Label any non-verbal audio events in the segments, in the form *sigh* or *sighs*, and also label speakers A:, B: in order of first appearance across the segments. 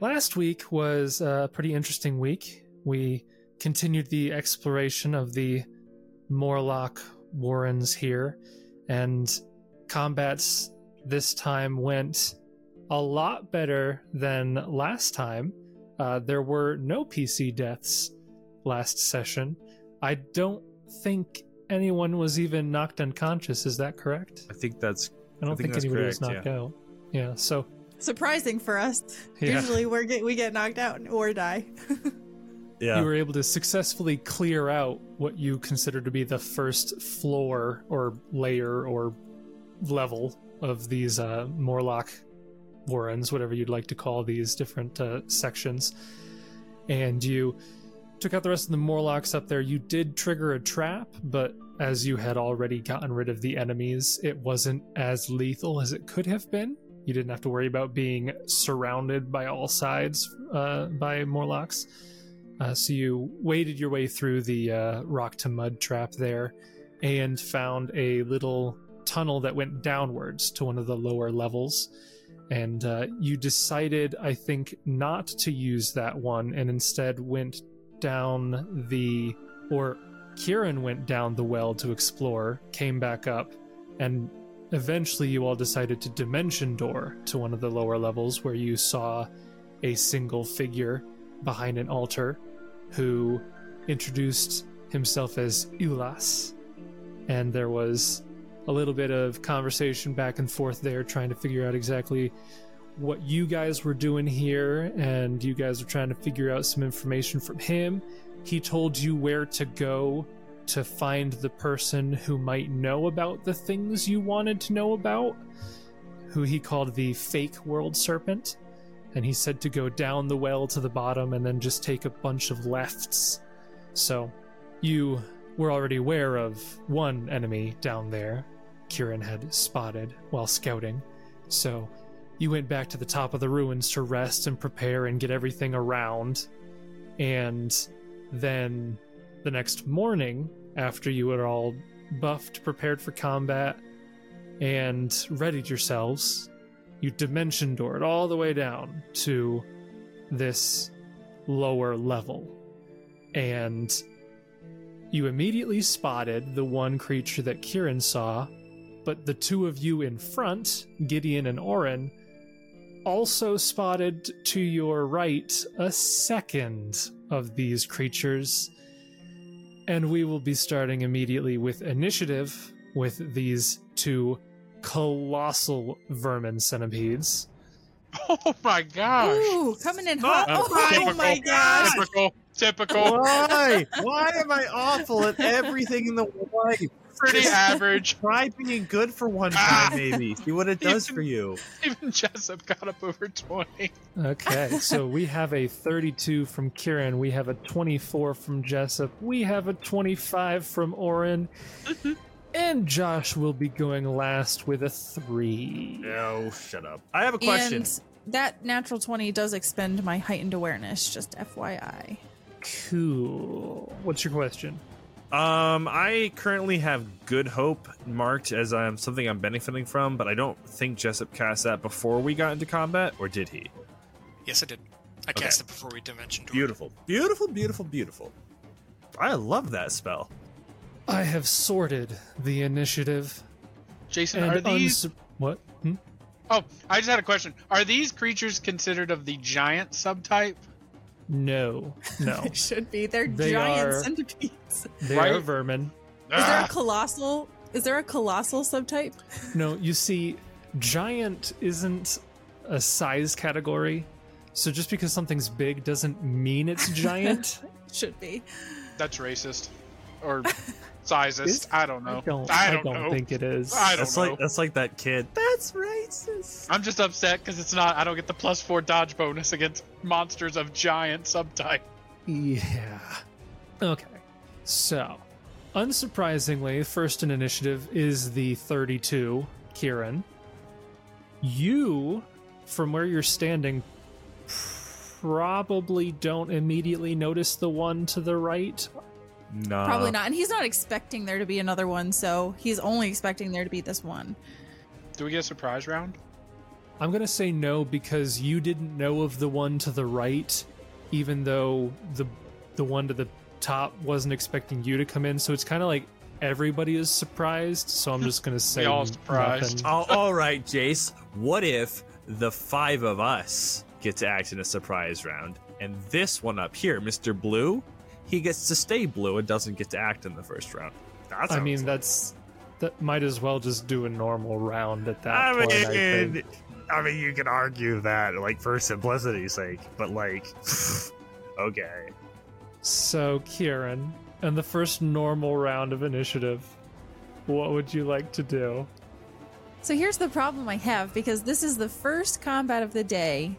A: Last week was a pretty interesting week. We continued the exploration of the Morlock Warrens here, and combats this time went a lot better than last time. Uh, there were no PC deaths last session. I don't think anyone was even knocked unconscious. Is that correct?
B: I think that's
A: I don't
B: I think
A: think,
B: that's
A: anybody was
B: correct,
A: knocked out. Yeah. So
C: Surprising for us.
A: yeah,
C: Usually we're get, we get knocked out or *laughs* die.
B: yeah.
A: you were able to successfully clear out what you consider to be the first floor or layer or level of these uh, Morlock warrens, whatever you'd like to call these different uh, sections. And you took out the rest of the Morlocks up there. You did trigger a trap, but as you had already gotten rid of the enemies, it wasn't as lethal as it could have been. You didn't have to worry about being surrounded by all sides uh, by Morlocks. Uh, so you waded your way through the uh, rock to mud trap there and found a little tunnel that went downwards to one of the lower levels. And uh, you decided, I think, not to use that one and instead went down the. Or Kieran went down the well to explore, came back up, and eventually you all decided to dimension door to one of the lower levels where you saw a single figure behind an altar who introduced himself as Ulas. And there was a little bit of conversation back and forth there, trying to figure out exactly what you guys were doing here. And you guys were trying to figure out some information from him. He told you where to go to find the person who might know about the things you wanted to know about, who he called the fake world serpent and he said to go down the well to the bottom and then just take a bunch of lefts. So, you were already aware of one enemy down there, Kieran had spotted while scouting. So, you went back to the top of the ruins to rest and prepare and get everything around. And then the next morning, after you were all buffed, prepared for combat, and readied yourselves you dimension door it all the way down to this lower level. And you immediately spotted the one creature that Kieran saw, but the two of you in front, Gideon and Orin, also spotted to your right a second of these creatures. And we will be starting immediately with initiative with these two colossal vermin centipedes.
D: Oh my gosh.
C: Ooh, coming in hot.
D: Oh,
C: Oh,
D: typical.
C: my gosh.
D: Typical. Typical.
B: Why? Why am I awful at everything in the life?
D: Pretty average. *laughs*
B: Try being good for one time, maybe. See what it does for Ah. *laughs* you.
D: Even Jessup got up over 20.
A: Okay,
D: *laughs*
A: so we have a 32 from Kieran, we have a 24 from Jessup, we have a 25 from Orin,
D: Mm-hmm.
A: and Josh will be going last with a 3.
B: No, shut up. I have a question.
C: And that natural 20 does expend my heightened awareness, just FYI.
A: Cool. What's your question?
B: Um, I currently have Good Hope marked as um, something I'm benefiting from, but I don't think Jessup cast that before we got into combat, or did he?
E: Yes, I did. I cast it before we dimension door.
B: Beautiful, beautiful, beautiful, beautiful. I love that spell.
A: I have sorted the initiative.
D: Jason,
A: And
D: are these.
A: unsur- what? Hmm?
D: oh, I just had a question. Are these creatures considered of the giant subtype?
A: No,
D: *laughs*
A: no.
C: It should be. They're
A: Oh. They
C: giant
A: are-
C: centipedes.
A: They are
D: Right?
A: vermin.
C: Is there a
D: Ah,
C: colossal? Is there a colossal subtype?
A: No, you see, giant isn't a size category. So just because something's big doesn't mean
B: *laughs*
A: it's giant.
C: Should be.
D: that's racist. Or sizist.
A: Is-
D: I don't know.
A: I don't,
D: I don't, know.
A: think it is.
D: I don't
B: That's
D: know.
B: like that's like that kid. That's racist.
D: I'm just upset because it's not. I don't get the plus four dodge bonus against monsters of giant subtype.
A: Yeah. Okay. So, unsurprisingly, first in initiative is the 32, Kieran. You, from where you're standing, probably don't immediately notice the one to the right.
B: No,
C: Probably
A: Uh.
C: not. And he's not expecting there to be another one, so he's only expecting there to be this one.
D: Do we get a surprise round?
A: I'm going to say no because you didn't know of the one to the right, even though the the one to the top wasn't expecting you to come in. So it's kind of like everybody is surprised. So I'm
B: *laughs*
A: just going to say
D: all surprised.
A: nothing.
B: Oh, all right, Jace. What if the five of us get to act in a surprise round, and this one up here, Mister Blue, he gets to stay blue and doesn't get to act in the first round. That
A: I
B: sounds
A: mean,
B: like-
A: that's that might as well just do a normal round at that
B: I
A: point. I think.
B: mean,
F: I mean, you can argue that, like, for simplicity's sake, but, like, okay.
A: So, Kieran, in the first normal round of initiative, what would you like to do?
C: So here's the problem I have because this is the first combat of the day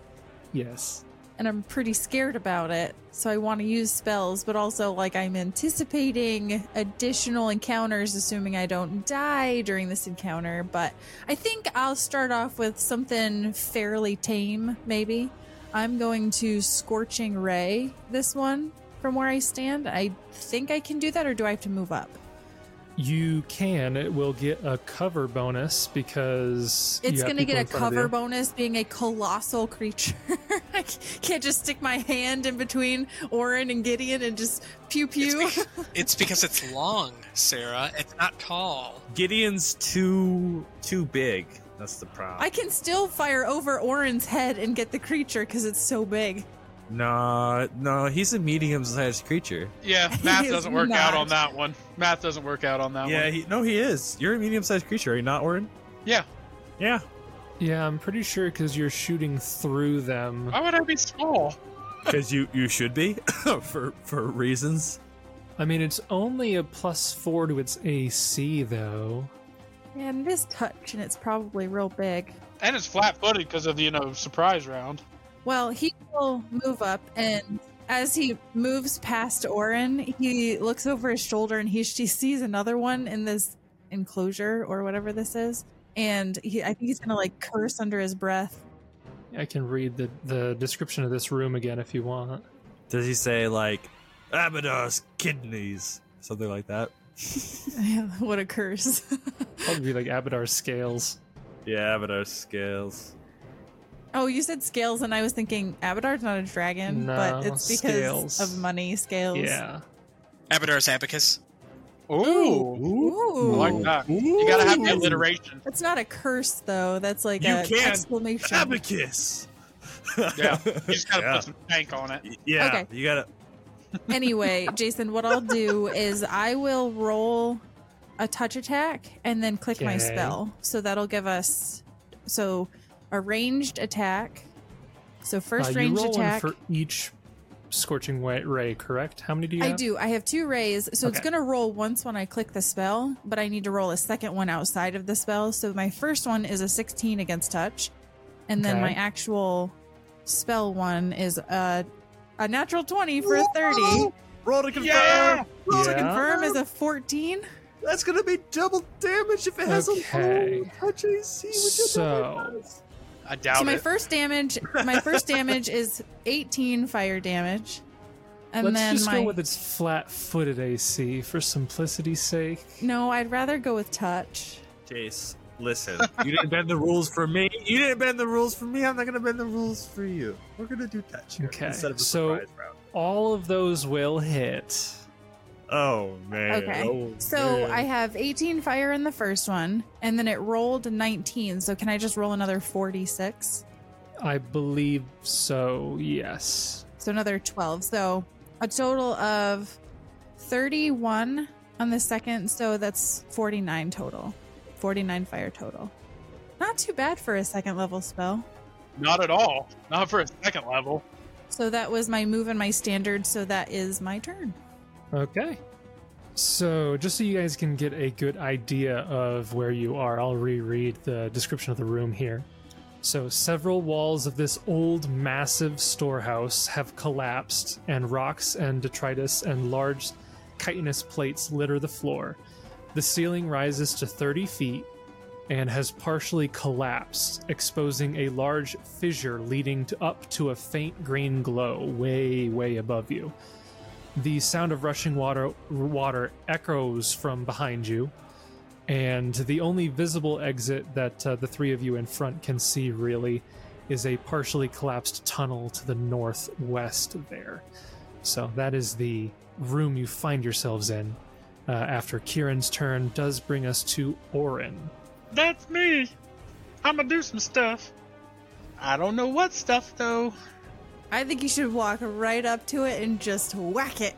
A: Yes.
C: and I'm pretty scared about it. So I want to use spells, but also like I'm anticipating additional encounters, assuming I don't die during this encounter. But I think I'll start off with something fairly tame, maybe. I'm going to Scorching Ray this one from where I stand. I think I can do that, or do I have to move up?
A: You can. It will get a cover bonus because you
C: It's
A: have
C: going to
A: people
C: get
A: in
C: a
A: front of
C: cover
A: you.
C: bonus being a colossal creature. *laughs* I can't just stick my hand in between Orin and Gideon and just pew pew.
E: It's, be- it's because it's long, Sarah. It's not tall.
B: Gideon's too too big. That's the problem.
C: I can still fire over Orin's head and get the creature because it's so big.
B: No, no, he's a medium-sized creature.
D: Yeah,
C: He
D: math
C: is
D: doesn't work out
C: not.
D: on that one. Math doesn't work out on that
B: yeah,
D: one.
B: he, no, he is. You're a medium-sized creature, are you not, Orin?
D: Yeah.
B: Yeah.
A: Yeah, I'm pretty sure because you're shooting through them.
D: Why would I be small?
B: Because you you should be *laughs* for for reasons.
A: I mean, it's only a plus four to its AC, though.
C: And it is touch, and it's probably real big.
D: And it's flat footed because of the, you know, surprise round.
C: Well, he will move up, and as he moves past Orin, he looks over his shoulder and he she sees another one in this enclosure or whatever this is, and he I think he's gonna like curse under his breath. *laughs*
A: I can read the, the description of this room again if you want.
B: Does he say like Abados kidneys, something like that?
C: what a curse! *laughs*
A: Probably be like Abadar's scales.
B: *laughs* Yeah, Abados scales.
C: oh, you said scales, and I was thinking Avatar's not a dragon, but
A: No,
C: it's because
A: scales.
C: of money scales.
A: Yeah.
E: Abadar's abacus.
D: Ooh. I
C: Ooh.
D: like that. You gotta have the
C: Ooh.
D: alliteration.
C: That's not a curse though. That's like
B: You
C: a
B: can
C: exclamation.
B: *laughs* Abacus.
D: Yeah. You just gotta
B: yeah.
D: put some tank on it.
B: *laughs* Yeah,
C: Okay.
B: you gotta.
C: anyway, Jason, what I'll do is I will roll a touch attack and then click my
A: Okay.
C: spell. So that'll give us so a ranged attack. So first
A: Uh,
C: ranged
A: you roll one
C: attack.
A: for each scorching white ray, correct? How many do you
C: I
A: have?
C: do. I have two rays, so it's
A: Okay.
C: gonna roll once when I click the spell, but I need to roll a second one outside of the spell. So my first one is a 16 against touch, and then
A: Okay.
C: my actual spell one is a a natural 20 for a 30.
B: Roll to confirm.
D: Yeah!
A: Roll to
C: To
A: Yeah.
C: confirm is a 14.
B: That's gonna be double damage if it
A: has a low Okay.
B: touch AC.
A: So
D: I doubt
C: So my
D: it.
C: first damage,
A: *laughs*
C: my first damage is 18 fire damage, and
A: let's
C: then
A: just
C: my
A: go with its flat-footed AC for simplicity's sake.
C: no, I'd rather go with touch.
B: Jace,
D: *laughs*
B: listen. You didn't bend the rules for me. You didn't bend the rules for me. I'm not gonna bend the rules for you. We're gonna do touch here
A: Okay,
B: instead of the
A: so-
B: surprise round.
A: All of those will hit.
B: Oh man.
C: Okay.
B: Oh,
C: So
B: man.
C: I have 18 fire in the first one, and then it rolled 19. So can I just roll another 46?
A: I believe so. Yes.
C: So another 12. So a total of 31 on the second. So that's 49 total. 49 fire total. Not too bad for a second level spell.
D: Not at all. Not for a second level.
C: So that was my move and my standard. So that is my turn.
A: Okay. So, just so you guys can get a good idea of where you are, I'll reread the description of the room here. So, several walls of this old, massive storehouse have collapsed, and rocks and detritus and large chitinous plates litter the floor. The ceiling rises to 30 feet and has partially collapsed, exposing a large fissure leading to up to a faint green glow way, way above you. The sound of rushing water water echoes from behind you. And the only visible exit that uh, the three of you in front can see really is a partially collapsed tunnel to the northwest there. So that is the room you find yourselves in. Uh, after Kieran's turn does bring us to Orin.
D: That's me. I'ma do some stuff. I don't know what stuff though.
C: I think you should walk right up to it and just whack it.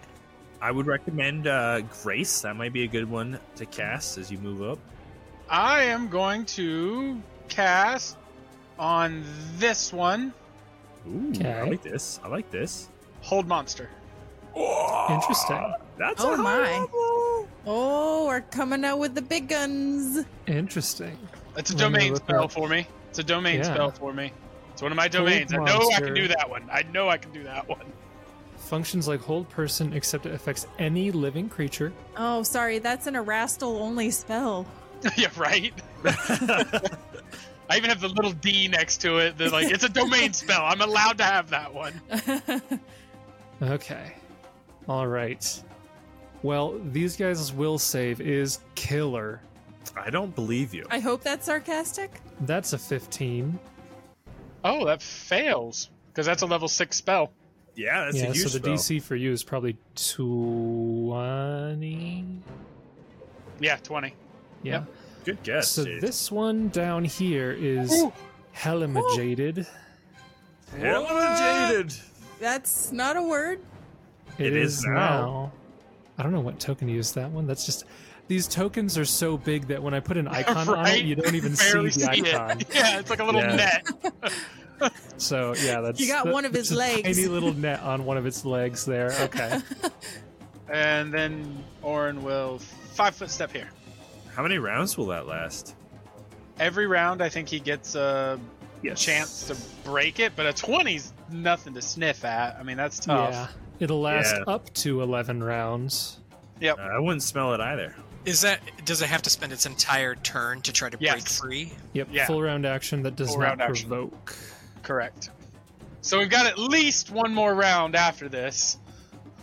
B: I would recommend uh, Grace. That might be a good one to cast as you move up.
D: I am going to cast on this one.
B: Ooh, I
A: Okay.
B: like this. I like this.
D: Hold monster.
A: Interesting.
B: That's
C: Oh
B: a high
C: my.
B: level.
C: Oh, we're coming out with the big guns.
A: Interesting.
D: It's a
A: Let me
D: domain
A: look
D: spell
A: up.
D: for me. It's a domain
A: Yeah.
D: spell for me. It's one of my domains. I know I
A: monster.
D: can do that one. I know I can do that one.
A: Functions like hold person, except it affects any living creature.
C: Oh, sorry, that's an Erastal only spell.
D: *laughs* yeah, right. I even have the little D next to it. That like it's a domain spell. I'm allowed to have that one.
A: Okay. All right. Well, these guys' will save is killer.
B: I don't believe you.
C: I hope that's sarcastic.
A: That's a 15.
D: Oh, that fails because that's a level six spell.
B: Yeah, that's
A: yeah,
B: a huge
A: so the
B: spell.
A: DC for you is probably 20.
D: Yeah, twenty.
A: Yeah.
B: Good guess.
A: so
B: dude.
A: this one down here is
D: Ooh.
A: Helimijated.
B: Hell of
C: What?
B: a jaded.
C: That's not a word. *laughs*
B: It is now.
A: I don't know what token to use that one. That's just. These tokens are so big that when I
B: *laughs*
A: put an icon on
D: Right?
A: it, you don't even see
D: Barely
A: the icon.
D: It. *laughs* Yeah, it's like a little
B: Yeah.
D: net.
A: So yeah, that's
C: You got
A: that-
C: one of
A: that's
C: his
A: a
C: legs.
A: *laughs* Tiny little net on one of its legs there. Okay.
D: And then Orin will five foot step here.
B: How many rounds will that last?
D: Every round, I think he gets a
A: Yes.
D: chance to break it, but a 20's nothing to sniff at. I mean, that's tough.
A: Yeah. It'll last
B: Yeah.
A: up to eleven rounds.
D: Yep.
B: Uh, I wouldn't smell it either.
E: Is that does it have to spend its entire turn to try to break
D: Yes.
E: free?
A: Yep.
D: Yeah.
A: Full round action that does
D: Full
A: not
D: round action.
A: provoke.
D: Correct. So we've got at least one more round after this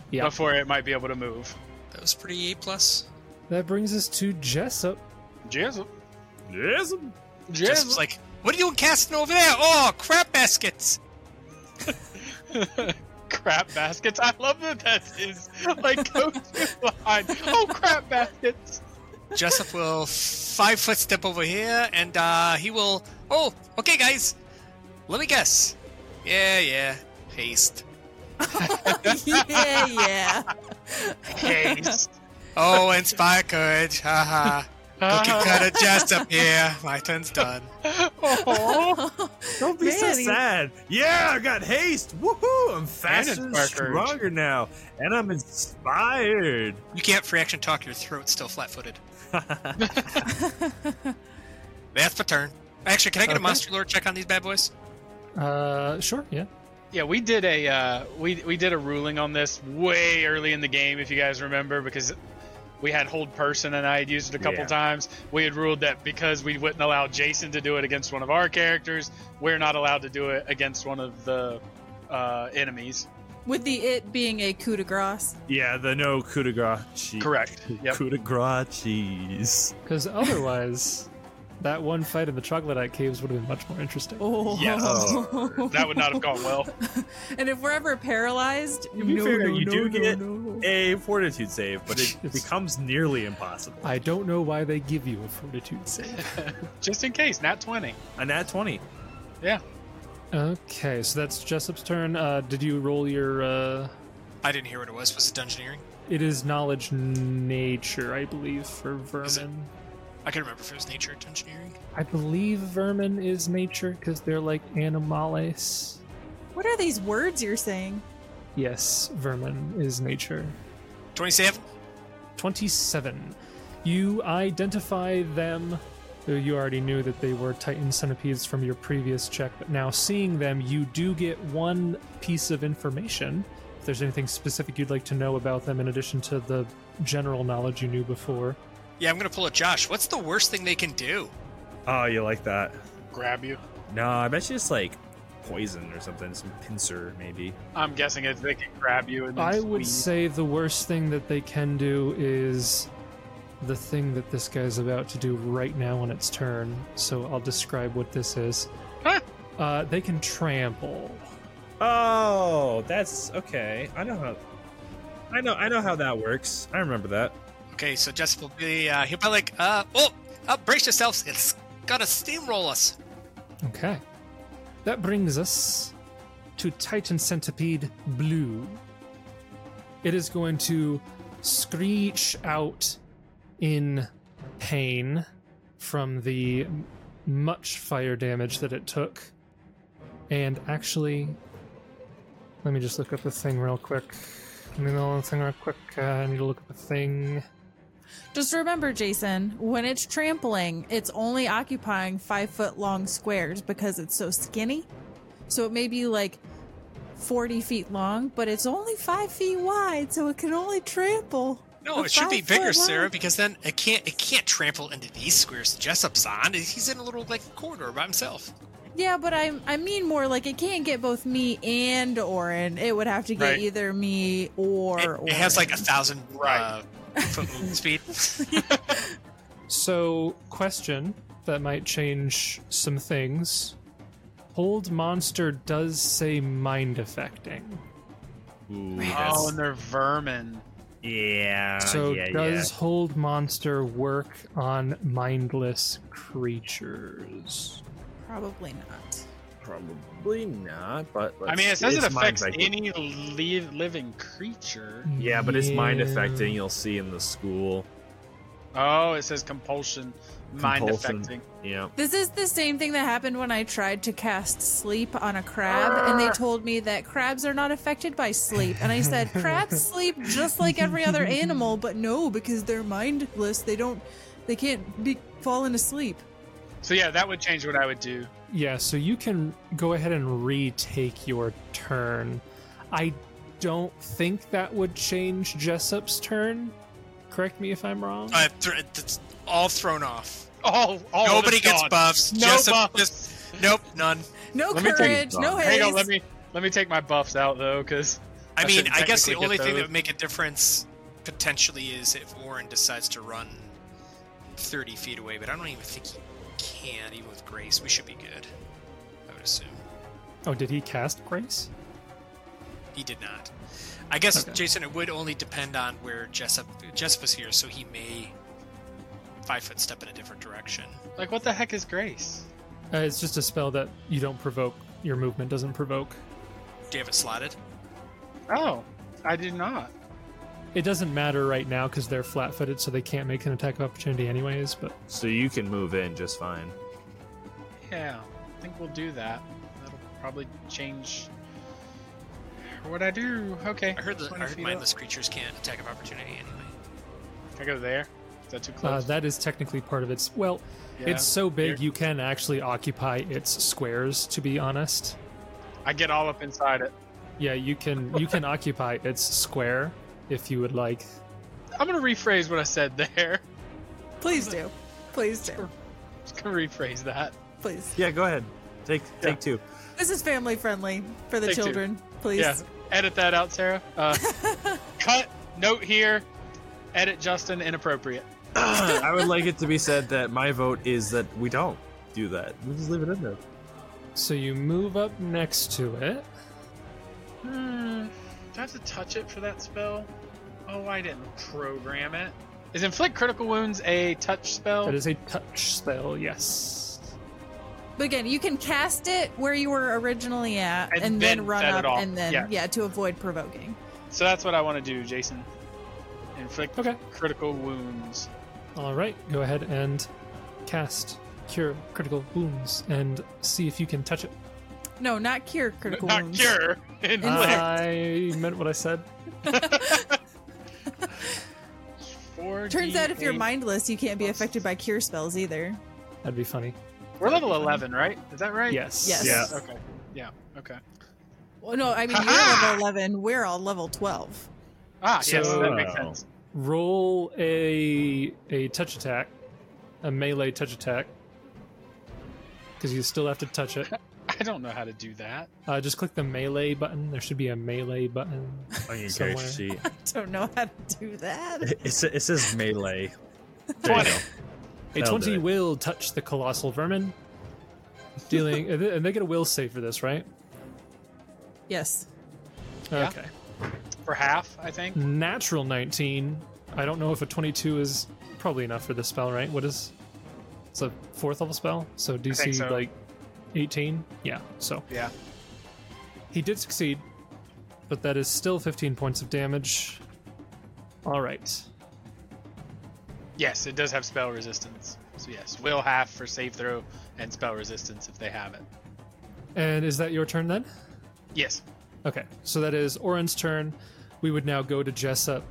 A: Yeah.
D: before it might be able to move.
E: That was pretty A plus.
A: That brings us to Jessup.
D: Jizzle.
B: Yes.
E: Just was like, what are you casting over there? Oh, crap baskets!
D: crap baskets. I love that that's his like go to *laughs* line. Oh, crap baskets.
E: Jessup will five foot step over here, and uh, he will. Oh, okay, guys. Let me guess. Yeah, yeah. Haste.
C: yeah, yeah.
D: *laughs* Case.
E: Oh, inspire courage. Haha. Cookie
G: *laughs*
E: cutter Jessup here. My turn's done.
D: Oh,
B: Don't be so
C: Man, he-
B: sad. Yeah, I got haste. Woohoo! I'm faster and
D: spark urge.
B: stronger now, and I'm inspired.
E: You can't free action talk. Your throat's still flat footed. That's my turn. Actually, can I get a
A: Okay.
E: monster lore check on these bad boys?
A: Uh, sure. Yeah.
D: Yeah, we did a uh, we we did a ruling on this way early in the game, if you guys remember, because we had hold person and I had used it a couple
B: Yeah.
D: times. We had ruled that because we wouldn't allow Jason to do it against one of our characters, we're not allowed to do it against one of the uh, enemies.
C: With the it being a coup de grace.
B: Yeah, the no coup de grace. cheese.
D: Correct. *laughs* Yep.
B: Coup de grace cheese.
D: *laughs*
A: Because otherwise, that one fight in the troglodyte caves would have been much more interesting.
C: Oh.
B: Yes.
D: That would not have gone well.
C: *laughs*
D: *laughs*
C: and if we're ever paralyzed,
B: To be
C: no,
B: fair,
C: no,
B: you
C: no,
B: do
C: no,
B: get
C: no.
B: a fortitude save, but it
A: Yes.
B: becomes nearly impossible.
A: I don't know why they give you a fortitude save.
D: Just in case, not twenty.
B: A nat twenty.
A: okay, so that's Jessup's turn. Uh, did you roll your? Uh...
E: I didn't hear what it was. Was it dungeoneering?
A: It is knowledge nature, I believe, for
E: Is it-
A: vermin.
E: I can remember if it was nature or dungeoneering.
A: I believe vermin is nature because they're like animales.
C: What are these words you're saying?
A: Yes, vermin is nature.
E: 27.
A: 27. You identify them. though You already knew that they were Titan centipedes from your previous check, but now seeing them, you do get one piece of information. If there's anything specific you'd like to know about them in addition to the general knowledge you knew before.
E: Yeah, I'm going to pull a Josh. What's the worst thing they can do?
B: Oh, you like that?
D: Grab you.
B: No, I bet you it's like poison or something. Some pincer, maybe.
D: I'm guessing if they can grab you and then
A: I would
D: squeeze.
A: say the worst thing that they can do is the thing that this guy's about to do right now on its turn, so I'll describe what this is.
D: Huh.
A: Uh, they can trample.
B: Oh, that's okay. I know how. I know. I know how that works. I remember that.
E: Okay, so Jess will be, uh, he'll be like, uh, oh, uh, brace yourselves. It's gonna steamroll us.
A: Okay. That brings us to Titan Centipede Blue. It is going to screech out in pain from the much fire damage that it took. And actually, let me just look up the thing real quick. Let me know the thing real quick. Uh, I need to look up the thing.
C: Just remember, Jason, when it's trampling, it's only occupying five foot long squares because it's so skinny. So it may be like 40 feet long, but it's only five feet wide, so it can only trample.
E: No,
C: a
E: it should be
C: five-foot
E: bigger,
C: wide.
E: Sarah, because then it can't it can't trample into these squares Jessup's on. He's in a little like corridor by himself.
C: Yeah, but I I mean more like it can't get both me and Orin. It would have to get
D: Right.
C: either me or
E: It,
C: Orin.
E: it has like a thousand
D: Right.
E: uh, foot movement
D: *laughs*
E: speed.
A: So, question that might change some things. Hold monster does say mind affecting.
B: Ooh,
D: Oh,
B: that's-
D: and they're vermin.
F: Yeah.
B: Ah,
A: so
F: yeah,
A: does hold monster work on mindless creatures?
C: probably not.
B: probably not. But
D: I mean, it says it
B: it's mind
D: affects
B: affecting.
D: any li- living creature.
B: Yeah, but it's mind
A: Yeah.
B: affecting. You'll see in the school.
D: Oh, it says compulsion, mind
B: Compulsion.
D: affecting.
B: Yeah.
C: This is the same thing that happened when I tried to cast sleep on a crab, and they told me that crabs are not affected by sleep. And I said, crabs sleep just like every other animal, but no, because they're mindless. They don't, they can't be falling asleep.
D: So yeah, that would change what I would do.
A: Yeah, so you can go ahead and retake your turn. I don't think that would change Jessup's turn. Correct me if I'm wrong.
E: Uh, th- it's all thrown off.
D: Oh, all of
E: Nobody
D: it's
E: gets
D: gone.
E: buffs.
D: No
E: Jessup
D: buffs.
E: just- nope, none.
C: No
B: Let me take
C: courage,
B: it,
C: no
B: Don.
C: haste.
D: Hang on, let me let me take my buffs out though, because
E: I
D: I
E: mean,
D: shouldn't
E: I guess the
D: technically
E: only
D: get
E: thing that
D: those.
E: would make a difference potentially is if Warren decides to run 30 feet away, but I don't even think he can, even with Grace. We should be good, I would assume.
A: Oh, did he cast Grace?
E: He did not. I guess,
A: Okay.
E: Jason, it would only depend on where Jessup, Jessup is here, so he may five foot step in a different direction.
D: like, what the heck is grace?
A: Uh, it's just a spell that you don't provoke. Your movement doesn't provoke.
E: Do you have it slotted?
D: Oh, I did not.
A: It doesn't matter right now because they're flat-footed, so they can't make an attack of opportunity anyways. But uh,
B: So you can move in just fine.
D: Yeah, I think we'll do that. That'll probably change what I do. Okay,
E: I heard the
D: 20
E: I heard
D: feet
E: mindless creatures can't attack of opportunity anyway.
D: up. Can I go there? Is that too
A: uh,
D: close?
A: that is technically part of its. Well,
D: Yeah.
A: it's so big
D: Here.
A: you can actually occupy its squares. To be honest,
D: I get all up inside it.
A: yeah, you can you
D: *laughs*
A: can occupy its square if you would like.
D: I'm gonna rephrase what I said there. *laughs*
C: Please do. Please do.
D: Just gonna rephrase that.
C: Please.
B: Yeah. Go ahead. Take take *coughs* two.
C: This is family friendly for the
D: Take two.
C: children. Please.
D: Yeah, edit that out, Sarah.
C: *laughs*
D: Uh, cut. Note here. Edit Justin inappropriate.
B: I would like it to be said that my vote is that we don't do that. We just leave it in there.
A: So you move up next to it.
D: Hmm. Do I have to touch it for that spell? Oh, I didn't program it. Is inflict critical wounds a touch spell?
A: That is a touch spell. Yes.
C: But again, you can cast it where you were originally at and,
D: And
C: then,
D: then
C: run
D: set it
C: up
D: off.
C: and then,
D: Yeah.
C: yeah, to avoid provoking.
D: So that's what I want to do, Jason. Inflict
A: Okay.
D: critical wounds.
A: All right. Go ahead and cast cure critical wounds and see if you can touch it.
C: No, not cure critical
D: Not
C: wounds.
D: cure. *laughs* Inflict.
A: I meant what I said.
C: Turns out if you're
D: 4d8.
C: mindless, you can't be affected by cure spells either.
A: That'd be funny.
D: We're level 11, right? Is that right?
A: Yes.
C: Yes.
F: Yeah.
D: Okay. Yeah. Okay.
C: Well, no, I mean, you're level 11, we're all level *laughs* 12.
D: Ah, yes,
A: So-
D: that makes sense.
A: Roll a a touch attack, a melee touch attack, because you still have to touch
D: *laughs*
A: it.
D: I don't know how to do that.
A: Uh, just click the melee button. There should be a melee button.
B: On your
A: Somewhere.
B: *laughs* character sheet.
C: Don't know how to do that.
B: It, it sa- it says melee. There you
D: 20.
B: go.
A: A
B: That'll do
A: 20
B: it.
A: will touch the colossal vermin. Dealing, *laughs* and they- and they get a will save for this, right?
C: Yes.
D: Yeah.
A: Okay.
D: for half, I think.
A: Natural 19. I don't know if a 22 is probably enough for this spell, right? What is. It's a fourth level spell, so DC
D: so.
A: like 18? Yeah, so.
D: Yeah.
A: He did succeed, but that is still 15 points of damage. Alright.
D: Yes, it does have spell resistance. So yes, will half for save throw and spell resistance if they have it.
A: And is that your turn then?
D: Yes.
A: Okay, so that is Oren's turn. We would now go to Jessup.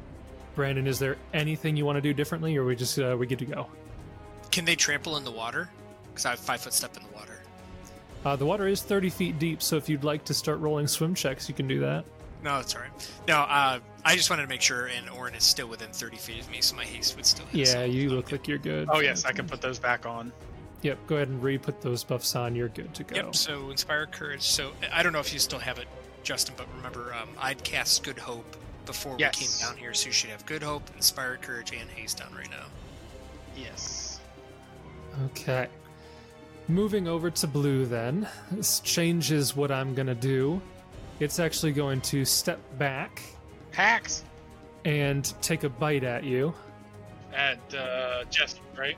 A: Brandon, is there anything you want to do differently, or we just uh, we good to go?
E: Can they trample in the water? Because I have five foot step in the water.
A: Uh, the water is 30 feet deep, so if you'd like to start rolling swim checks, you can do that.
E: No, it's alright. No, uh, I just wanted to make sure, and Orin is still within 30 feet of me, so my haste would still hit.
A: Yeah,
E: so-
A: you look like you're good.
D: Oh yes, I can put those back on.
A: Yep, go ahead and re-put those buffs on. You're good to go.
E: Yep, so inspire courage. So I don't know if you still have it, Justin, but remember, um, I'd cast good hope before
D: Yes.
E: we came down here, so you should have good hope, inspire courage, and haste on right now.
D: Yes.
A: Okay. Moving over to blue then. This changes what I'm going to do. It's actually going to step back
D: Hacks
A: and take a bite at you.
D: at uh Jester, right?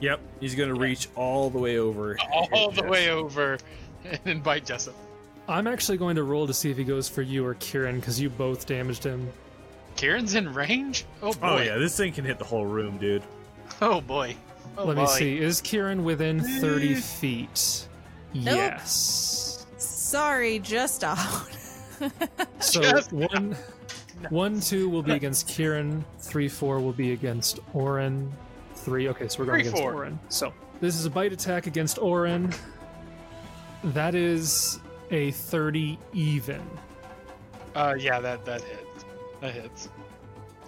B: Yep, he's gonna reach all the way over.
D: *laughs* All the way over *laughs* and invite Jessup.
A: I'm actually going to roll to see if he goes for you or Kieran because you both damaged him.
D: Kieran's in range? Oh boy.
B: Oh yeah, this thing can hit the whole room, dude.
D: Oh boy. Oh, Eh.
A: Let
D: boy.
A: me see. Is Kieran within 30 feet?
C: Nope.
A: Yes.
C: Sorry, just out.
A: So
D: Just-
A: one, one, two will be against Kieran. Three, four will be against Oren. Three. Okay, so we're going
D: Three,
A: against
D: four.
A: Oren. So this is a bite attack against Oren. That is a 30 even.
D: Uh, yeah, that that hits. That hits.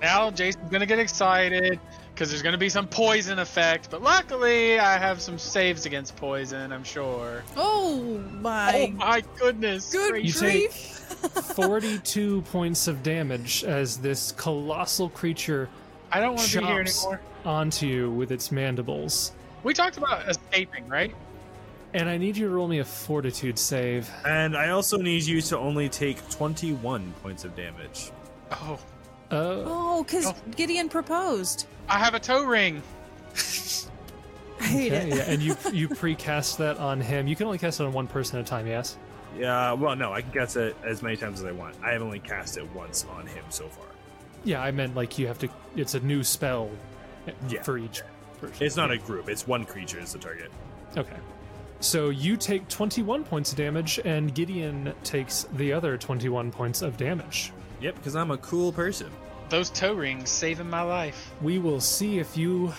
D: Now Jason's gonna get excited because there's gonna be some poison effect. But luckily, I have some saves against poison. I'm sure.
C: *laughs* Oh
D: Oh
C: my
D: my goodness!
C: good
A: You
D: gracious.
A: take
C: grief.
A: 42 *laughs* points of damage as this colossal creature
D: I don't want to be here
A: chops.
D: anymore.
A: onto you with its mandibles.
D: We talked about escaping, right?
A: And I need you to roll me a fortitude save.
B: And I also need you to only take 21 points of damage.
D: Oh,
A: Uh,
C: Oh, because
D: Oh.
C: Gideon proposed.
D: I have a toe ring.
C: I hate
A: okay,
C: it.
A: yeah, and you you pre-cast that on him. You can only cast it on one person at a time. Yes.
B: Yeah, well, no, I can cast it as many times as I want. I have only cast it once on him so far.
A: Yeah, I meant like you have to. It's a new spell
B: Yeah.
A: for each person.
B: It's not a group, it's one creature is the target.
A: okay. So you take 21 points of damage, and Gideon takes the other 21 points of damage.
B: Yep, because I'm a cool person.
D: Those toe rings saving my life.
A: We will see if you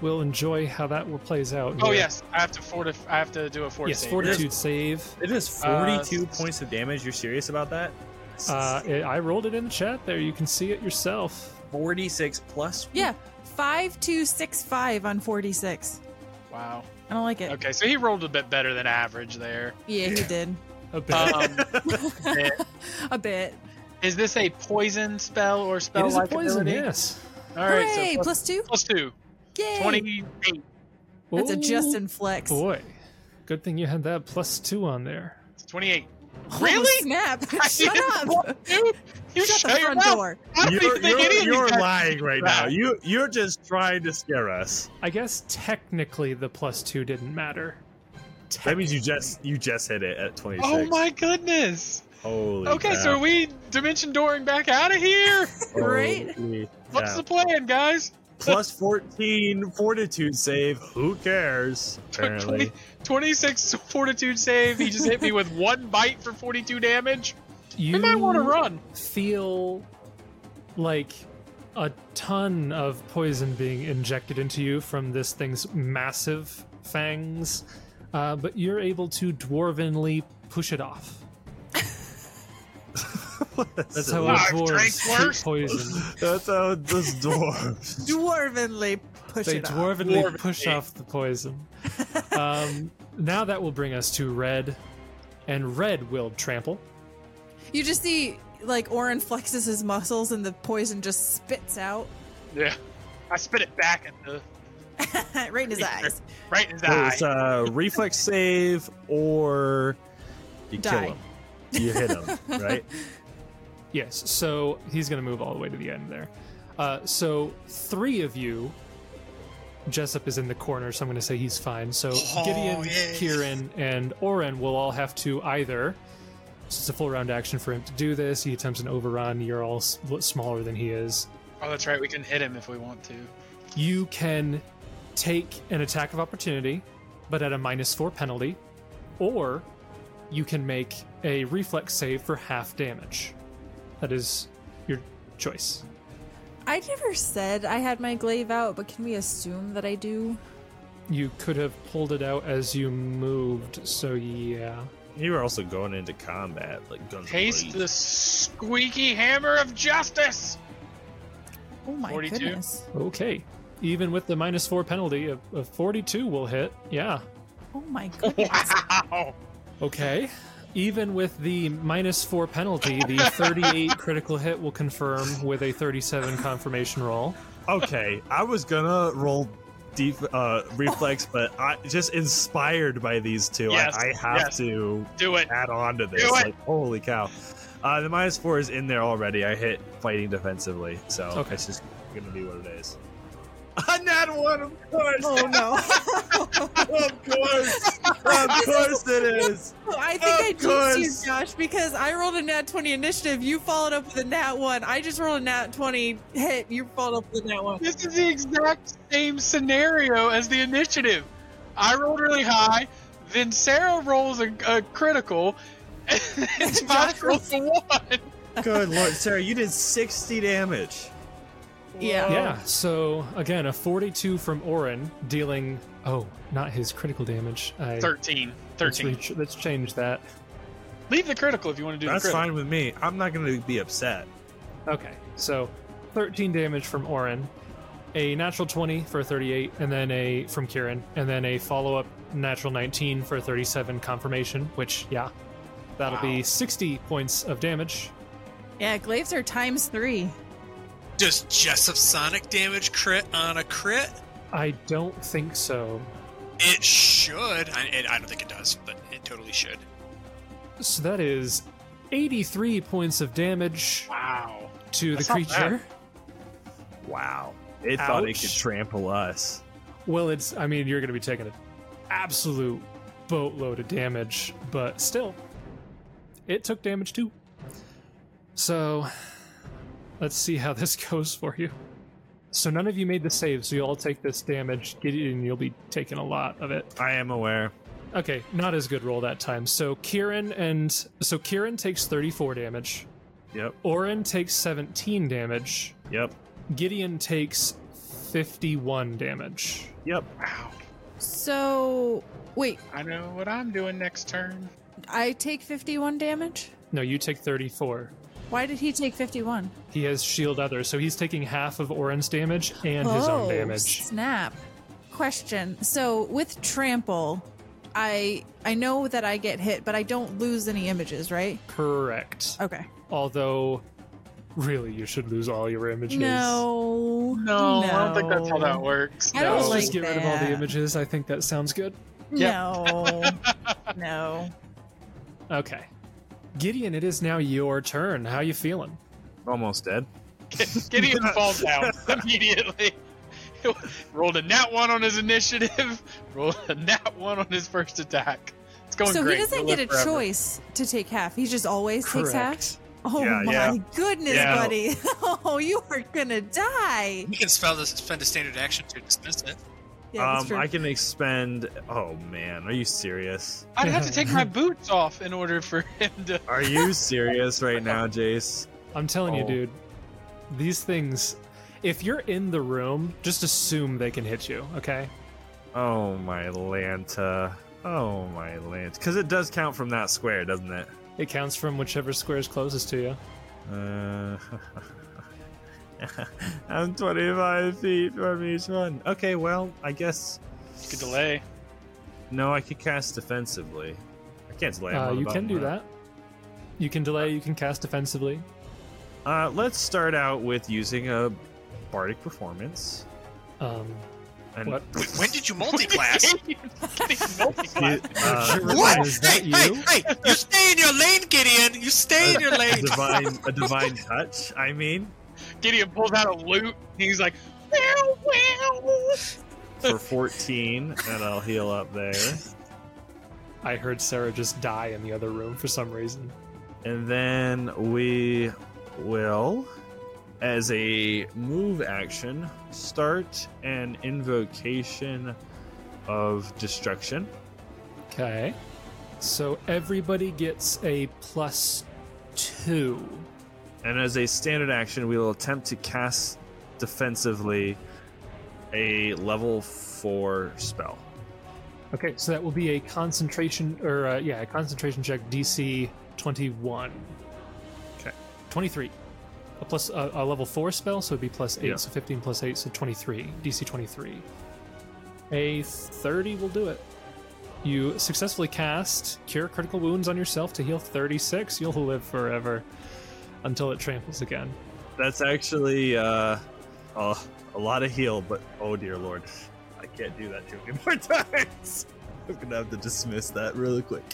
A: will enjoy how that will plays out.
D: Oh
A: here.
D: yes, I have to fortif- I have to do a fort
A: Yes,
D: save.
A: fortitude save.
B: It is 42
D: 42
B: points of damage. You're serious about that?
A: Uh, I I rolled it in the chat there. You can see it yourself.
B: 46 plus?
C: *laughs* Yeah, 5265 on 46.
D: Wow.
C: I don't like it.
D: Okay, so he rolled a bit better than average
A: *laughs*
D: there.
C: Yeah, he did.
A: A bit.
D: Um,
C: A bit.
D: is this a poison spell or
A: it
D: spell
A: is a
D: like
A: poison,
D: ability?
A: yes.
D: All right,
C: Hooray,
D: so plus,
C: plus two?
D: plus two.
C: Yay.
D: 28.
C: That's a
A: Ooh,
C: Justin flex.
A: Boy, good thing you had that plus two on there.
D: 28.
C: Oh,
D: Really?
C: snap. *laughs* Shut
D: didn't
C: up.
D: You, you
C: Shut
D: shut
C: the
D: your
C: front
D: mouth.
C: door.
D: I don't
B: You're,
D: even think any of these guys-
B: lying right now.
D: now.
B: You, you're just trying to scare us.
A: I guess technically the plus two didn't matter.
B: That means you just you just hit it at 26.
D: Oh my goodness.
B: Holy
D: Okay, so are we dimension dooring back out of here?
C: Right?
D: What's the plan, guys?
B: plus 14 fortitude save. Who cares?
D: *laughs*
B: Apparently.
D: 26 fortitude save. He just hit me with one bite for 42 damage.
A: You
D: We might want to run.
A: feel like a ton of poison being injected into you from this thing's massive fangs, uh, but you're able to dwarvenly push it off. That's how
B: Wow,
A: a
D: I've drank
A: dwarves
D: worse.
A: treat poison.
B: That's how this dwarf. *laughs*
C: Dwarvenly push
A: they
C: it up.
A: dwarvenly
D: Dwarvenly.
A: push off the
C: *laughs*
A: poison. um, now that will bring us to red, and red will trample.
C: You just see, like, Orin flexes his muscles and the poison just spits out. *laughs*
D: Yeah. I spit it back at the
C: right in his eyes.
D: right in his
B: Wait,
D: eye.
B: it's a uh, reflex save or you
C: Die.
B: kill him. You hit him, right?
A: Yes, so he's going to move all the way to the end there. Uh, so three of you, Jessup is in the corner, so I'm going to say he's fine. So
E: Oh,
A: Gideon,
E: yes.
A: Kieran, and Oren will all have to either. It's a full round action for him to do this. He attempts an overrun. You're all s- smaller than he is.
D: Oh, that's right. We can hit him if we want to.
A: you can take an attack of opportunity, but at a minus four penalty, or you can make a reflex save for half damage. That is your choice.
C: I never said I had my glaive out, but can we assume that I do?
A: You could have pulled it out as you moved, so yeah.
B: You were also going into combat, like guns.
D: Taste
B: blazing.
D: the squeaky hammer of justice.
C: Oh my
D: 42?
C: goodness.
A: Okay. Even with the minus four penalty, a, a 42 will hit. Yeah.
C: Oh my goodness.
D: Wow.
A: Okay. Even with the minus four penalty, the 38 critical hit will confirm with a 37 confirmation roll.
B: Okay, I was gonna roll deep uh, reflex, but I just inspired by these two,
D: Yes,
B: I, I have
D: yes.
B: to
D: Do it.
B: add on to this.
D: Do it.
B: Like, holy cow! Uh, the minus four is in there already. I hit fighting defensively, so
A: Okay.
B: it's just gonna be what it is. A nat one, of course,
C: oh no.
B: of course, of course it is.
C: *laughs* I think
B: Of
C: I
B: course.
C: jinxed you, Josh, because I rolled a nat 20 initiative. You followed up with a nat 1. I just rolled a nat 20 hit. You followed up with a nat 1.
D: This is the exact same scenario as the initiative. I rolled really high, then Sarah rolls a, a critical, and Josh rolls a one.
B: Good lord, Sarah, you did sixty damage.
C: Yeah.
A: Yeah, so again, a 42 from Orin dealing. Oh, not his critical damage. I,
D: 13.
A: Let's,
D: 13.
A: re- let's change that.
D: Leave the critical if you want to do
B: That's
D: the critical.
B: fine with me. I'm not gonna be upset.
A: Okay, so 13 damage from Orin, a natural 20 for a 38, and then a from Kieran, and then a follow up natural 19 for a 37 confirmation, which, yeah, that'll be 60 points of damage.
C: Yeah, glaives are times three.
E: Does Jessup Sonic damage crit on a crit?
A: I don't think so.
E: It should. I, it, I don't think it does, but it totally should.
A: So that is 83 points of damage
D: Wow.
A: to
D: That's
A: the
D: not bad.
A: creature.
B: Wow, it thought it could
A: Ouch.
B: trample us.
A: Well, it's. I mean, you're going to be taking an absolute boatload of damage, but still, it took damage too. So, let's see how *laughs* this goes for you. So none of you made the save, so you all take this damage. Gideon, you'll be taking a lot of it.
B: I am aware.
A: Okay, not as good roll that time. So Kieran and so Kieran takes 34 damage.
B: Yep.
A: Orin takes 17 damage.
B: Yep.
A: Gideon takes 51 damage.
B: Yep.
D: Wow.
C: So, wait,
D: I know what I'm doing next turn.
C: I take 51 damage?
A: No, you take 34.
C: Why did he take 51?
A: He has shield others, so he's taking half of Oren's damage and his own
C: Oh.
A: damage.
C: Snap. Question. So with trample, I I know that I get hit, but I don't lose any images, right?
A: Correct.
C: Okay.
A: Although, really, you should lose all your images.
C: No.
D: No, I don't think that's how that works.
A: No,
C: I don't
A: let's
D: no.
C: like
A: just get rid of all the
C: that.
A: images. I think that sounds good.
C: No. *laughs* no.
A: Okay. Gideon, it is now your turn. How you feeling?
B: Almost dead.
D: Gideon falls
B: *laughs*
D: down immediately. *laughs* Rolled a nat one on his initiative. *laughs* Rolled a nat one on his first attack. It's going
C: So
D: great.
C: he doesn't
D: We'll
C: get a
D: live forever.
C: choice to take half. He just always takes half. Oh
B: Yeah,
C: my
B: yeah.
C: goodness,
B: Yeah.
C: buddy. *laughs* Oh, you are gonna die.
E: You can spell this, spend a standard action to dismiss it.
C: Yeah, that's
B: um,
C: true.
B: I can expend. Oh man, are you serious?
D: I'd have to take
A: *laughs*
D: my boots off in order for him to.
B: Are *laughs* you serious right now, Jace?
A: I'm telling you,
B: Oh.
A: dude, these things, if you're in the room, just assume they can hit you, okay?
B: Oh my Lanta. Oh my Lanta. Because it does count from that square, doesn't it?
A: It counts from whichever square is closest to you.
B: Uh, *laughs* I'm 25 feet from each one. Okay, well, I guess.
D: You could *laughs* delay.
B: No, I could cast defensively. I can't delay. I'm
A: Uh,
B: on the
A: you
B: bottom
A: can do
B: left.
A: that. You can delay, you can cast defensively.
B: Uh, let's start out with using a bardic performance.
A: Um,
B: And
A: what?
E: Wait, when did you
A: *laughs*
D: *laughs*
E: multiclass?
B: you- *laughs* uh,
A: Sure.
E: what?
A: Is
E: Hey,
A: that
E: hey,
A: you?
E: hey! You stay in your lane, Gideon. You stay
A: *laughs*
E: in your
B: a
E: lane.
B: divine, a divine touch. I mean,
D: Gideon pulls out a loot. And he's like, wow,
A: Oh,
D: wow.
B: for 14, and I'll heal up there.
A: I heard Sarah just die in the other room for some reason.
B: And then we will, as a move action, start an invocation of destruction.
A: Okay. So everybody gets a plus two.
B: And as a standard action, we will attempt to cast defensively a level 4 spell.
A: Okay, so that will be a concentration, or uh, yeah, a concentration check DC 21.
B: Okay.
A: 23. A plus a, a level four spell, so it'd be plus eight,
B: Yeah.
A: so 15 plus eight, so 23. DC 23. A 30 will do it. You successfully cast Cure Critical Wounds on yourself to heal 36. You'll live forever until it tramples again.
B: That's actually uh, a, a lot of heal, but oh dear lord, I can't do that too *laughs* many more times. I'm gonna have to dismiss that really quick,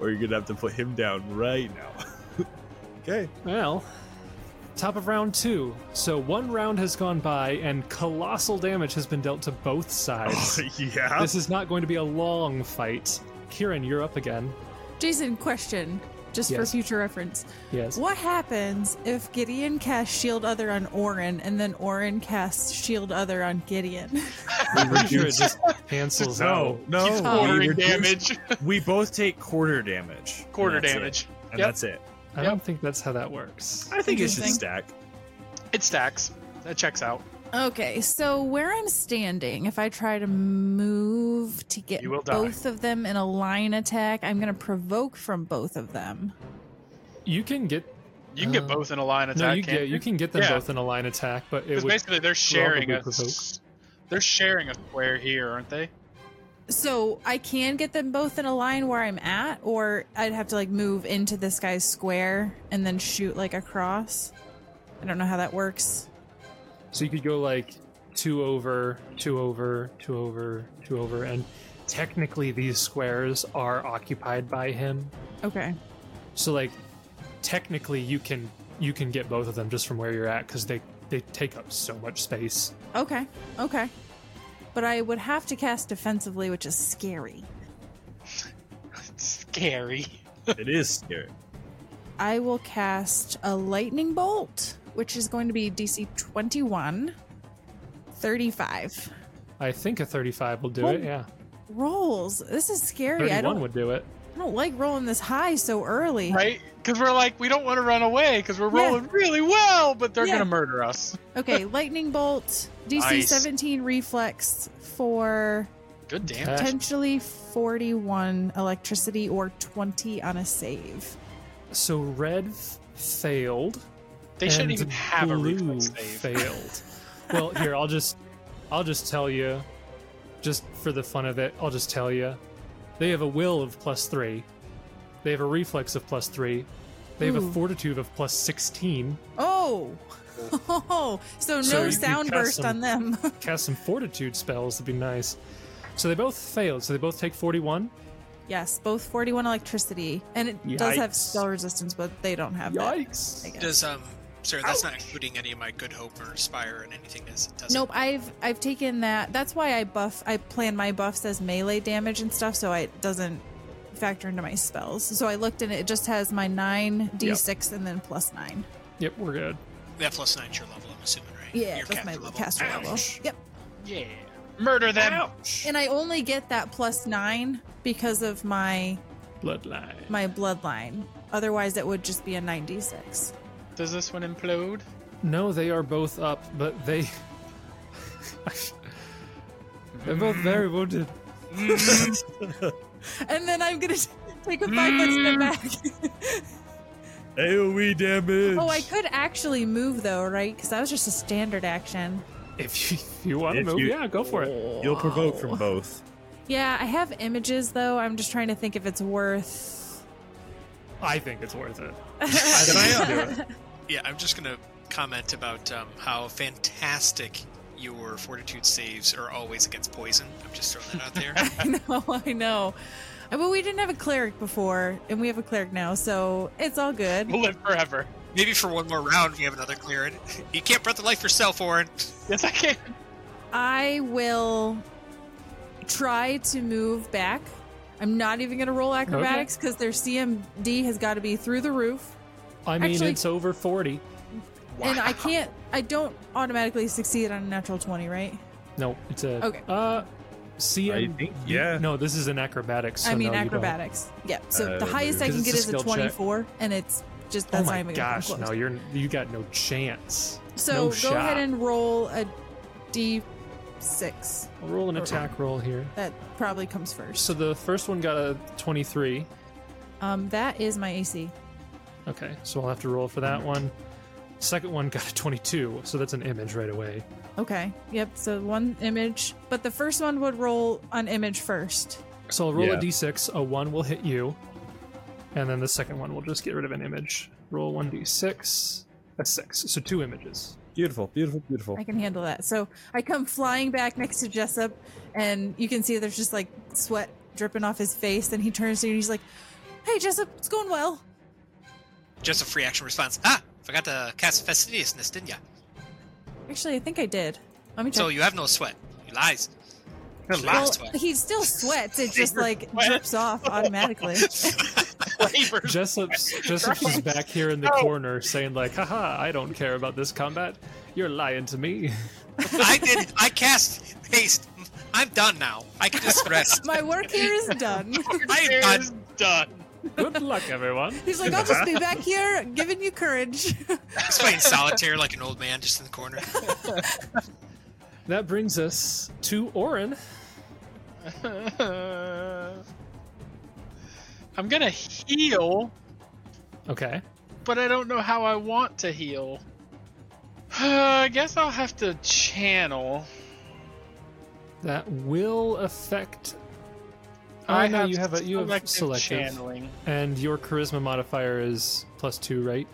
B: or you're gonna have to put him down right now. *laughs*
D: *laughs*
B: okay.
A: Well, top of round two. So one round has gone by, and colossal damage has been dealt to both sides.
B: Oh, yeah.
A: This is not going to be a long fight. Kieran, you're up again.
C: Jason, question, just for
A: Yes.
C: future reference.
A: Yes.
C: What happens if Gideon casts Shield Other on Orin and then Orin casts Shield Other on Gideon?
A: I'm pretty sure it just *laughs* cancels
B: no,
A: out.
B: no.
D: He's
B: we,
D: quartering
B: reduce-
D: damage.
B: *laughs*
D: *laughs*
B: we both take quarter damage. and
D: Quarter
B: that's it.
D: damage.
B: and
D: Yep.
B: that's it.
A: I don't think that's how that works.
B: I think it should
C: Interesting.
B: stack.
D: It stacks. That checks out.
C: okay, so where I'm standing, if I try to move to get
D: You will die.
C: both of them in a line attack, I'm going to provoke from both of them.
A: You can get
D: You can get
A: Uh,
D: both in a line attack.
A: no, you
D: can't
A: get you can get them
D: Yeah.
A: both in a line attack, but it
D: Because
A: would
D: basically they're sharing a
A: probably
D: they're sharing a square here, aren't they?
C: So I can get them both in a line where I'm at, or I'd have to like move into this guy's square and then shoot like across. I don't know how that works.
A: so you could go like two over, two over, two over, two over, and technically these squares are occupied by him.
C: Okay.
A: So like technically you can you can get both of them just from where you're at because they they take up so much space.
C: Okay. Okay. But I would have to cast defensively, which is scary.
D: scary.
B: it is scary.
C: I will cast a lightning bolt, which is going to be DC 21, 35.
A: I think a 35 will do
C: Well,
A: it. Yeah,
C: Rolls. This is scary. I
A: 31
C: don't,
A: would do it.
C: I don't like rolling this high so early.
D: Right? Because we're like, we don't want to run away because we're
C: Yeah.
D: rolling really well, but they're
C: Yeah.
D: going to murder us.
C: Okay, lightning bolt, DC
D: Nice.
C: 17 reflex for
D: Good damn.
A: Okay.
C: potentially 41 electricity or 20 on a save.
A: So red f- failed.
D: They shouldn't
A: and
D: even have a
A: blue
D: reflex
A: *laughs*
D: save.
A: failed. well, here I'll just I'll just tell you, just for the fun of it, I'll just tell you, they have a will of plus three, they have a reflex of plus three, they have
C: Ooh.
A: a fortitude of plus sixteen.
C: Oh! *laughs* Oh, so no
A: So you- you
C: sound
A: cast
C: burst
A: some-
C: on them. *laughs*
A: Cast some fortitude spells would be nice. So they both failed. So they both take forty-one.
C: yes, both 41 electricity. And it does have
A: Yikes.
C: spell resistance, but they don't have that. I
A: Yikes!
C: guess.
E: Does um, sir, that's not including any of my good hope or inspire and anything. Does does
C: Nope, I've I've taken that. That's why I buff. I plan my buffs as melee damage and stuff, so I- it doesn't factor into my spells. So I looked and it just has my nine d6 and then plus nine.
A: Yep, we're good.
E: It? That plus nine's your level, I'm assuming, right?
C: Yeah,
E: your
C: that's my
E: caster
C: caster level.
E: Ouch.
C: Yep,
D: Yeah. Murder them.
C: and I only get that plus nine because of my
A: Bloodline.
C: my bloodline. Otherwise, it would just be a nine d6.
D: Does this one implode?
A: No, they are both up, but they. *laughs* They're both
B: Mm.
A: very wounded.
C: And then I'm gonna *laughs* t- take a five foot step back.
B: AOE E damage.
C: oh, I could actually move though, right? Because that was just a standard action.
A: If you, if you want to
B: If
A: move,
B: you- Oh.
A: yeah, go for it.
B: You'll provoke
C: Oh.
B: from both.
C: Yeah, I have images though. I'm just trying to think if it's worth. *laughs*
A: I think it's worth it.
B: Can I undo it?
E: *laughs* Yeah, I'm just gonna comment about um, how fantastic your fortitude saves are always against poison. I'm just throwing that out
C: *laughs*
E: there.
C: I know, I know. Uh, But we didn't have a cleric before, and we have a cleric now, so it's all good.
D: We'll live forever.
E: Maybe for one more round, we have another clearing. You can't breath the life yourself, Orin.
D: Yes, I can.
C: I will try to move back. I'm not even going to roll acrobatics because their CMD has got to be through the roof.
A: I mean,
C: Actually-
A: it's over 40.
C: And
D: *laughs*
C: I can't, I don't automatically succeed on a natural 20, right?
A: No, it's a.
C: Okay.
A: Uh, CM.
B: I think- yeah.
A: No, this is an acrobatics. So
C: I mean,
A: no, you don't.
C: acrobatics. Yeah. So the
B: Uh,
C: highest I
A: because
C: can
A: it's
C: get
A: a
C: is a
A: skill check.
C: 24, and it's just
A: Oh
C: that's
A: my
C: not even gonna
A: gosh!
C: come
A: No,
C: close.
A: you're you got no chance.
C: so
A: no
C: go
A: shot.
C: ahead and roll a d6.
A: I'll roll an
C: Or-
A: attack roll here.
C: That probably comes first.
A: So the first one got a 23.
C: Um, that is my AC.
A: Okay, so I'll have to roll for that one. Second one got a 22, so that's an image right away.
C: Okay. Yep. So one image, but the first one would roll on image first.
A: So I'll roll a
B: Yeah.
A: d6. A 1 will hit you, and then the second one will just get rid of an image. Roll 1d6. That's 6. So two images.
B: Beautiful, beautiful, beautiful.
C: I can handle that. So I come flying back next to Jessup, and you can see there's just like sweat dripping off his face. And he turns to you and he's like, "Hey, Jessup, it's going well."
E: Just a free action response. Ah, forgot to cast fastidiousness, didn't ya?
C: Actually, I think I did. Let me check.
E: So you have no sweat. You lies. You
C: well,
E: lies, sweat.
C: he still sweats. It just like
D: Sweat.
C: drips off
D: *laughs*
C: automatically.
D: Flavors.
A: Jessup's, Jessup's just back here in the corner saying like, haha, I don't care about this combat. You're lying to me. *laughs*
E: I did. I cast haste. I'm done now. I can just rest.
C: My work here is done.
E: I am
D: It
E: done.
D: is *laughs* done.
A: Good luck, everyone.
C: He's like, "I'll just be back here, giving you courage."
E: Just playing solitaire like an old man, just in the corner.
A: That brings us to Orin.
D: I'm gonna heal,
A: Okay.
D: but I don't know how I want to heal. *sighs* I guess I'll have to channel.
A: That will affect Oh,
D: I
A: no, you have a- you have selective.
D: channeling.
A: and your charisma modifier is plus 2, right?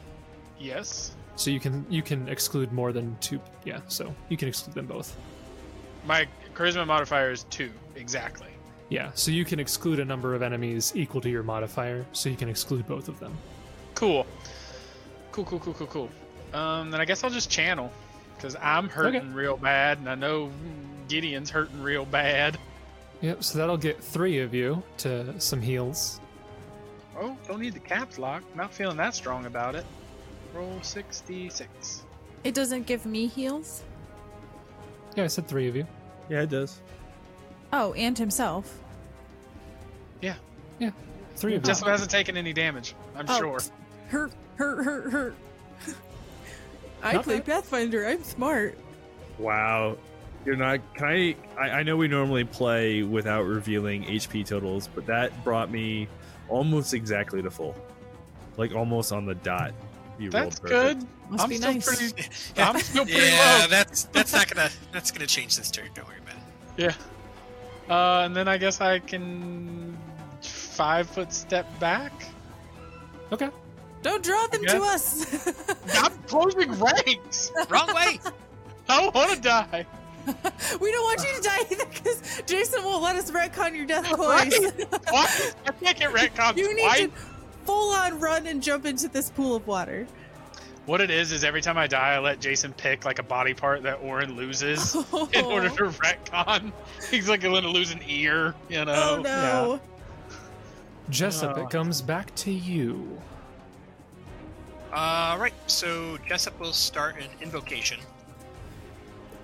D: Yes,
A: So you can you can exclude more than two. Yeah, so you can exclude them both.
D: my charisma modifier is two exactly.
A: Yeah, so you can exclude a number of enemies equal to your modifier, so you can exclude both of them.
D: Cool, cool, cool, cool, cool, cool. Um, then I guess I'll just channel, cause I'm hurting
A: Okay.
D: real bad, and I know Gideon's hurting real bad.
A: Yep, so that'll get three of you to some heals.
D: Oh, don't need the caps lock. Not feeling that strong about it. Roll 66.
C: *laughs* it doesn't give me heals.
A: Yeah, I said three of you.
B: Yeah, it does.
C: Oh, and himself.
A: Three of you.
D: Jessup hasn't taken any damage, I'm
C: Oh.
D: sure.
C: Hurt, hurt, hurt, hurt. I
A: Not
C: play
A: bad.
C: Pathfinder. I'm smart.
B: Wow. You're not. Can I, I? I know we normally play without revealing HP totals, but that brought me almost exactly to full, like almost on the dot. You
D: That's
B: perfect.
D: good.
C: Must
D: I'm
C: be
D: still
C: nice.
D: pretty.
C: *laughs*
D: I'm still pretty
E: Yeah, that's that's not gonna that's gonna change this turn. Don't worry about it.
D: low. Yeah. Uh, and then I guess I can five foot step back.
A: Okay.
C: Don't draw them to us. *laughs*
D: I'm closing ranks.
E: Wrong way.
D: I don't want to die.
C: we don't want you to die either because Jason won't let us retcon your death twice.
D: What? I can't get retcon
C: you need
D: twice.
C: to full on run and jump into this pool of water.
D: What it is is every time I die, I let Jason pick like a body part that
C: *laughs*
D: Orin loses
C: Oh.
D: in order to retcon. *laughs* He's like going to lose an ear, you know.
C: oh no.
A: Jessup,
D: Oh.
A: it comes back to you.
E: All right. So Jessup will start an invocation.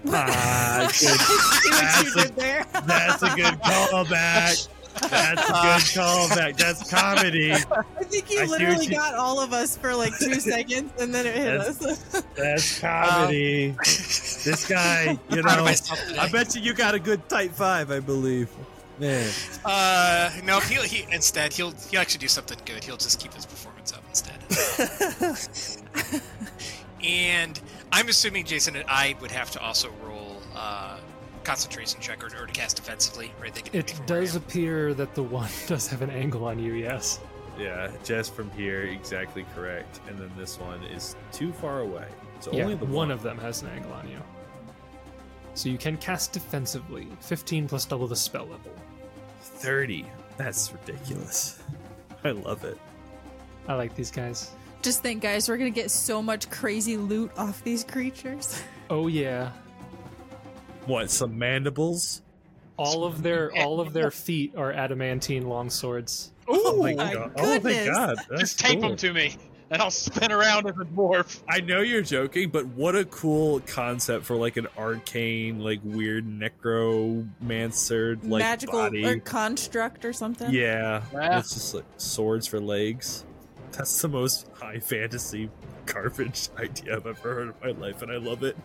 C: *laughs*
B: Ah, good.
C: See what you
B: That's a-
C: did there. *laughs*
B: That's a good callback. That's a good callback. That's comedy.
C: I think
B: I
C: you
B: see what
C: literally
B: you-
C: got all of us for
B: *laughs*
C: like two seconds and then it hit
B: That's-
C: us. *laughs*
B: That's
D: *laughs*
B: comedy. this guy, you
E: Proud of
B: know.
E: myself today.
B: I bet you you got a good tight five, I believe. Man.
E: Uh, no. He'll he instead he'll he'll actually do something good. He'll just keep his performance up instead. and I'm assuming Jason and I would have to also roll uh, concentration check or, or to cast defensively, right? They can
A: It does appear that the *laughs* one does have an angle on you, yes.
B: Yeah, just from here, exactly correct. And then this one is too far away. So
A: Yeah,
B: only the
A: one of them has an angle on you. so you can cast defensively. 15 plus double the spell level.
B: 30. That's ridiculous. *laughs* I love it.
A: I like these guys.
C: Just think, guys, we're gonna get so much crazy loot off these creatures.
A: Oh yeah,
B: What, some mandibles?
A: all of *laughs* their all of their feet are adamantine long swords.
B: *laughs* Oh my
C: Ooh. My
B: god. Oh my
C: goodness.
B: god. That's
D: Just tape
B: cool.
D: them to me, and I'll spin around as a dwarf.
B: I know you're joking, but what a cool concept for like an arcane, like weird necromancer, like
C: Magical
B: body.
C: or construct or something.
B: yeah,
D: Yeah.
B: it's just like swords for legs. That's the most high fantasy garbage *laughs* idea I've ever heard in my life, and I love it.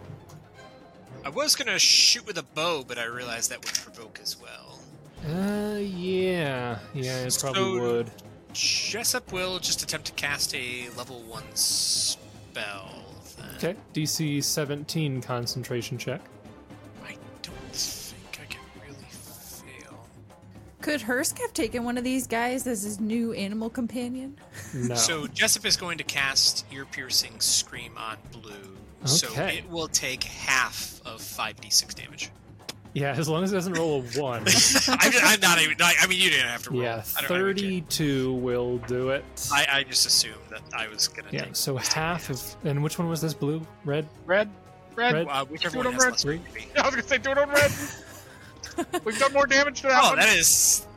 G: I was gonna shoot with a bow, but I realized that would provoke as well.
A: Uh, yeah, yeah, it probably
G: So-
A: would.
G: Jessup will just attempt to cast a level one spell. Then.
A: Okay, DC 17 concentration check.
G: I don't think I can really fail.
C: Could Hursk have taken one of these guys as his new animal companion?
A: No.
G: So Jessup is going to cast ear piercing scream on blue. So
A: Okay.
G: it will take half of five d six damage.
A: yeah, as long as it doesn't roll a one.
G: I'm, just, I'm not even. I, I mean, you didn't have to roll.
A: yeah,
G: I don't- I don't care.
A: 32 will do it.
G: I, I just assumed that I was gonna.
A: yeah,
G: take
A: so half of. And which one was this? Blue? Red?
D: Red, red.
A: Red.
G: uh, whichever
D: Shoot
G: one
D: 'em
G: has
D: red.
G: less
D: *laughs*
A: Three.
G: HP.
D: I was gonna say, do it on
C: *laughs*
D: red. We've done more damage to that
G: Oh,
D: one.
G: that is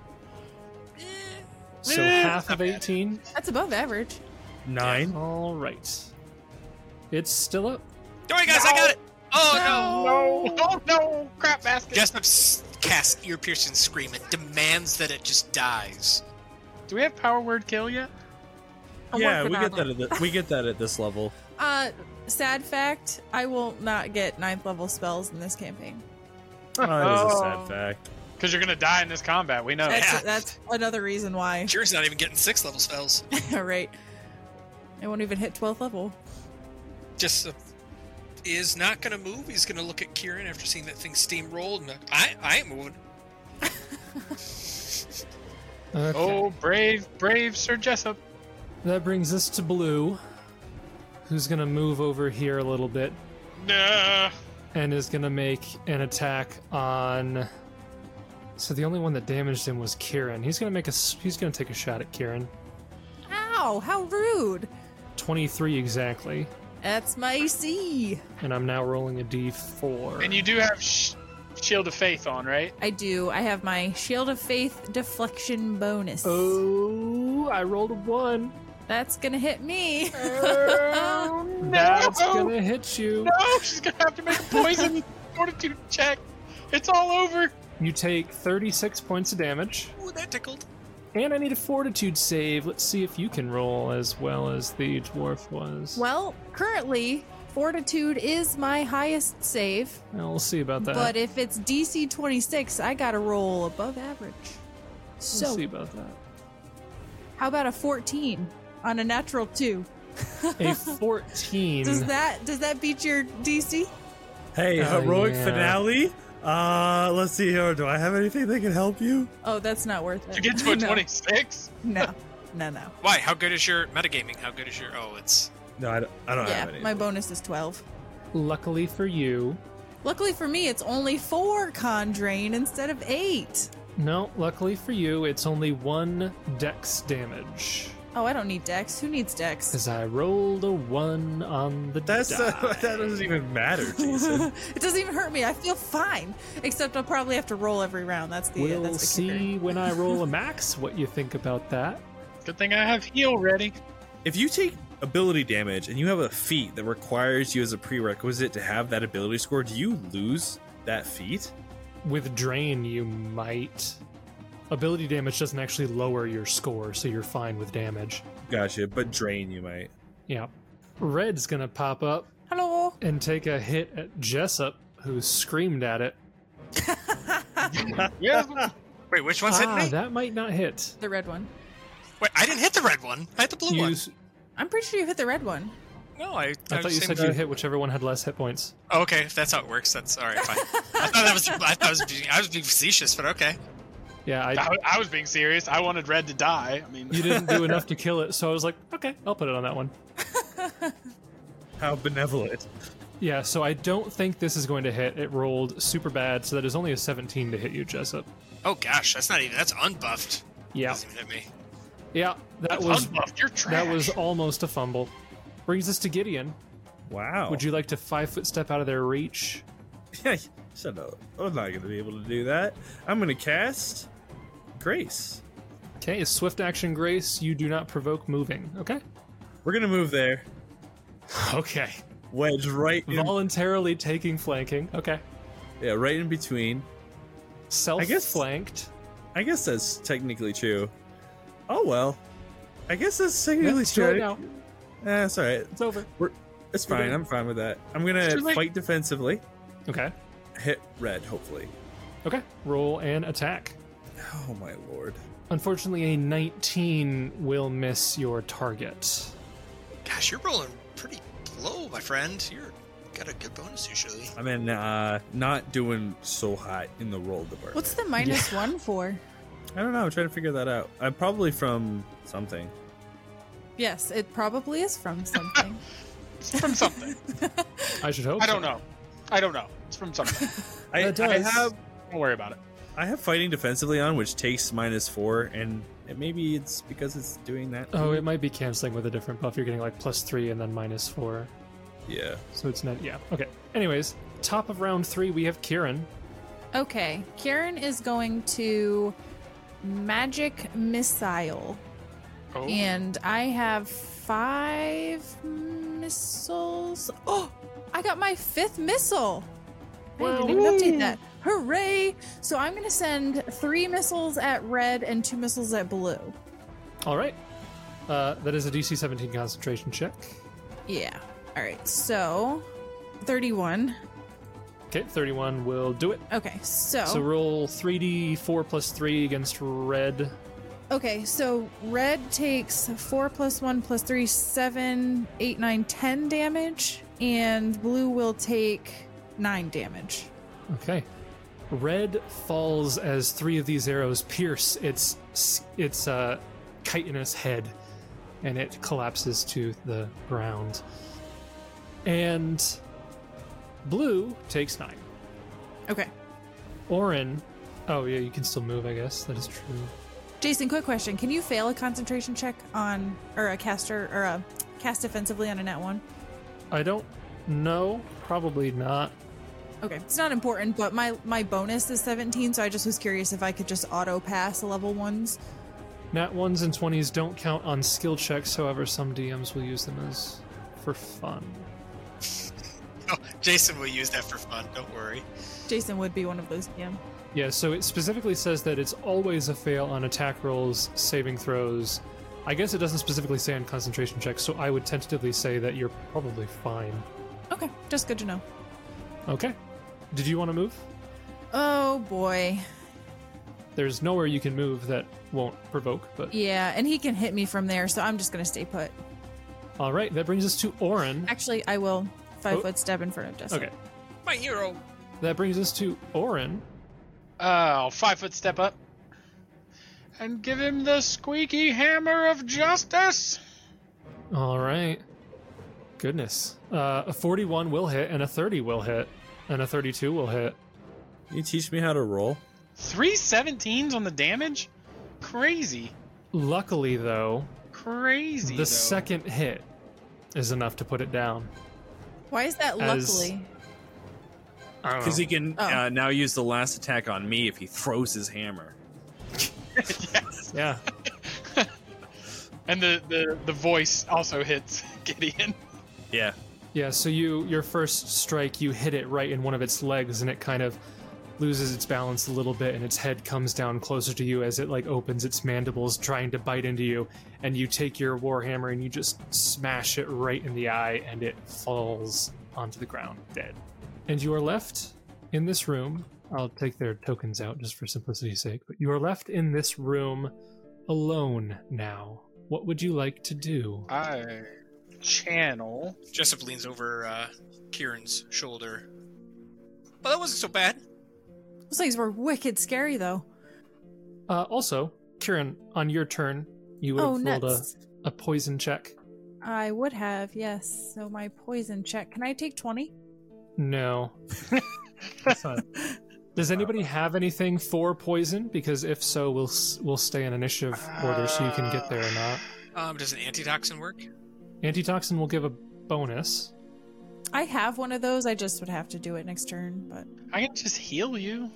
A: So
D: Eh,
A: half of
G: not bad.
A: 18?
C: That's above average.
B: Nine.
A: All right. It's still up.
G: Don't worry, guys, I got it. Oh no!
D: no, oh *laughs* no, crap basket.
G: Jessup s- casts ear piercing scream and demands that it just dies.
D: Do we have power word kill yet?
C: I'm
B: yeah, we
C: working
B: get
C: on
B: that. At the, we get that at this level.
C: Uh, sad fact: I will not get ninth level spells in this campaign.
B: Oh, *laughs* that is a sad
D: Oh.
B: fact.
D: Because you're gonna die in this combat. We know.
B: Oh,
G: Yeah.
C: That's that's another reason
B: *laughs*
C: why. *laughs*
G: Jure's not even getting six level spells.
C: All right, I won't even hit twelfth level.
G: Jessup is not gonna move. He's gonna look at Kieran after seeing that thing steamrolled. And I, I ain't moving.
A: Okay.
D: Oh, brave, brave Sir Jessup.
A: That brings us to Blue, who's going to move over here a little bit
D: Nah.
A: and is going to make an attack on. So the only one that damaged him was Kieran. He's going to make a. s- He's going to take a shot at Kieran.
C: Ow! How rude.
A: 23 exactly,
C: That's my C.
A: and I'm now rolling a d4.
D: And you do have sh- Shield of Faith on, right?
C: I do. I have my Shield of Faith deflection bonus.
A: Oh, I rolled a one.
C: That's gonna hit *laughs* me.
A: That's gonna hit you.
D: No, she's gonna have to make a *laughs* poison fortitude check. It's all over.
A: You take 36 points of damage,
G: Ooh, that tickled.
A: and I need a fortitude save. Let's see if you can roll as well as the dwarf was.
C: well, currently Fortitude is my highest save,
A: Well, we'll see about that.
C: but if it's DC 26, I gotta roll above average. So
A: we'll see about
C: *laughs*
A: that.
C: How about a 14 on a natural 2?
A: A 14.
C: Does that does that beat your DC?
B: Hey,
A: Oh,
B: heroic
A: yeah.
B: finale. Uh, let's see here. Do I have anything that can help you?
C: Oh, that's not worth it.
D: To get *laughs* to
C: *laughs*
D: a
C: no,
D: 26.
C: No. No, no.
G: Why? How good is your metagaming? How good is your? Oh, it's
B: No, I don't, I don't
C: yeah,
B: have any.
C: my bonus is 12.
A: Luckily for you.
C: Luckily for me, it's only 4 con drain instead of 8.
A: No, luckily for you, it's only one dex damage.
C: Oh, I don't need dex. Who needs dex? *laughs*
A: Because I rolled a one on the
B: That's
A: die.
B: uh, *laughs* that doesn't even matter, *laughs* Jason.
C: it doesn't even hurt me. I feel fine. Except I'll probably have to roll every round. That's the uh,
A: We'll
C: that's the kicker.
A: see when I roll a max what you think about that.
D: Good thing I have heal ready.
B: if you take ability damage and you have a feat that requires you as a prerequisite to have that ability score, do you lose that feat?
A: With drain, you might. Ability damage doesn't actually lower your score, so you're fine with damage.
B: Gotcha, but drain you might.
A: Yeah. Red's gonna pop up
C: Hello.
A: and take a hit at Jessup, who screamed at it.
D: Yeah.
G: wait. Which one's hitting
A: ah,
G: me?
A: that might not hit.
C: The red one.
G: Wait, I didn't hit the red one. I hit the blue
A: You
G: one.
A: s-
C: I'm pretty sure you hit the red one.
G: No, I.
A: I thought you said you hit whichever one had less hit points.
G: Oh, okay, if that's how it works, that's all right. Fine. I thought that was. I thought I was being, I was being facetious, but okay.
A: Yeah, I,
D: I, I was being serious. I wanted Red to die. I mean,
A: you
D: *laughs*
A: didn't *laughs* do enough to kill it, so I was like, okay, I'll put it on that one.
B: How benevolent.
A: Yeah, so I don't think this is going to hit. It rolled super bad, so that is only a 17 to hit you, Jessup.
E: Oh gosh, that's not even that's unbuffed.
A: Yeah.
E: Doesn't even hit me.
A: Yeah, that
D: That's
A: was
D: unbuffed. You're trash.
A: that was almost a fumble. Brings us to Gideon.
B: Wow.
A: Would you like to five foot step out of their reach?
B: Shut up. I'm not going to be able to do that. I'm going to cast Grace.
A: Okay, is swift action grace. You do not provoke moving. Okay.
B: We're going to move there.
A: *laughs* Okay.
B: Wedge right
A: *laughs*
B: in.
A: Voluntarily taking flanking. Okay.
B: yeah, right in between.
A: Self
B: guess-
A: flanked.
B: I guess that's technically true. Oh, well. I guess that's technically
A: it's too late
B: true.
A: now.
B: Eh, it's all right.
A: It's over.
B: It's fine. I'm fine with that. I'm going
D: It's too
B: to
D: late.
B: fight defensively.
A: Okay.
B: Hit red, hopefully.
A: Okay. Roll and attack.
B: Oh, my lord.
A: Unfortunately, a 19 will miss your target.
E: Gosh, you're rolling pretty low, my friend. You're got a good bonus usually.
B: I mean, uh, not doing so hot in the roll department.
C: What's the minus
A: *laughs*
C: one for?
B: I don't know. I'm trying to figure that out. I'm probably from something.
C: Yes, it probably is from something.
D: It's from something.
A: I should hope.
D: I don't
A: so.
D: know. I don't know. It's from something.
B: I,
A: That
B: I
A: does.
B: have
D: Don't worry about it.
B: I have fighting defensively on, which takes minus four, and it, maybe it's because it's doing that.
A: Oh, it might be canceling with a different buff. You're getting like plus three and then minus four.
B: yeah.
A: So it's not. Yeah. Okay. Anyways, top of round three, we have Kieran.
C: okay, Kieran is going to magic missile,
D: Oh,
C: and I have five missiles. Oh, I got my fifth missile. I didn't even update that. Hooray! So I'm going to send three missiles at red and two missiles at blue.
A: All right. Uh, that is a DC 17 concentration check.
C: Yeah. All right. So 31.
A: Okay, 31 will do it.
C: Okay. So,
A: So roll 3d4 plus 3 against red.
C: okay. So red takes 4 plus 1 plus 3, 7, 8, 9, 10 damage. And blue will take 9 damage.
A: Okay. Red falls as three of these arrows pierce its its uh, chitinous head, and it collapses to the ground. And blue takes nine.
C: Okay.
A: Orin, oh yeah, you can still move. I guess that is true.
C: Jason, quick question. Can you fail a concentration check on, or a caster, or a cast defensively on a net one?
A: I don't know. Probably not.
C: Okay, it's not important, but my my bonus is 17, so I just was curious if I could just auto pass a level ones.
A: Nat ones and twenties don't count on skill checks. However, some DMs will use them as for fun.
E: Oh, Jason will use that for fun. Don't worry.
C: Jason would be one of those DM.
A: Yeah, so it specifically says that it's always a fail on attack rolls, saving throws. I guess it doesn't specifically say on concentration checks, so I would tentatively say that you're probably fine.
C: Okay, just good to know.
A: Okay. Did you want to move?
C: Oh boy.
A: There's nowhere you can move that won't provoke, but.
C: Yeah, and he can hit me from there, so I'm just gonna stay put.
A: All right, that brings us to Orin.
C: Actually, I will five
A: Oh.
C: foot step in front of Jessica.
A: Okay.
E: My hero.
A: That brings us to Orin.
D: I'll Oh, five foot step up and give him the squeaky hammer of justice.
A: All right. Goodness. Uh, a 41 will hit, and a 30 will hit, and a 32 will hit.
B: You teach me how to roll.
D: Three 17s on the damage? Crazy.
A: Luckily, though,
D: Crazy.
A: the
D: though.
A: second hit is enough to put it down.
C: Why is that
A: As-
C: luckily?
B: Because he can
C: Oh.
B: uh, now use the last attack on me if he throws his hammer.
A: Yeah.
D: And the, the, the voice also hits *laughs* Gideon.
B: Yeah.
A: Yeah, so you your first strike, you hit it right in one of its legs, and it kind of loses its balance a little bit, and its head comes down closer to you as it like opens its mandibles, trying to bite into you. And you take your warhammer and you just smash it right in the eye, and it falls onto the ground dead. And you are left in this room. I'll take their tokens out just for simplicity's sake, but you are left in this room alone now. What would you like to do?
D: I channel.
E: Jessup leans over uh, Kieran's shoulder. Well, that wasn't so bad.
C: Those things were wicked scary though.
A: Uh, also, Kieran, on your turn, you would
C: Oh
A: have rolled a,
C: nuts.
A: a poison check.
C: I would have, yes. So my poison check. Can I take twenty?
D: *laughs*
A: No. That's not- Does anybody have anything for poison? Because if so, we'll s- we'll stay in initiative order so you can get there or not.
D: Uh.
E: Um, does an antitoxin work?
A: Antitoxin will give a bonus.
C: I have one of those. I just would have to do it next turn, but
D: I can just heal you.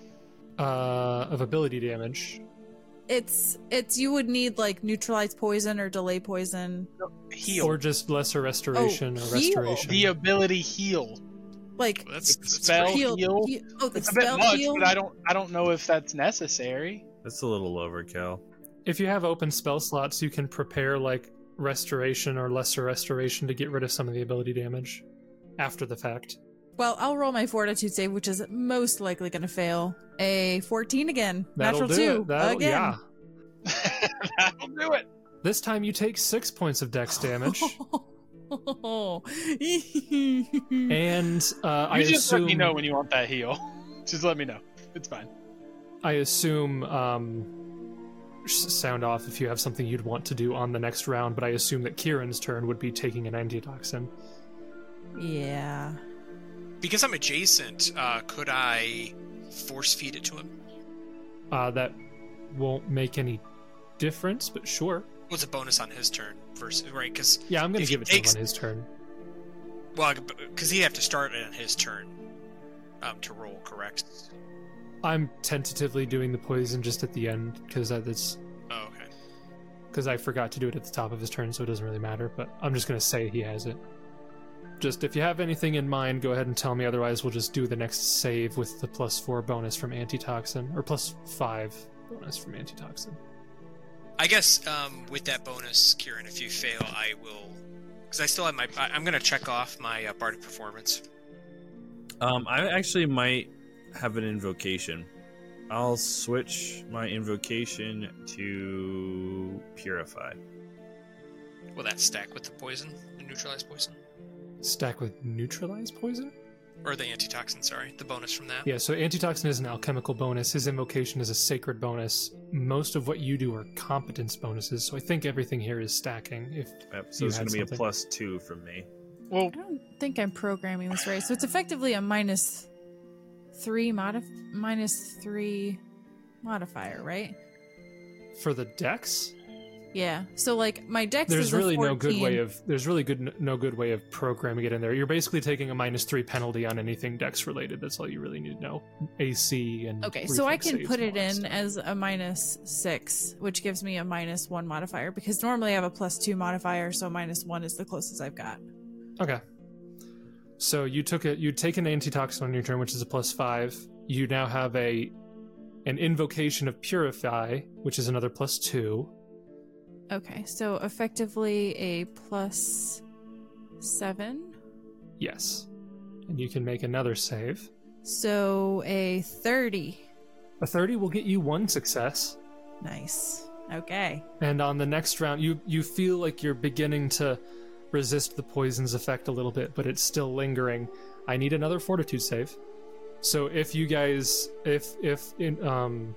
A: uh, of ability damage.
C: it's it's you would need like neutralize poison or delay poison,
D: Heal.
A: Or just lesser restoration
C: Oh,
A: or
C: heal.
A: restoration.
D: the uh, ability heal.
C: like
E: That's,
D: Like
E: that's
D: spell?
E: pretty-
C: heal.
D: heal.
C: he- oh, the
D: It's a bit
C: spell
D: much,
C: heal.
D: but I don't I don't know if that's necessary. *laughs*
B: That's a little overkill.
A: if you have open spell slots, you can prepare like restoration or lesser restoration to get rid of some of the ability damage after the fact.
C: Well, I'll roll my fortitude save, which is most likely going to fail. A 14 again.
A: That'll
C: Natural
A: do
C: 2
A: it. That'll,
C: again.
A: Yeah.
D: That'll do it.
A: This time you take six points of
C: *laughs*
A: dex damage, and uh,
D: You
A: I
D: just
A: assume
D: let me know when you want that heal. *laughs* just let me know. It's fine.
A: I assume um, s- sound off if you have something you'd want to do on the next round. But I assume that Kieran's turn would be taking an antitoxin.
C: yeah.
E: because I'm adjacent, uh, could I force feed it to him?
A: Uh, that won't make any difference, but sure.
E: What's a bonus on his turn versus right? Because
A: Yeah, I'm gonna
E: If he
A: give it to
E: takes-
A: him on his turn.
E: well, because he'd have to start it on his turn um, to roll, correct?
A: I'm tentatively doing the poison just at the end because that's
E: Oh, okay.
A: because I forgot to do it at the top of his turn, so it doesn't really matter. But I'm just gonna say he has it. Just if you have anything in mind, go ahead and tell me. Otherwise, we'll just do the next save with the plus four bonus from antitoxin or plus five bonus from antitoxin.
E: I guess um, with that bonus, Kieran, if you fail, I will. Because I still have my. I, I'm going to check off my uh, Bardic Performance.
B: Um, I actually might have an invocation. I'll switch my invocation to purify.
E: Will that stack with the poison, the neutralized poison?
A: Stack with neutralize poison.
E: Or the antitoxin, sorry. The bonus from that?
A: Yeah, so antitoxin is an alchemical bonus. His invocation is a sacred bonus. Most of what you do are competence bonuses, so I think everything here is stacking. If
B: Yep, so
A: You
B: it's
A: had
B: going to be a
A: something.
B: plus two from me.
D: Well,
C: I don't think I'm programming this right. So it's effectively a minus 3 modif- minus 3 modifier, right?
A: for the dex,
C: Yeah. So like my dex is
A: there's
C: a
A: really no good
C: 14.
A: way of there's really good no good way of programming it in there. You're basically taking a minus three penalty on anything dex related. That's all you really need to know. AC and
C: Okay, so I
A: reflex
C: can
A: saves
C: put
A: and
C: it
A: all that
C: in
A: stuff.
C: as a minus six, which gives me a minus one modifier because normally I have a plus two modifier, so minus one is the closest I've got.
A: Okay. So you took a you take an antitoxin on your turn, which is a plus five. You now have a an invocation of purify, which is another plus two.
C: Okay, so effectively a plus seven,
A: Yes. And you can make another save.
C: so a 30.
A: A 30 will get you one success.
C: Nice. Okay.
A: And on the next round, you, you feel like you're beginning to resist the poison's effect a little bit, but it's still lingering. I need another fortitude save. So if you guys, if if in, um,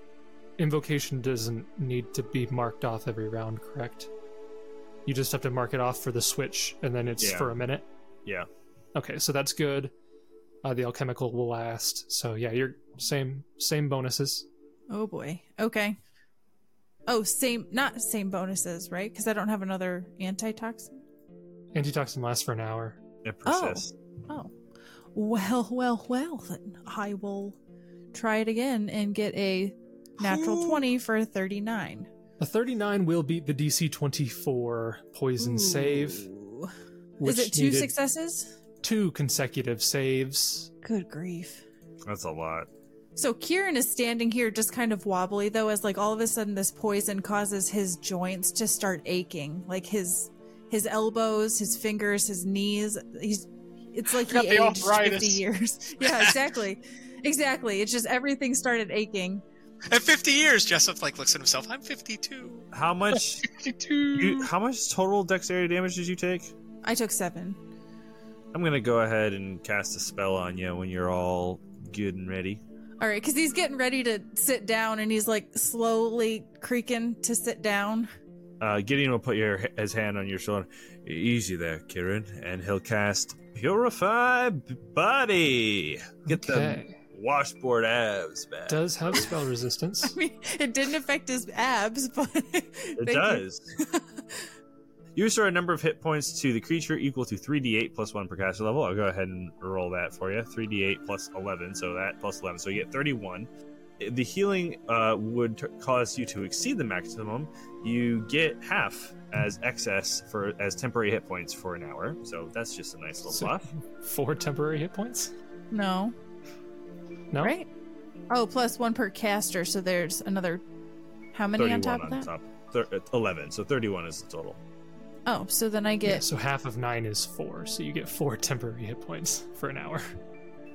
A: invocation doesn't need to be marked off every round, correct? You just have to mark it off for the switch, and then it's
B: Yeah.
A: for a minute.
B: Yeah.
A: Okay, so that's good. Uh, the alchemical will last. So yeah, you're same same bonuses.
C: Oh boy. Okay. Oh, same, not same bonuses, right? Because I don't have another antitoxin.
A: Antitoxin lasts for an hour.
B: It
C: Oh.
B: persists.
C: Oh. Well, well, well, then I will try it again and get a natural 20 for a 39.
A: A 39 will beat the DC 24 poison save.
C: Ooh.
A: which
C: Is it two
A: needed
C: successes?
A: Two consecutive saves.
C: Good grief.
B: That's a lot.
C: So Kieran is standing here just kind of wobbly though as like all of a sudden this poison causes his joints to start aching. Like his his elbows, his fingers, his knees. He's it's like
D: I *laughs* got
C: he
D: the
C: aged fifty *laughs*
D: arthritis.
C: years. Yeah, exactly. exactly. It's just everything started aching.
E: At 50 years, Jessup like looks at himself. I'm 52.
A: *laughs*
B: How much? you, how much total dexterity damage did you take?
C: I took seven.
B: I'm going to go ahead and cast a spell on you when you're all good and ready.
C: All right, because he's getting ready to sit down *laughs* and he's like slowly creaking to sit down.
B: Uh, Gideon will put your, his hand on your shoulder. Easy there, Kieran. And he'll cast Purify B- Body. Get
A: Okay.
B: the washboard abs back.
A: Does have spell
C: I *laughs*
A: resistance.
C: mean, it didn't affect his abs, *laughs* but
B: it does. You restore a number of hit points to the creature equal to 3d8 plus 1 per caster level. I'll go ahead and roll that for you. 3d8 plus 11, so that plus 11. So you get 31. The healing uh, would t- cause you to exceed the maximum. You get half as excess for as temporary hit points for an hour. So that's just a nice little
A: So-
B: buff.
A: Four temporary hit points.
C: No.
A: No?
C: Right? Oh, plus one per caster, so there's another how many on top of that?
B: top. Thir- uh, 11, so 31 is the total.
C: Oh, so then I
A: Yeah.
C: get
A: So half of nine is four. So you get four temporary hit points for an hour. *laughs*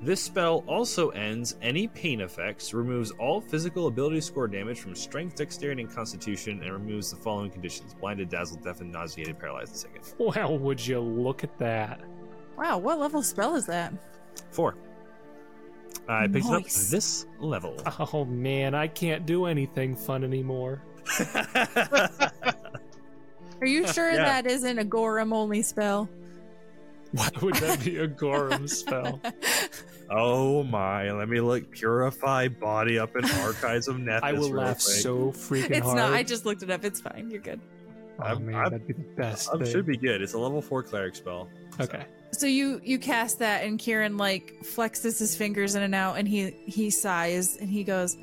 B: This spell also ends any pain effects, removes all physical ability score damage from strength, dexterity, and constitution, and removes the following conditions blinded, dazzled, deafened, nauseated, paralyzed, and sickened.
A: Wow, would you look at that?
C: Wow, what level spell is that?
B: Four. I picked it up
C: Nice.
B: this
A: *laughs*
B: level. *laughs*
A: Oh man, I can't do anything fun anymore.
C: Are you sure
B: Yeah.
C: that isn't a Gorham only spell?
A: Why *laughs* would that be a Gorham
B: *laughs*
C: *laughs*
A: spell?
B: oh my, let me look. Purify body up in archives of Nethys.
A: *laughs* I will
B: real
A: laugh
B: quick.
A: so freaking
C: it's
A: hard.
C: not. I just looked it up. It's fine. You're good.
A: oh
B: I'm-
A: man,
B: I'm-
A: that'd be the best.
B: Um,
A: thing.
B: should be good. It's a level 4 cleric spell. so.
A: Okay.
C: So you you cast that, and Kieran like flexes his fingers in and out, and he he sighs and he goes,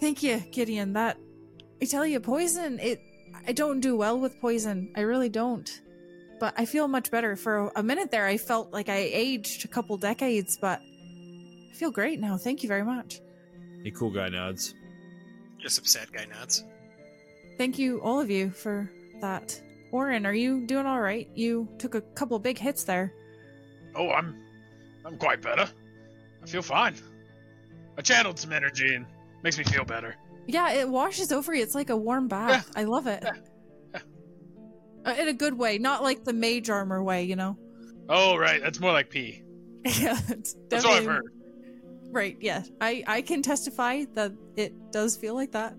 C: "Thank you, Gideon. That I tell you, poison. It I don't do well with poison. I really don't. But I feel much better. For a minute there, I felt like I aged a couple decades, but I feel great now. Thank you very much.
B: A cool guy nods.
E: Just upset guy nods.
C: Thank you all of you for that. Oren, are you doing all right? You took a couple big hits there.
D: Oh, I'm, I'm quite better. I feel fine. I channeled some energy and makes me feel better.
C: Yeah, it washes over you. It's like a warm bath. I love it. Uh, In a good way, not like the mage armor way, you know. *laughs*
D: Oh right, that's more like pee.
C: yeah, it's
D: That's all I've
C: definitely-
D: heard.
C: Right. Yeah, I I can testify that it does feel like that.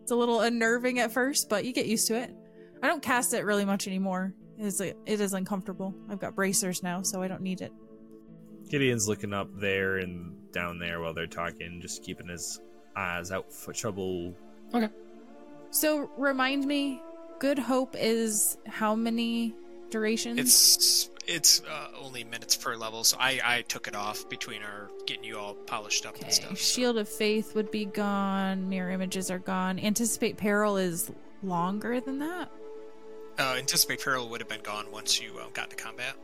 C: It's a little unnerving at first, but you get used to it. I don't cast it really much anymore. It's it is uncomfortable. I've got bracers now, so I don't need it.
B: Gideon's looking up there and down there while they're talking, just keeping his eyes out for trouble.
C: So remind me, Good Hope is how many durations?
E: It's it's uh, only minutes per level, so I I took it off between our getting you all polished up
C: Okay.
E: and stuff. so-
C: Shield of Faith would be gone. Mirror images are gone. Anticipate peril is longer than that.
E: Uh, anticipate peril would have been gone once you uh, got into combat.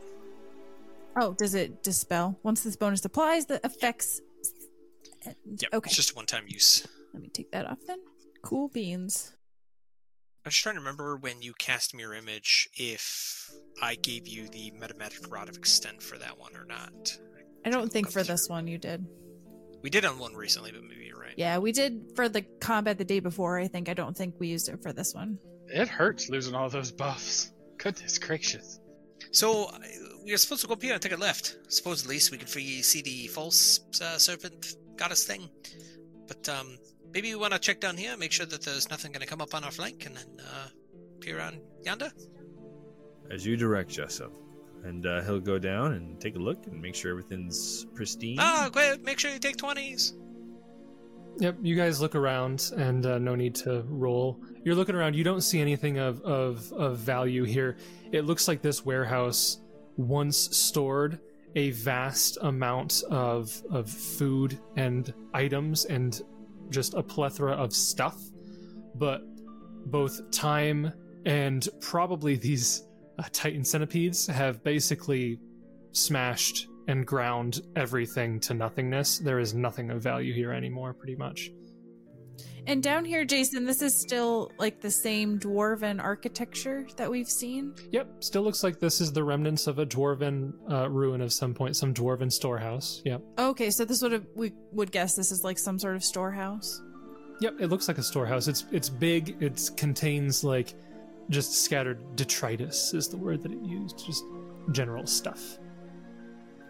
C: Oh, does it dispel once this bonus applies? The effects.
E: Yep.
C: Okay.
E: It's just a one-time use.
C: Let me take that off then. Cool beans.
E: I was just trying to remember when you cast mirror image if I gave you the metamatic rod of extend for that one or not.
C: I don't think for this one you did.
E: We did on one recently, but maybe you're right.
C: Yeah, we did for the combat the day before. I think I don't think we used it for this one.
D: It hurts losing all those buffs. Goodness gracious.
E: So uh, we are supposed to go up here and take a left. Supposedly, so we can free see the false uh, serpent goddess thing. But um, maybe we want to check down here, make sure that there's nothing going to come up on our flank, and then uh, peer on yonder.
B: As you direct Jessup. And uh, he'll go down and take a look and make sure everything's pristine.
E: Ah, great! Make sure you take twenties.
A: Yep, you guys look around and uh, no need to roll. You're looking around, you don't see anything of, of, of value here. It looks like this warehouse once stored a vast amount of, of food and items and just a plethora of stuff, but both time and probably these uh, Titan centipedes have basically smashed and ground everything to nothingness. There is nothing of value here anymore, pretty much.
C: And down here, Jason, this is still like the same dwarven architecture that we've seen.
A: Yep, still looks like this is the remnants of a dwarven uh, ruin of some point, some dwarven storehouse. Yep.
C: Okay, so this would have we would guess this is like some sort of storehouse.
A: Yep, it looks like a storehouse. It's it's big. It contains like just scattered detritus is the word that it used, just general stuff.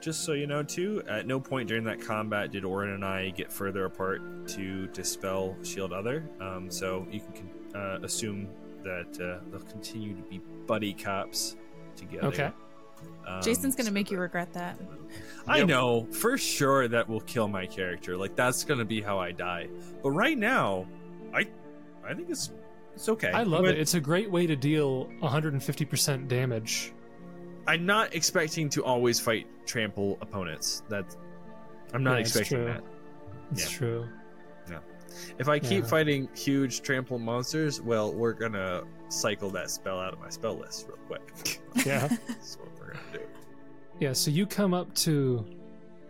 B: Just so you know, too, at no point during that combat did Orin and I get E further apart to dispel Shield Other. Um, so you can uh, assume that uh, they'll continue to be buddy cops together.
A: Okay.
B: Um,
C: Jason's gonna
B: so
C: make you
B: that-
C: regret that.
B: I
F: Yep.
B: know for sure that will kill my character. Like that's gonna be how I die. But right now, I I think it's it's okay.
A: I love
B: But
A: it. It's a great way to deal 150% damage.
B: I'm not expecting to always fight trample opponents. That I'm not
A: Yeah, it's
B: expecting
A: true.
B: that.
A: It's
B: Yeah.
A: true.
B: If I keep
A: Yeah.
B: fighting huge trample monsters, well, we're gonna cycle that spell out of my spell list real quick. *laughs*
A: Yeah.
C: *laughs*
B: That's what we're gonna do.
A: Yeah, so you come up to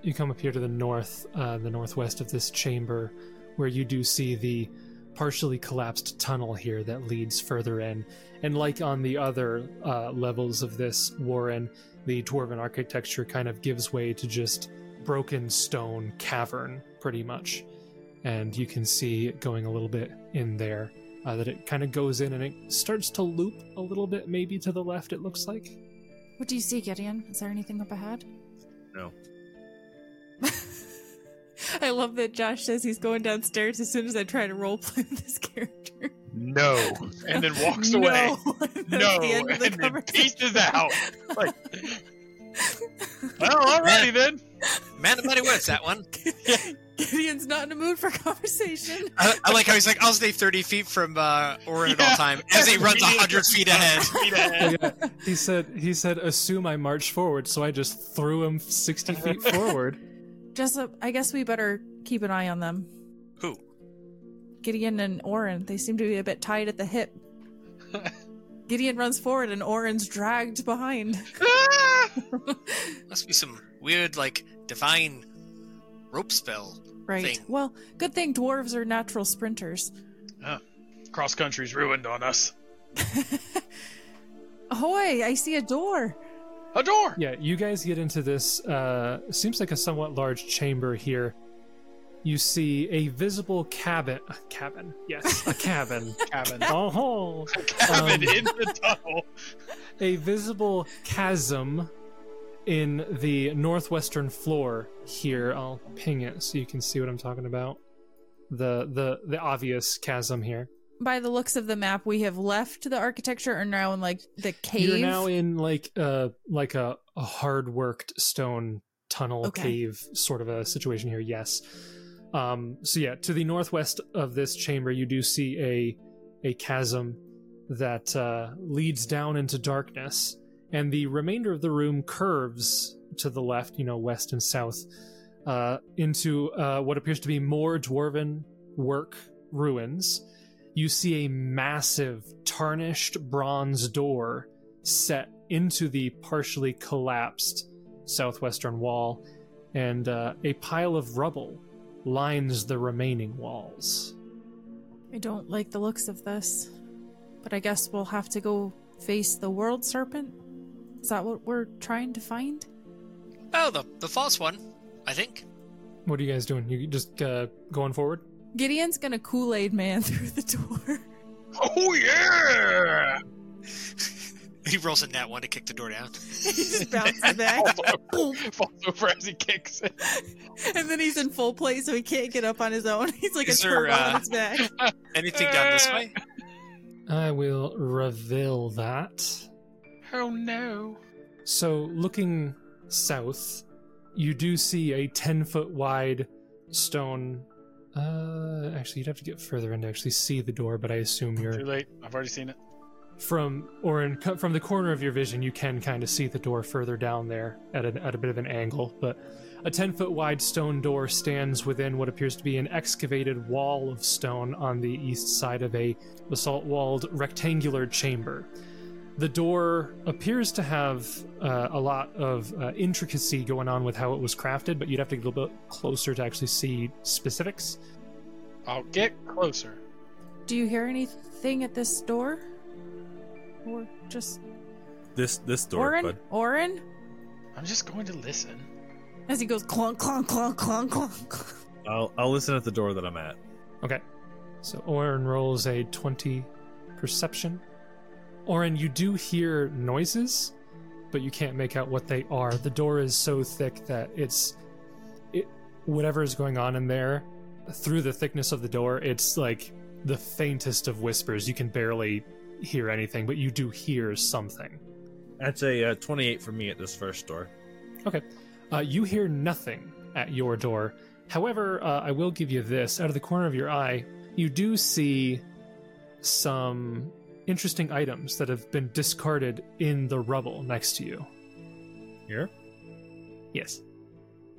A: you come up here to the north, uh, the northwest of this chamber, where you do see the partially collapsed tunnel here that leads further in. And like on the other uh, levels of this warren, the dwarven architecture kind of gives way to just broken stone cavern, pretty much. And you can see it going a little bit in there, uh, that it kind of goes in and it starts to loop a little bit, maybe to the left. It looks like.
C: What do you see, Gideon? Is there anything up ahead?
B: No.
C: *laughs* I love that Josh says he's going downstairs as soon as I try to roleplay *laughs* this character.
F: No.
D: and then walks away.
C: *laughs* No, That's
D: No,
C: the end of the
D: and then *laughs*
C: conversation.
D: pieces out.
C: *laughs*
D: Well, alrighty then.
E: Man of many words, that one.
C: Gideon's not in a mood for conversation.
E: *laughs* I, I like how he's like, I'll stay 30 feet from uh, Orin at all
D: Yeah.
E: time as he runs 100 feet ahead. *laughs*
D: Feet ahead.
A: He said, "He said, assume I march forward." So I just threw him sixty feet forward.
C: Jessup, uh, I guess we better keep an eye on them.
E: Who?
C: Gideon and Orin, they seem to be a bit tied at the hip.
D: *laughs*
C: Gideon runs forward and Orin's dragged behind.
D: Ah!
E: Must be some weird, like, divine rope spell.
C: Right.
E: Thing.
C: Well, good thing dwarves are natural sprinters.
D: Cross country's ruined on us.
C: Ahoy, I see a door.
D: A door.
A: Yeah, you guys get into this. Uh, seems like a somewhat large chamber here. You see a visible cabin. uh, Cabin, yes, a cabin.
D: Cabin.
A: oh ho!
D: *laughs* Cabin
A: Um,
D: in the tunnel.
A: A visible chasm in the northwestern floor here. I'll ping it so you can see what I'm talking about. The the the obvious chasm here.
C: By the looks of the map, we have left the architecture and now in like the cave.
A: You're now in like a like a, a hard worked stone tunnel
C: Okay.
A: cave sort of a situation here. Yes. Um, so yeah, to the northwest of this chamber, you do see a a chasm that uh, leads down into darkness, and the remainder of the room curves to the left, you know, west and south, uh, into uh, what appears to be more dwarven work ruins you see a massive tarnished bronze door set into the partially collapsed southwestern wall, and uh, a pile of rubble lines the remaining walls.
C: I don't like the looks of this, but I guess we'll have to go face the world serpent. Is that what we're trying to find?
E: Oh, the, the false one, I think.
A: What are you guys doing? You just uh, going forward?
C: Gideon's gonna Kool Aid Man *laughs* through the door.
D: Oh yeah.
E: He rolls in that one to kick the door down.
C: he just bounces back, *laughs*
D: Falls over, falls over as he kicks it. *laughs*
C: and then he's in full play, so he can't get up on his own. *laughs* He's like
E: Is
C: a
E: there,
C: turtle
E: uh,
C: on his back.
E: Anything down this way?
A: I will reveal that.
D: Oh no.
A: So, looking south, you do see a 10 foot wide stone. Uh, actually, you'd have to get further in to actually see the door, but I assume you're
D: Too late. I've already seen it.
A: from or in, co- from the corner of your vision you can kind of see the door further down there at a, at a bit of an angle but a 10 foot wide stone door stands within what appears to be an excavated wall of stone on the east side of a basalt walled rectangular chamber the door appears to have uh, a lot of uh, intricacy going on with how it was crafted but you'd have to get a little bit closer to actually see specifics
D: I'll get closer.
C: Do you hear anything at this door? Or just
B: This this door,
C: Orin?
B: bud.
C: Orin?
D: I'm just going to listen.
C: As he goes clunk, clunk, clunk, *laughs* clonk, clonk.
B: I'll I'll listen at the door that I'm at.
A: Okay. So Oren rolls a 20 perception. Oren, you do hear noises, but you can't make out what they are. The door is so thick that it's it whatever is going on in there through the thickness of the door, it's like the faintest of whispers. You can barely hear anything, but you do hear something.
B: That's a uh, 28 for me at this first door.
A: Uh, you hear nothing at your door. However, uh, I will give you this out of the corner of your eye, you do see some interesting items that have been discarded in the rubble next to you.
B: Here?
A: Yes.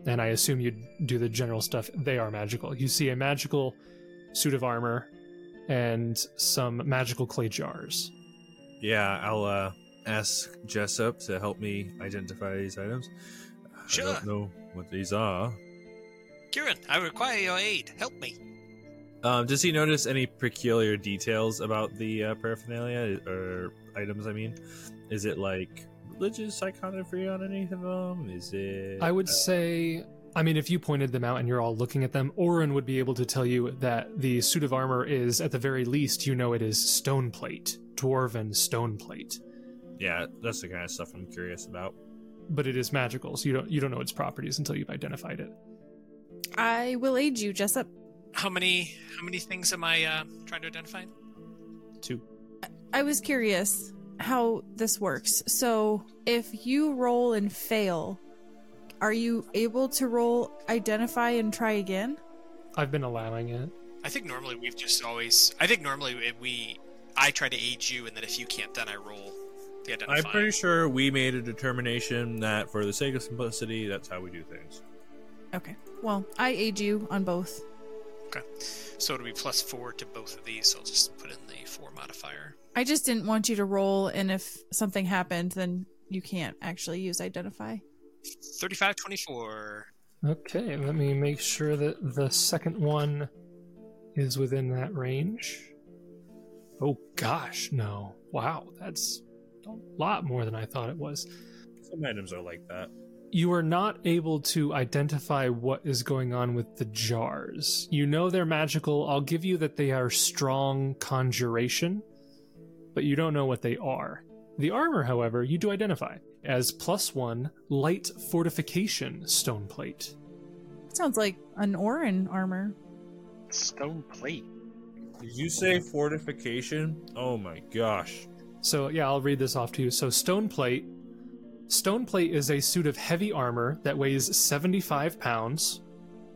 A: And I assume you do the general stuff. They are magical. You see a magical suit of armor and some magical clay jars.
B: Yeah, I'll uh, ask Jessup to help me identify these items. I
E: Sure.
B: don't know what these are.
E: Kieran, I require your aid. Help me.
B: Um, does he notice any peculiar details about the uh, paraphernalia or items? I mean, is it like religious iconography on any of them? Is it?
A: I would say, I mean, if you pointed them out and you're all looking at them, Orin would be able to tell you that the suit of armor is, at the very least, you know it is stone plate, dwarven stone plate,
B: Yeah, that's the kind of stuff I'm curious about.
A: but it is magical, so you don't you don't know its properties until you've identified it.
C: I will aid you, Jessup.
E: How many how many things am I uh, trying to identify?
A: Two.
C: I was curious how this works. So, if you roll and fail, are you able to roll, identify, and try again?
A: I've been allowing it.
G: I think normally we've just always. I think normally it- we. I try to aid you, and then if you can't, then I roll the
B: I'm
G: identify.
B: pretty sure we made a determination that, for the sake of simplicity, that's how we do things.
C: Okay. Well, I aid you on both.
G: So it'll be plus four to both of these. So I'll just put in the four modifier.
C: I just didn't want you to roll, and if something happened, then you can't actually use identify.
G: 35, 24.
A: Okay, let me make sure that the second one is within that range. Oh gosh, no. Wow, that's a lot more than I thought it was.
B: Some items are like that.
A: you are not able to identify what is going on with the jars. You know they're magical. I'll give you that they are strong conjuration, but you don't know what they are. The armor, however, you do identify as plus one light fortification stone plate.
C: Sounds like an Orin armor.
D: Stone plate.
B: Did you say fortification? Oh my gosh.
A: So, yeah, I'll read this off to you. So, stone plate. Stone plate is a suit of heavy armor that weighs 75 pounds.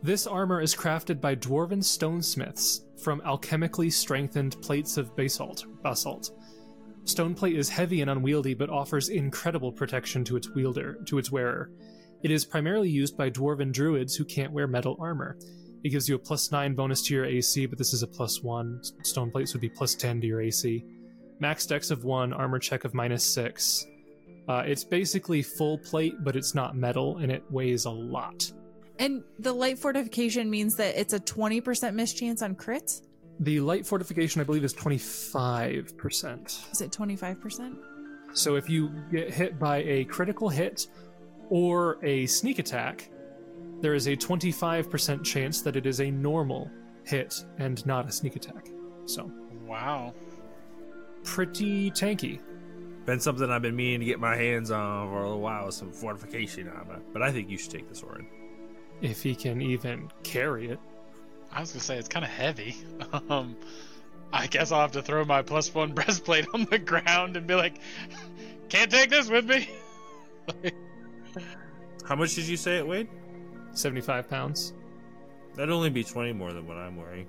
A: This armor is crafted by dwarven stonesmiths from alchemically strengthened plates of basalt. Basalt. Stone plate is heavy and unwieldy, but offers incredible protection to its wielder, to its wearer. It is primarily used by dwarven druids who can't wear metal armor. It gives you a plus nine bonus to your AC, but this is a plus one. Stone plates would be plus ten to your AC max dex of one, armor check of minus six. Uh, it's basically full plate, but it's not metal, and it weighs a lot.
C: And the light fortification means that it's a 20% mischance on crit?
A: The light fortification, I believe, is 25%.
C: Is it 25%?
A: So if you get hit by a critical hit or a sneak attack, there is a 25% chance that it is a normal hit and not a sneak attack. So
D: Wow.
A: pretty tanky.
B: Been something I've been meaning to get my hands on for a little while, some fortification armor. But I think you should take this, Orin.
A: If he can even carry it.
D: I was gonna say it's kind of heavy. *laughs* Um, I guess I'll have to throw my plus one *laughs* breastplate on the ground and be like, "Can't take this with me." *laughs*
B: How much did you say it weighed?
A: 75 pounds.
B: That'd only be 20 more than what I'm wearing.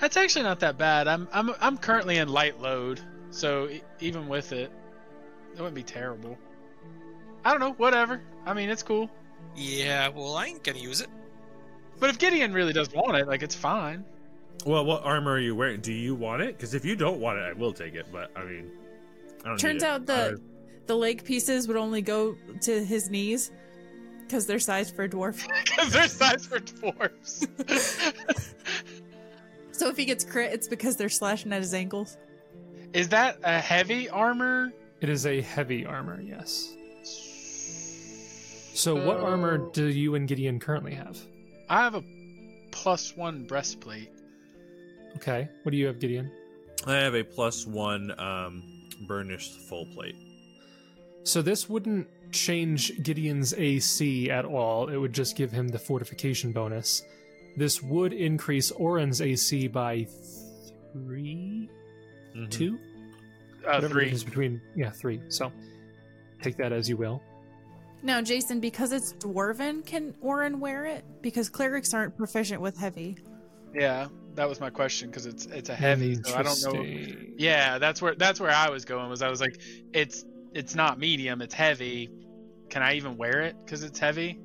D: That's actually not that bad. I'm I'm I'm currently in light load, so e- even with it, that wouldn't be terrible. I don't know. Whatever. I mean, it's cool.
E: Yeah, well, I ain't gonna use it.
D: But if Gideon really does want it, like it's fine. *laughs*
B: Well, what armor are you wearing? Do you want it? Because if you don't want it, I will take it. But I mean, I don't.
C: Turns
B: need it.
A: uh,
C: out the the leg pieces would only go to his knees because they're sized for a dwarf.
D: Because they're sized for dwarves.
C: So if he gets crit, it's because they're slashing at his ankles.
D: *laughs* Is that a heavy armor?
A: It is a heavy armor, yes. So, what armor do you and Gideon currently have?
D: I have a plus one breastplate.
A: Okay, what do you have, Gideon?
B: I have a plus one um, burnished full plate.
A: So, this wouldn't change Gideon's AC at all, it would just give him the fortification bonus. This would increase Oren's AC by 3
B: Mhm.
A: two.
D: Uh,
A: whatever the
D: three.
A: difference between yeah three. So take that as you will.
C: Now, Jason, because it's dwarven, can Orin wear it? Because clerics aren't proficient with heavy.
D: Yeah, that was my question because it's it's a heavy, so I don't know.
A: Interesting.
D: Yeah, that's where that's where I was going. Was I was like, it's it's not medium, it's heavy. Can I even wear it because it's heavy?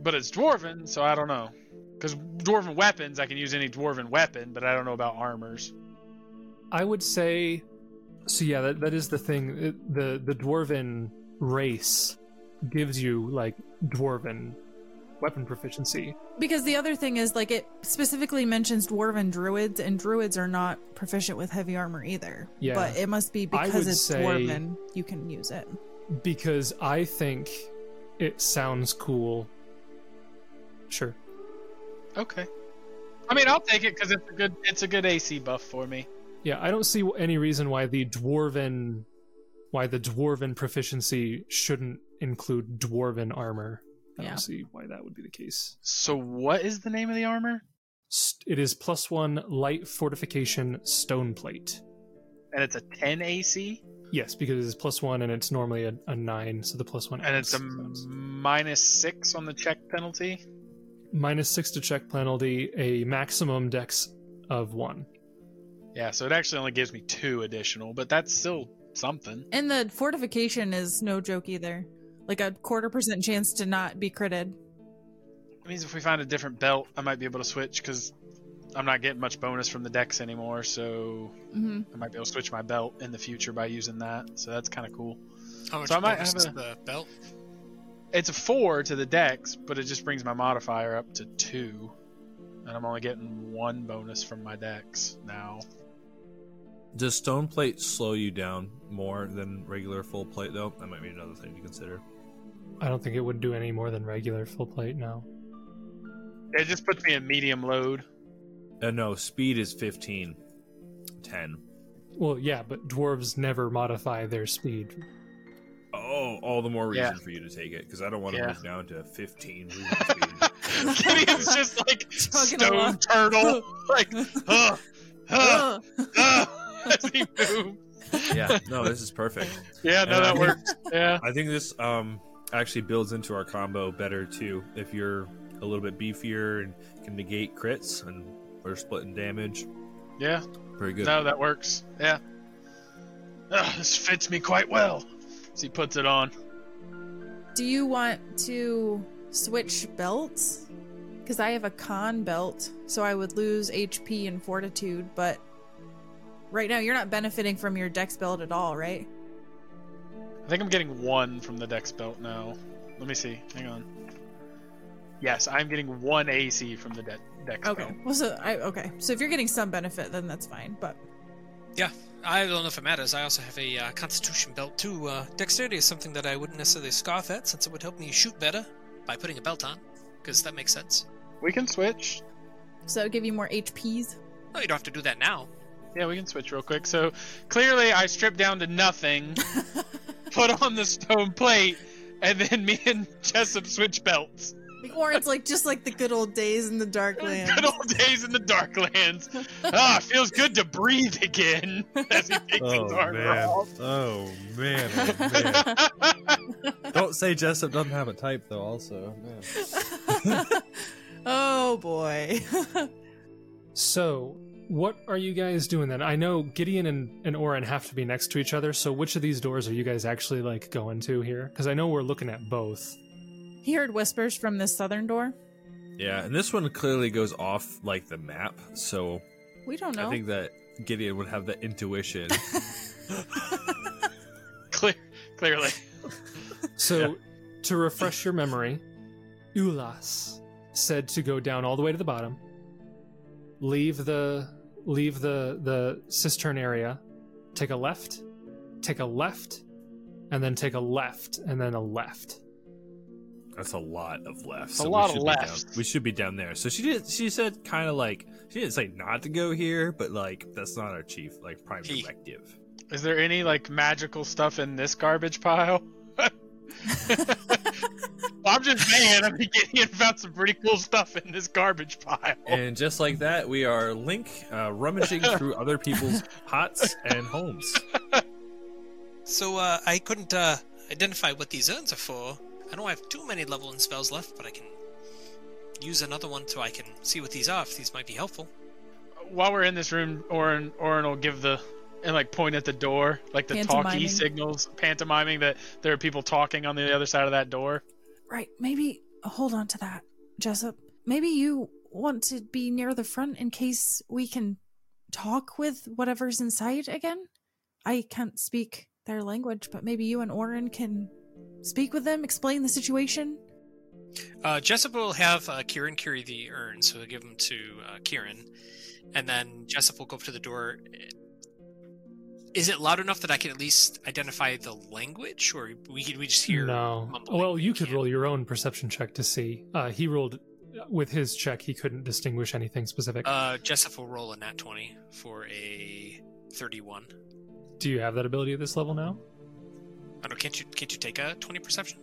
D: But it's dwarven, so I don't know. Because dwarven weapons, I can use any dwarven weapon, but I don't know about armors.
A: I would say so yeah that, that is the thing It- the the dwarven race gives you like dwarven weapon proficiency
C: Because the other thing is, like, it specifically mentions dwarven druids, and druids are not proficient with heavy armor either.
A: Yeah.
C: But it must be
A: I
C: because
A: would
C: it's
A: say-
C: dwarven, you can use it.
A: because I think it sounds cool. Sure.
D: Okay. I mean, I'll take it because it's a good it's a good AC buff for me.
A: Yeah, I don't see any reason why the dwarven why the dwarven proficiency shouldn't include dwarven armor. I
C: Yeah.
A: don't see why that would be the case.
D: So what is the name of the armor?
A: St- It is plus 1 light fortification stone plate.
D: And it's a 10 AC,
A: Yes, because it is plus 1 and it's normally a, a 9, so the plus 1
D: and it's a
A: adds those.
D: minus six on the check penalty.
A: minus 6 to check penalty, a maximum dex of 1.
D: Yeah, so it actually only gives me two additional, but that's still something.
C: And the fortification is no joke either. Like, a quarter percent chance to not be critted.
D: It means if we find a different belt, I might be able to switch because I'm not getting much bonus from the dex anymore. So
C: hmm
D: I might be able to switch my belt in the future by using that. So that's kind of cool.
G: How much
D: So I might
G: bonus
D: have
G: is
D: a-
G: the belt?
D: It's a four to the dex, but it just brings my modifier up to two, and I'm only getting one bonus from my dex now.
B: Does stone plate slow you down more than regular full plate though? That might be another thing to consider.
A: I don't think it would do any more than regular full plate, no.
D: It just puts me in medium load. *laughs*
B: Uh, no, speed is 15. 10.
A: Well, yeah, but dwarves never modify their speed.
B: Oh, all the more reason
D: Yeah.
B: for you to take it because I don't want to
D: Yeah.
B: move down to 15. movement speed.
D: Gideon's just like
C: Chugging
D: stone
C: along.
D: turtle,
C: *laughs*
D: like huh, huh,
C: Ugh.
D: huh, as he moves.
B: yeah, Uh, no, this is perfect.
D: Yeah,
B: And *laughs*
D: no,
B: I
D: that
B: think-
D: works. Yeah.
B: I think this um actually builds into our combo better too. If you're a little bit beefier and can negate crits and we're splitting damage,
D: Yeah.
B: pretty good.
D: No, that works. Yeah. Ugh, this fits me quite well. As he puts it on.
C: *laughs* Do you want to switch belts? Because I have a con belt, so I would lose HP and fortitude, but right now you're not benefiting from your dex belt at all, right?
D: I think I'm getting one from the dex belt now. Let me see. Hang on. Yes, I'm getting one AC from the de- dex
C: Okay.
D: belt.
C: Well, so I okay. So if you're getting some benefit, then that's fine. But
E: I don't know if it matters. I also have a uh, Constitution belt too. Uh, dexterity is something that I wouldn't necessarily scoff at, since it would help me shoot better by putting a belt on, because that makes sense.
D: We can switch.
C: so it'll give you more HPs.
E: No, you don't have to do that now.
D: Yeah, we can switch real quick. So clearly, I stripped down to nothing, put on the stone plate, and then me and Jessup switch belts.
C: Like, or it's like just like the good old days in the dark land.
D: *laughs* Good old days in the Darklands. Ah, it feels good to breathe again *laughs* as he takes his
B: Oh
D: armor
B: man.
D: off.
B: oh man! Oh man!
D: *laughs*
B: Don't say Jessup doesn't have a type though. Also, man.
C: *laughs* oh boy. *laughs*
A: So, what are you guys doing then? I know Gideon and, and Oren have to be next to each other, so which of these doors are you guys actually like going to here? Because I know we're looking at both.
C: he heard whispers from the southern door.
B: Yeah, and this one clearly goes off like the map, so
C: We don't know.
B: I think that Gideon would have the intuition.
D: Clear, clearly.
A: So, to refresh your memory, Ulas said to go down all the way to the bottom, leave the leave the the cistern area, take a left, take a left, and then take a left, and then a left.
B: That's a lot of left.
D: A lot of
B: should be
D: lefts.
B: down- we should be down there. So she did. She said kind of like she didn't say not to go here, but like that's not our chief like prime
G: He-
B: directive.
D: Is there any like magical stuff in this garbage pile? *laughs* I'm just saying, I'm getting found some pretty cool stuff in this garbage pile.
B: And just like that, we are Link uh, rummaging through other people's pots and homes.
E: So uh, I couldn't uh, identify what these urns are for. I don't have too many level one spells left, but I can use another one so I can see what these are. If these might be helpful.
D: While we're in this room, Orin, Orin will give the and like point at the door, like the talkie
C: Pantomiming.
D: signals, pantomiming that there are people talking on the other side of that door.
C: Right. Maybe hold on to that, Jessup. Maybe you want to be near the front in case we can talk with whatever's inside again. I can't speak their language, but maybe you and Orin can speak with them, explain the situation.
G: Uh, Jessup will have uh, Kieran carry the urn, so he'll give them to uh, Kieran, and then Jessup will go up to the door. Is it loud enough that I can at least identify the language, or we could we just hear?
A: no.
G: mumbling?
A: Well, you could
G: Yeah.
A: roll your own perception check to see. Uh, he rolled with his check. He couldn't distinguish anything specific.
G: Uh, Jessup will roll a nat twenty for a thirty-one.
A: Do you have that ability at this level now?
G: I don't. know, Oh, Can't you can't you take a twenty perception?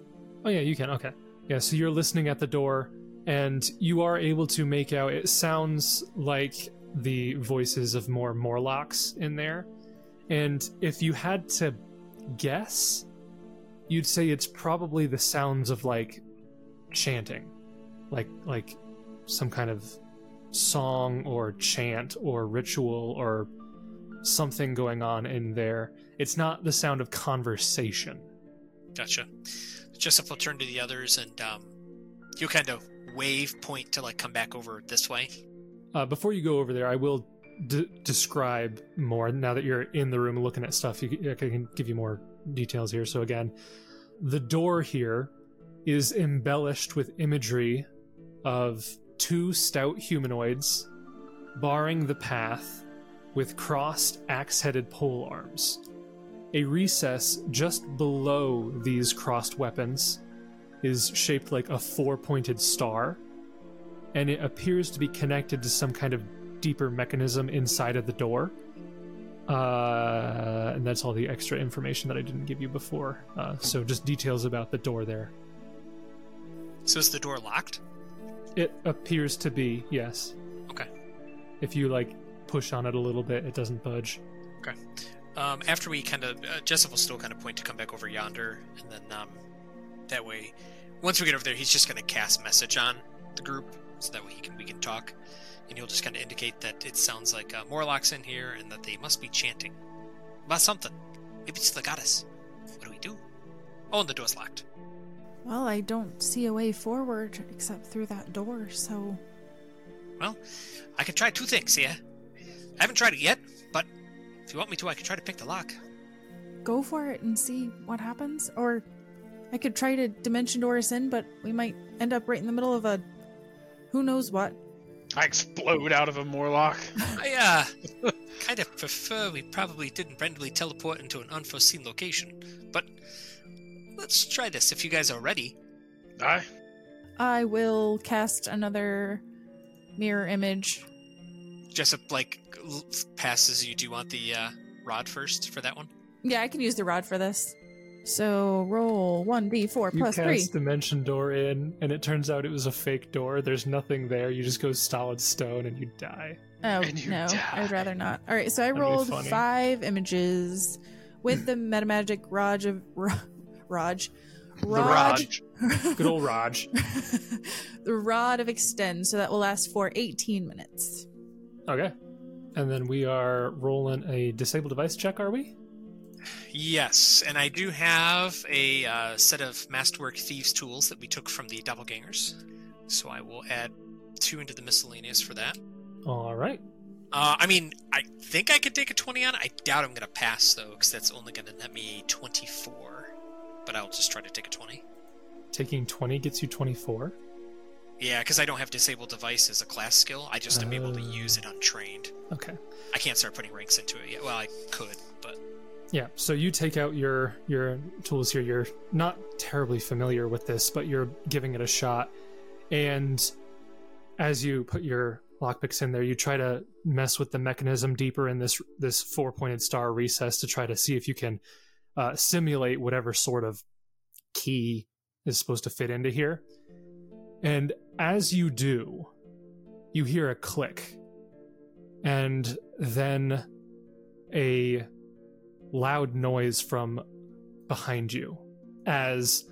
A: Oh yeah, you can. Okay. Yeah, so you're listening at the door and you are able to make out it sounds like the voices of more Morlocks in there. And if you had to guess, you'd say it's probably the sounds of like chanting. Like like some kind of song or chant or ritual or something going on in there. It's not the sound of conversation.
G: Gotcha. Jessup will turn to the others, and um, he'll kind of wave point to like come back over this way.
A: Uh, before you go over there, I will d- describe more. Now that you're in the room looking at stuff, you, I can give you more details here. So, again, the door here is embellished with imagery of two stout humanoids barring the path with crossed axe headed pole arms. A recess just below these crossed weapons is shaped like a four pointed star and it appears to be connected to some kind of deeper mechanism inside of the door. Uh, and that's all the extra information that I didn't give you before. Uh, so just details about the door there.
G: So is the door locked?
A: It appears to be, yes.
G: Okay.
A: If you like push on it a little bit, it doesn't budge.
G: Um, after we kind of, uh, Jessup will still kind of point to come back over yonder, and then um, that way, once we get over there, he's just going to cast message on the group, so that way he can we can talk, and he'll just kind of indicate that it sounds like uh, Morlocks in here, and that they must be chanting about something.
E: Maybe it's the goddess. What do we do?
G: Oh, and the door's locked.
C: Well, I don't see a way forward except through that door, so
E: I can try two things here. I haven't tried it yet, but if you want me to, I can try to pick the lock.
C: go for it and see what happens. Or I could try to dimension doors in, but we might end up right in the middle of a who knows what.
D: I explode out of a Morlock.
E: I uh, kind of prefer we probably didn't randomly teleport into an unforeseen location, but let's try this if you guys are ready.
D: I
C: I will cast another mirror image.
G: Jessup like l- passes you. Do you want the uh, rod first for that one?
C: Yeah, I can use the rod for this. So roll 1d4
A: You
C: plus
A: cast
C: 3.
A: dimension door in, and it turns out it was a fake door. There's nothing there. You just go solid stone and you die.
C: Oh,
D: And you
C: no.
D: die.
C: I'd rather not. All right, so I
A: be
C: rolled
A: funny.
C: five images with the metamagic Raj of. Ro- Raj. Rod.
D: Mirage.
A: Good old Raj.
C: *laughs* the rod of extend, so that will last for 18 minutes.
A: *laughs* Okay. And then we are rolling a disable device check, are we?
G: Yes, and I do have a uh, set of masterwork thieves tools that we took from the doppelgangers, so I will add two into the miscellaneous for that.
A: All right.
G: Uh, I mean, I think I could take a twenty on. it. I doubt I'm going to pass though, because that's only going to net me twenty-four. But I'll just try to take a twenty.
A: Taking 20 gets you 24.
G: Yeah, because I don't have disabled device as a class skill. I just am able to use it untrained.
A: Okay.
G: I can't start putting ranks into it yet. Well, I could, but
A: Yeah, so you take out your your tools here. You're not terribly familiar with this, but you're giving it a shot. And as you put your lockpicks in there, you try to mess with the mechanism deeper in this this four pointed star recess to try to see if you can uh, simulate whatever sort of key is supposed to fit into here. And as you do, you hear a click, and then a loud noise from behind you as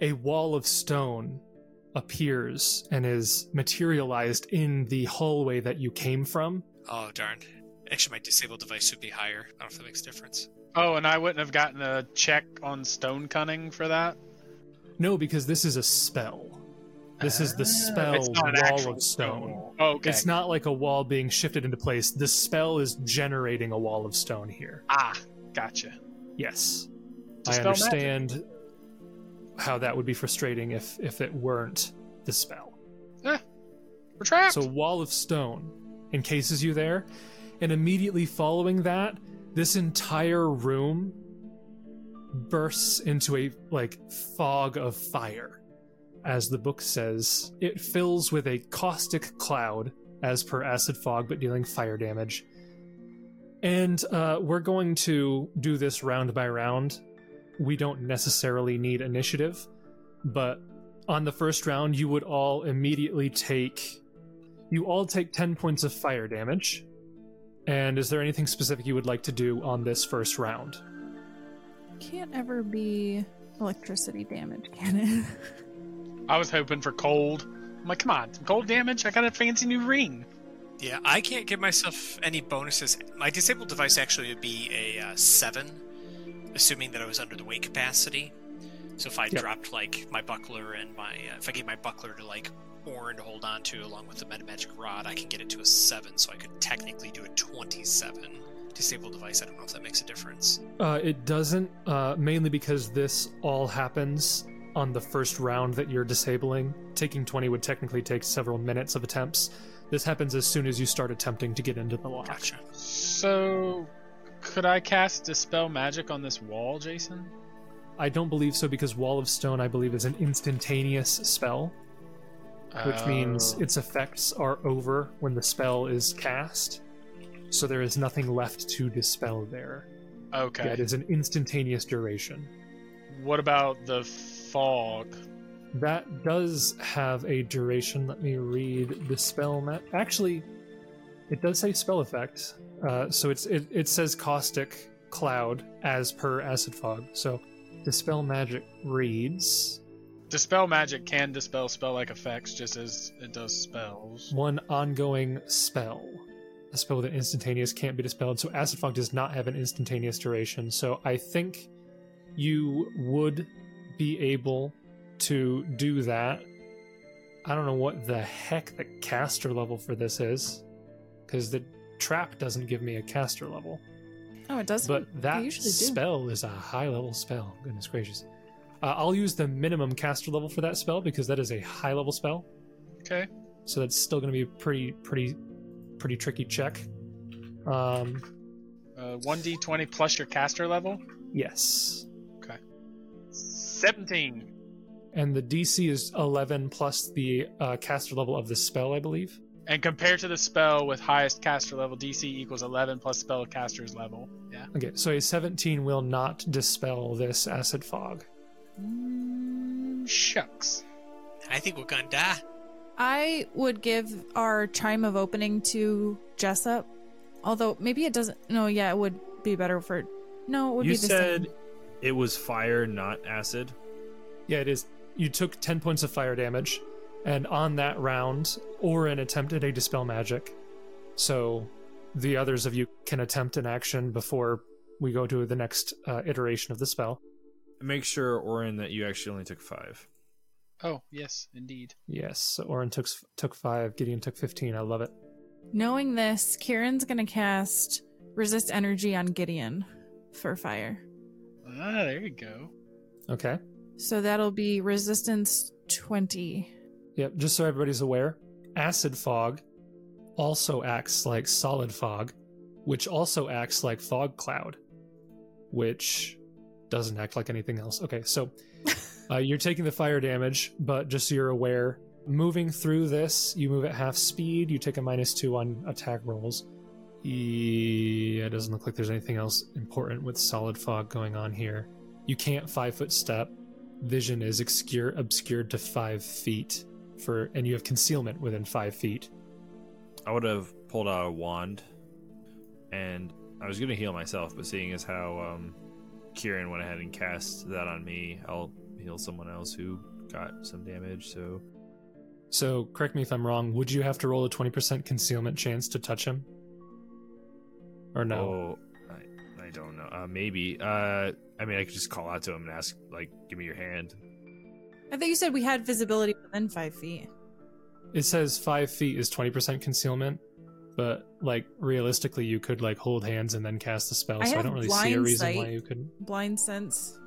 A: a wall of stone appears and is materialized in the hallway that you came from.
G: Oh darn. Actually, my disabled device would be higher. I don't know if that makes a difference.
D: Oh, and I wouldn't have gotten a check on stone cunning for that.
A: No, because this is a spell. This
D: Ah.
A: is the spell
D: it's not an
A: wall
D: actual
A: of stone.
D: Oh, okay.
A: It's not like a wall being shifted into place. The spell is generating a wall of stone here.
D: ah, gotcha.
A: Yes.
D: It's a
A: I
D: spell magic.
A: understand how that would be frustrating if if it weren't the spell.
D: We're trapped.
A: So wall of stone encases you there, and immediately following that, this entire room bursts into a like fog of fire. As the book says, it fills with a caustic cloud, as per acid fog, but dealing fire damage. And uh, we're going to do this round by round. We don't necessarily need initiative, but on the first round, you would all immediately take you all take 10 points of fire damage. And is there anything specific you would like to do on this first round?
C: Can't ever be electricity damage, can it? *laughs*
D: I was hoping for cold. I'm like, come on, some cold damage. I got a fancy new ring.
G: Yeah, I can't give myself any bonuses. My disabled device actually would be a uh, seven, assuming that I was under the weight capacity. So if I
A: Yep.
G: dropped like my buckler and my, uh, if I gave my buckler to like Orin to hold on to along with the metamagic rod, I can get it to a seven. So I could technically do a twenty-seven disabled device. I don't know if that makes a difference.
A: Uh, it doesn't, uh, mainly because this all happens on the first round that you're disabling. Taking 20 would technically take several minutes of attempts. This happens as soon as you start attempting to get into the lock.
G: Gotcha.
D: So, could I cast dispel magic on this wall, Jason?
A: I don't believe so because Wall of Stone, I believe, is an instantaneous spell, which means
D: Oh.
A: its effects are over when the spell is cast. So there is nothing left to dispel there.
D: okay.
A: Yeah, it is an instantaneous duration.
D: What about the fog?
A: That does have a duration. Let me read the spell map. Actually, it does say spell effect. Uh, so it's it, it says caustic cloud as per acid fog. So dispel magic reads
D: Dispel magic can dispel spell like effects just as it does spells.
A: one ongoing spell. A spell with an instantaneous can't be dispelled, so acid fog does not have an instantaneous duration. So I think you would be able to do that. I don't know what the heck the caster level for this is, because the trap doesn't give me a caster level.
C: oh, it doesn't.
A: But
C: They
A: that
C: usually do.
A: spell is a high level spell. Goodness gracious. Uh, I'll use the minimum caster level for that spell because that is a high level spell
D: Okay.
A: so that's still going to be a pretty pretty pretty tricky check um
D: Uh, 1d20 plus your caster level?
A: yes
D: 17.
A: and the dc is 11 plus the uh, caster level of the spell i believe
D: And compared to the spell with highest caster level, DC equals 11 plus spell caster's level. Yeah.
A: okay so a 17 will not dispel this acid fog
D: Mm, shucks.
G: I think we're gonna die.
C: I would give our chime of opening to Jessup. Although maybe it doesn't. No, yeah, it would be better for. No, it would
B: you
C: be the
B: said
C: same.
B: it was fire, not acid.
A: yeah it is you took 10 points of fire damage and on that round orin attempted a dispel magic so the others of you can attempt an action before we go to the next uh, iteration of the spell
B: Make sure, Orin, that you actually only took five.
D: Oh, yes, indeed.
A: yes so orin took took five gideon took 15 i love it
C: Knowing this, Kieran's gonna cast resist energy on Gideon for fire.
D: Ah, there you go.
A: okay
C: So that'll be resistance twenty.
A: Yep, just so everybody's aware, acid fog also acts like solid fog, which also acts like fog cloud, which doesn't act like anything else. Okay, so uh, you're taking the fire damage, but just so you're aware, moving through this, you move at half speed, you take a minus two on attack rolls. Yeah, it doesn't look like there's anything else important with solid fog going on here. You can't five foot step. Vision is obscure, obscured to five feet for, and you have concealment within five feet.
B: I would have pulled out a wand, and I was going to heal myself, but seeing as how um, Kieran went ahead and cast that on me. I'll heal someone else who got some damage. So
A: So, correct me if I'm wrong. Would you have to roll a 20% concealment chance to touch him? Or no?
B: Oh, I, I don't know. Uh, maybe. Uh, I mean, I could just call out to him and ask, like, give me your hand.
C: I thought you said we had visibility within five feet.
A: It says five feet is 20% concealment, but like realistically, you could like hold hands and then cast the spell.
C: I
A: so I
C: have
A: don't really see a
C: blind
A: reason why
C: sight.
A: you couldn't.
C: Blind sense.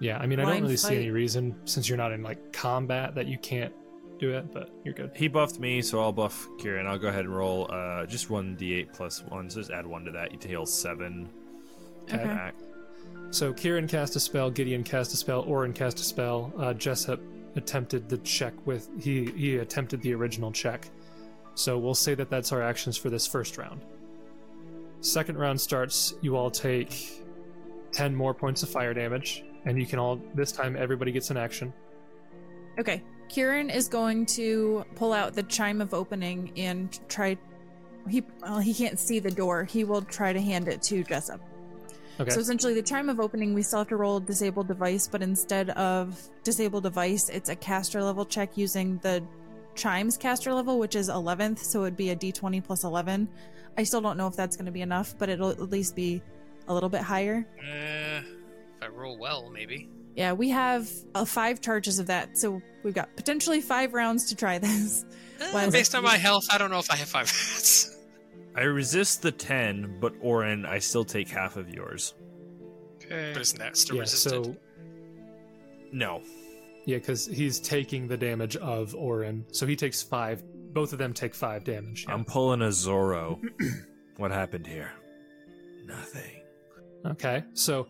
A: Yeah, I mean, I don't
C: Blind
A: really see any
C: fight.
A: reason since you're not in like combat that you can't do it, but you're good.
B: He buffed me, so I'll buff Kieran. I'll go ahead and roll uh, just one d8 plus one. So just add one to that. You heal seven.
C: Okay.
B: Attack.
A: So Kieran cast a spell, Gideon cast a spell, Orin cast a spell. Uh, Jessup attempted the check with he he attempted the original check. So we'll say that that's our actions for this first round. Second round starts. You all take ten more points of fire damage, and you can all this time everybody gets an action.
C: Okay. Kieran is going to pull out the chime of opening and try. He well, he can't see the door. He will try to hand it to Jessup.
A: Okay.
C: So essentially, the chime of opening, we still have to roll disable device, but instead of disable device, it's a caster level check using the chime's caster level, which is 11th, so it'd be a d20 plus 11. I still don't know if that's going to be enough, but it'll at least be a little bit higher.
G: Uh, if I roll well, maybe.
C: Yeah, we have uh, five charges of that, so we've got potentially five rounds to try this.
E: Eh,
C: Why is
G: Based
C: it-
G: on my health, I don't know if I have five *laughs* hats.
B: I resist the ten, but Orin, I still take half of yours.
D: Okay.
G: But isn't that still
A: yeah.
G: resistant?
A: So
B: No,
A: yeah, because he's taking the damage of Orin, so he takes five. Both of them take five damage. yeah.
B: I'm pulling a Zorro. what happened here? Nothing.
A: Okay, so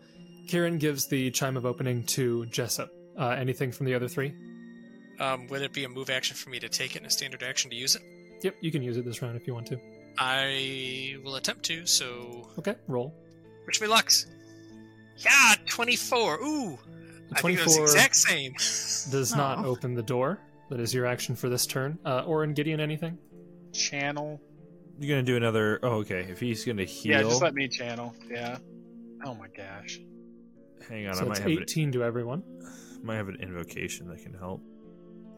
A: Kieran gives the chime of opening to Jessup. Uh, anything from the other three?
G: Um, would it be a move action for me to take it and a standard action to use it?
A: Yep, you can use it this round if you want to.
G: I will attempt to, so.
A: Okay, roll.
G: Wish me lucks. Yeah, 24. Ooh. I think it was
A: 24
G: exact same.
A: does not
C: Aw.
A: open the door. That is your action for this turn. Uh, Orin, Gideon, anything?
D: Channel.
B: You're gonna do another. Oh, okay. If he's gonna heal,
D: Yeah, just let me channel. Yeah. Oh my gosh.
B: hang on.
A: so
B: I
A: it's
B: might have, an,
A: 18 to everyone.
B: might have an invocation that can help.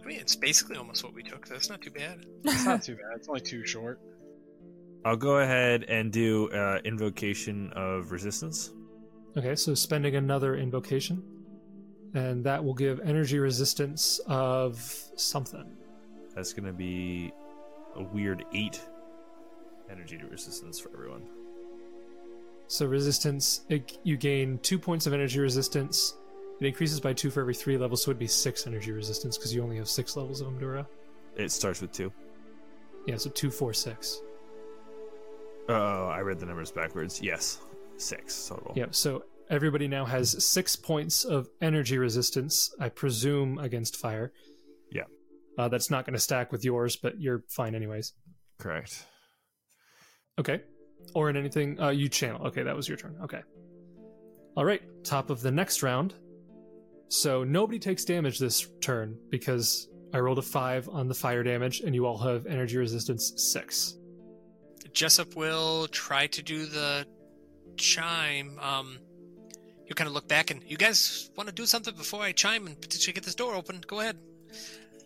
G: I mean, it's basically almost what we took. That's not too bad.
D: It's not too bad. It's only two short.
B: I'll go ahead and do uh, invocation of resistance.
A: Okay, so spending another invocation. And that will give energy resistance of something.
B: That's gonna be a weird eight energy to resistance for everyone.
A: So resistance, it, you gain two points of energy resistance. It increases by two for every three levels, so it'd be six energy resistance because you only have six levels of Endura.
B: It starts with two.
A: Yeah, so two, four, six.
B: Oh, I read the numbers backwards. Yes, six total.
A: Yep. So everybody now has six points of energy resistance, I presume, against fire.
B: Yeah.
A: Uh, that's not going to stack with yours, but you're fine anyways.
B: correct.
A: Okay. Or in anything, uh, you channel. Okay, that was your turn. Okay. All right. Top of the next round. So nobody takes damage this turn because I rolled a five on the fire damage, and you all have energy resistance six.
G: Jessup will try to do the chime. Um, you kind of look back and you guys want to do something before I chime and potentially get this door open. Go ahead.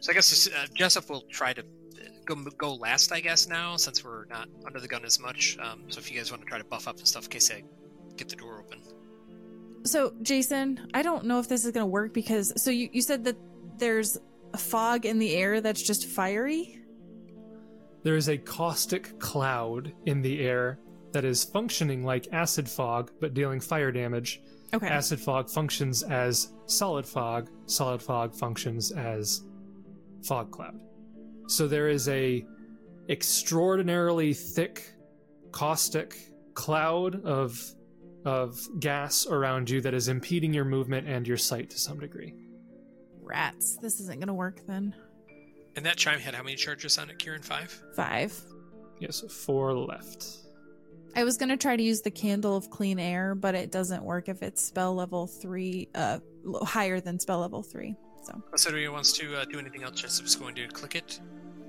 G: So I guess uh, Jessup will try to uh, go go last. I guess now since we're not under the gun as much. Um, so if you guys want to try to buff up and stuff in case I get the door open.
C: *laughs* So, Jason, I don't know if this is going to work because so you, you said that there's a fog in the air that's just fiery.
A: There is a caustic cloud in the air that is functioning like acid fog, but dealing fire damage.
C: Okay.
A: Acid fog functions as solid fog. Solid fog functions as fog cloud. So there is a extraordinarily thick caustic cloud of of gas around you that is impeding your movement and your sight to some degree.
C: Rats. This isn't going to work then.
G: And that chime had how many charges on it, Kieran? Five.
C: Five.
A: Yes, four left.
C: I was going to try to use the candle of clean air, but it doesn't work if it's spell level three, uh, l- higher than spell level three. So,
G: Unless anyone wants to uh, do anything else, Jessup's going to click it.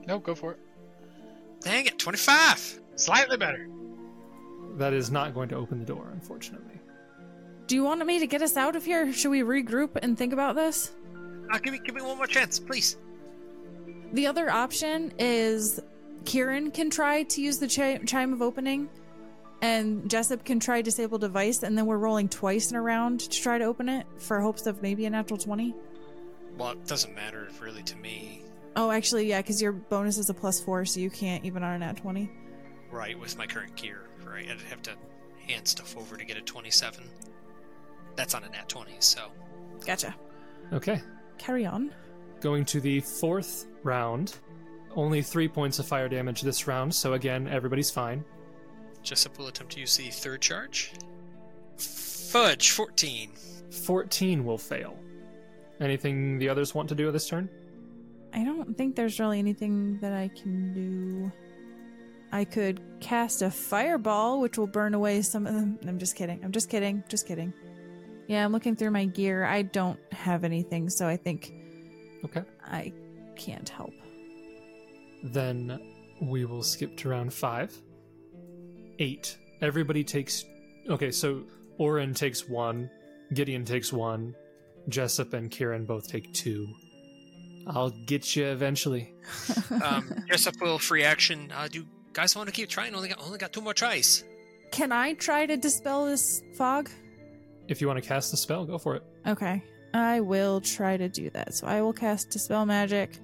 D: No, go for it.
G: Dang it, twenty-five.
D: Slightly better.
A: That is not going to open the door, unfortunately.
C: Do you want me to get us out of here? Should we regroup and think about this?
G: Uh, give me, give me one more chance, please.
C: The other option is Kieran can try to use the chi- chime of opening, and Jessup can try disable device, and then we're rolling twice in a round to try to open it for hopes of maybe a natural 20.
G: Well, it doesn't matter really to me,
C: Oh, actually, yeah, because your bonus is a plus four, so you can't even on a nat 20.
G: right? With my current gear, right? I'd have to hand stuff over to get a 27. That's on a nat 20, so
C: Gotcha.
A: Okay.
C: Carry on.
A: Going to the fourth round. Only three points of fire damage this round, so again, everybody's fine.
G: Jessup will attempt to use the third charge. Fudge, 14.
A: 14 will fail. Anything the others want to do this turn?
C: I don't think there's really anything that I can do. I could cast a fireball, which will burn away some of them. I'm just kidding. I'm just kidding. Just kidding. Yeah, I'm looking through my gear. I don't have anything, so I think
A: Okay.
C: I can't help.
A: Then we will skip to round five. Eight. Everybody takes. Okay, so Oren takes one, Gideon takes one, Jessup and Kieran both take two. I'll get you eventually.
G: Um,
E: Jessup will free action. Uh, do you guys want to keep trying? Only got only got two more tries.
C: Can I try to dispel this fog?
A: If you want to cast the spell, go for it.
C: Okay. I will try to do that. So I will cast Dispel Magic,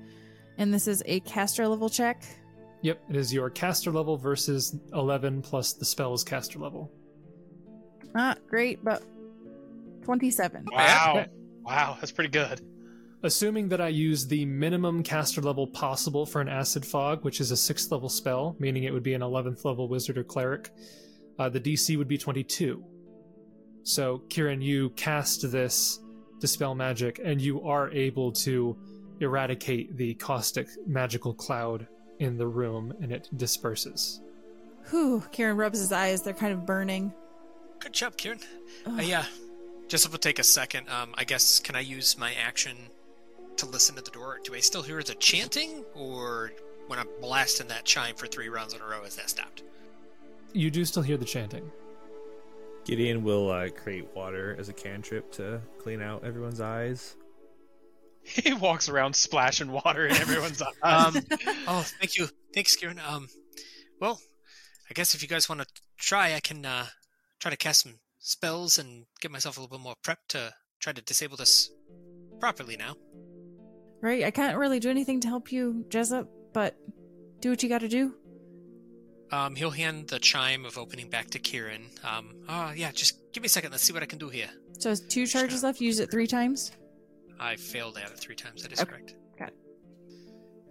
C: and this is a caster level check.
A: Yep, it is your caster level versus 11 plus the spell's caster level.
C: Not great, but 27.
D: Wow. *laughs* Wow, that's pretty good. *laughs*
A: Assuming that I use the minimum caster level possible for an acid fog, which is a sixth level spell, meaning it would be an 11th level wizard or cleric, uh, the DC would be 22. So, Kieran, you cast this dispel magic, and you are able to eradicate the caustic magical cloud in the room, and it disperses.
C: Whew. Kieran rubs his eyes. They're kind of burning.
G: good job, Kieran.
C: Ugh.
G: Uh, yeah. Jessup will take a second. Um, I guess, can I use my action to listen to the door? Do I still hear the chanting? Or when I'm blasting that chime for three rounds in a row, is that stopped?
A: You do still hear the chanting.
B: Gideon will uh, create water as a cantrip to clean out everyone's eyes.
D: He walks around splashing water in *laughs* everyone's eyes.
G: Um, oh, thank you. Thanks, Kieran. Um, well, I guess if you guys want to try, I can uh, try to cast some spells and get myself a little bit more prep to try to disable this properly now.
C: Right? I can't really do anything to help you, Jessup, but do what you gotta do.
G: Um, he'll hand the chime of opening back to Kieran. Um, oh, yeah, just give me a second. Let's see what I can do here.
C: So it's two charges left. Use it three times.
G: I failed at it three times. That is
C: Okay,
G: correct.
C: got it.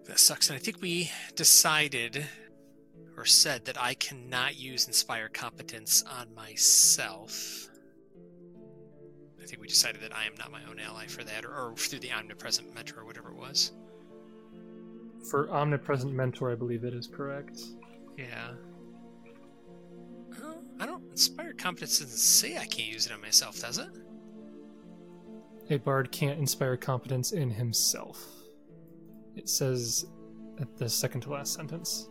G: That sucks. And I think we decided or said that I cannot use Inspire Competence on myself. I think we decided that I am not my own ally for that, or, or through the Omnipresent Mentor or whatever it was.
A: For Omnipresent Mentor, I believe that is correct.
G: Yeah. Oh, I don't. Inspire Competence doesn't say I can't use it on myself, does it?
A: A bard can't inspire confidence in himself. It says at the second to last sentence.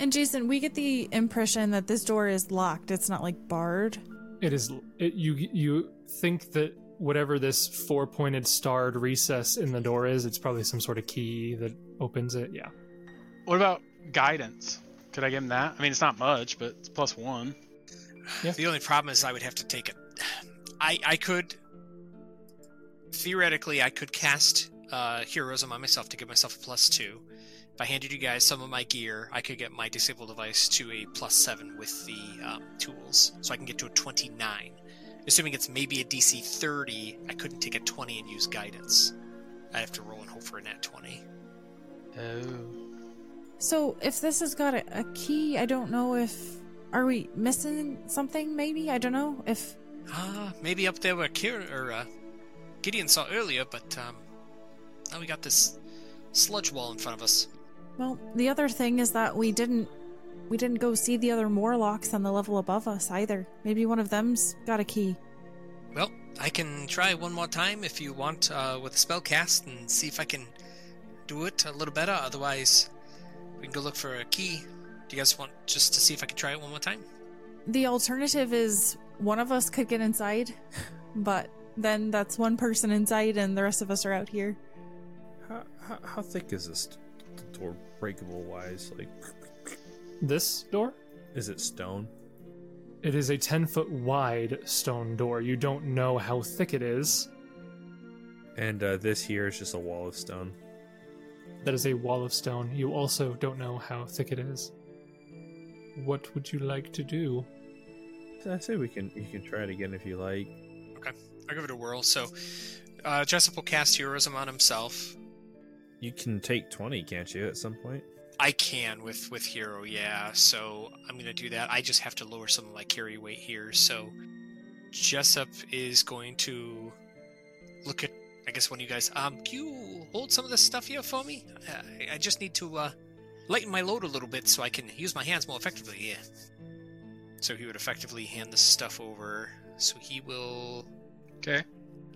C: And Jason, we get the impression that this door is locked. It's not like barred.
A: It is it, you you think that whatever this four-pointed starred recess in the door is, it's probably some sort of key that opens it. Yeah.
D: what about guidance? Could I give him that? I mean, it's not much, but it's plus one.
A: Yeah.
G: The only problem is I would have to take it. I I could theoretically I could cast uh, heroism on myself to give myself a plus two. If I handed you guys some of my gear, I could get my disable device to a plus seven with the um, tools, so I can get to a twenty nine. Assuming it's maybe a DC thirty, I couldn't take a twenty and use guidance. I'd have to roll and hope for a nat twenty.
D: Oh.
C: So if this has got a, a key, I don't know if are we missing something? Maybe I don't know if
G: Ah, maybe up there where Kieran or uh, Gideon saw earlier, but um, now we got this sludge wall in front of us.
C: Well, the other thing is that we didn't we didn't go see the other Morlocks on the level above us either. Maybe one of them's got a key.
G: Well, I can try one more time if you want uh, with a spell cast and see if I can do it a little better. Otherwise, we can go look for a key. Do you guys want just to see if I can try it one more time?
C: The alternative is one of us could get inside, but then that's one person inside and the rest of us are out here.
B: How, how, how thick is this door, breakable wise? Like,
A: This door?
B: is it stone?
A: It is a 10 foot wide stone door. You don't know how thick it is.
B: And uh, this here is just a wall of stone.
A: That is a wall of stone. You also don't know how thick it is. What would you like to do?
B: I say we can you can try it again if you like.
G: I'll give it a whirl. So, uh, Jessup will cast heroism on himself.
B: You can take twenty, can't you? At some point.
G: I can with with hero, yeah. So I'm gonna do that. I just have to lower some of my carry weight here. So Jessup is going to look at. I guess one of you guys. Um, can you hold some of this stuff here for me? I, I just need to uh, lighten my load a little bit so I can use my hands more effectively here. So he would effectively hand this stuff over. So he will
D: Okay.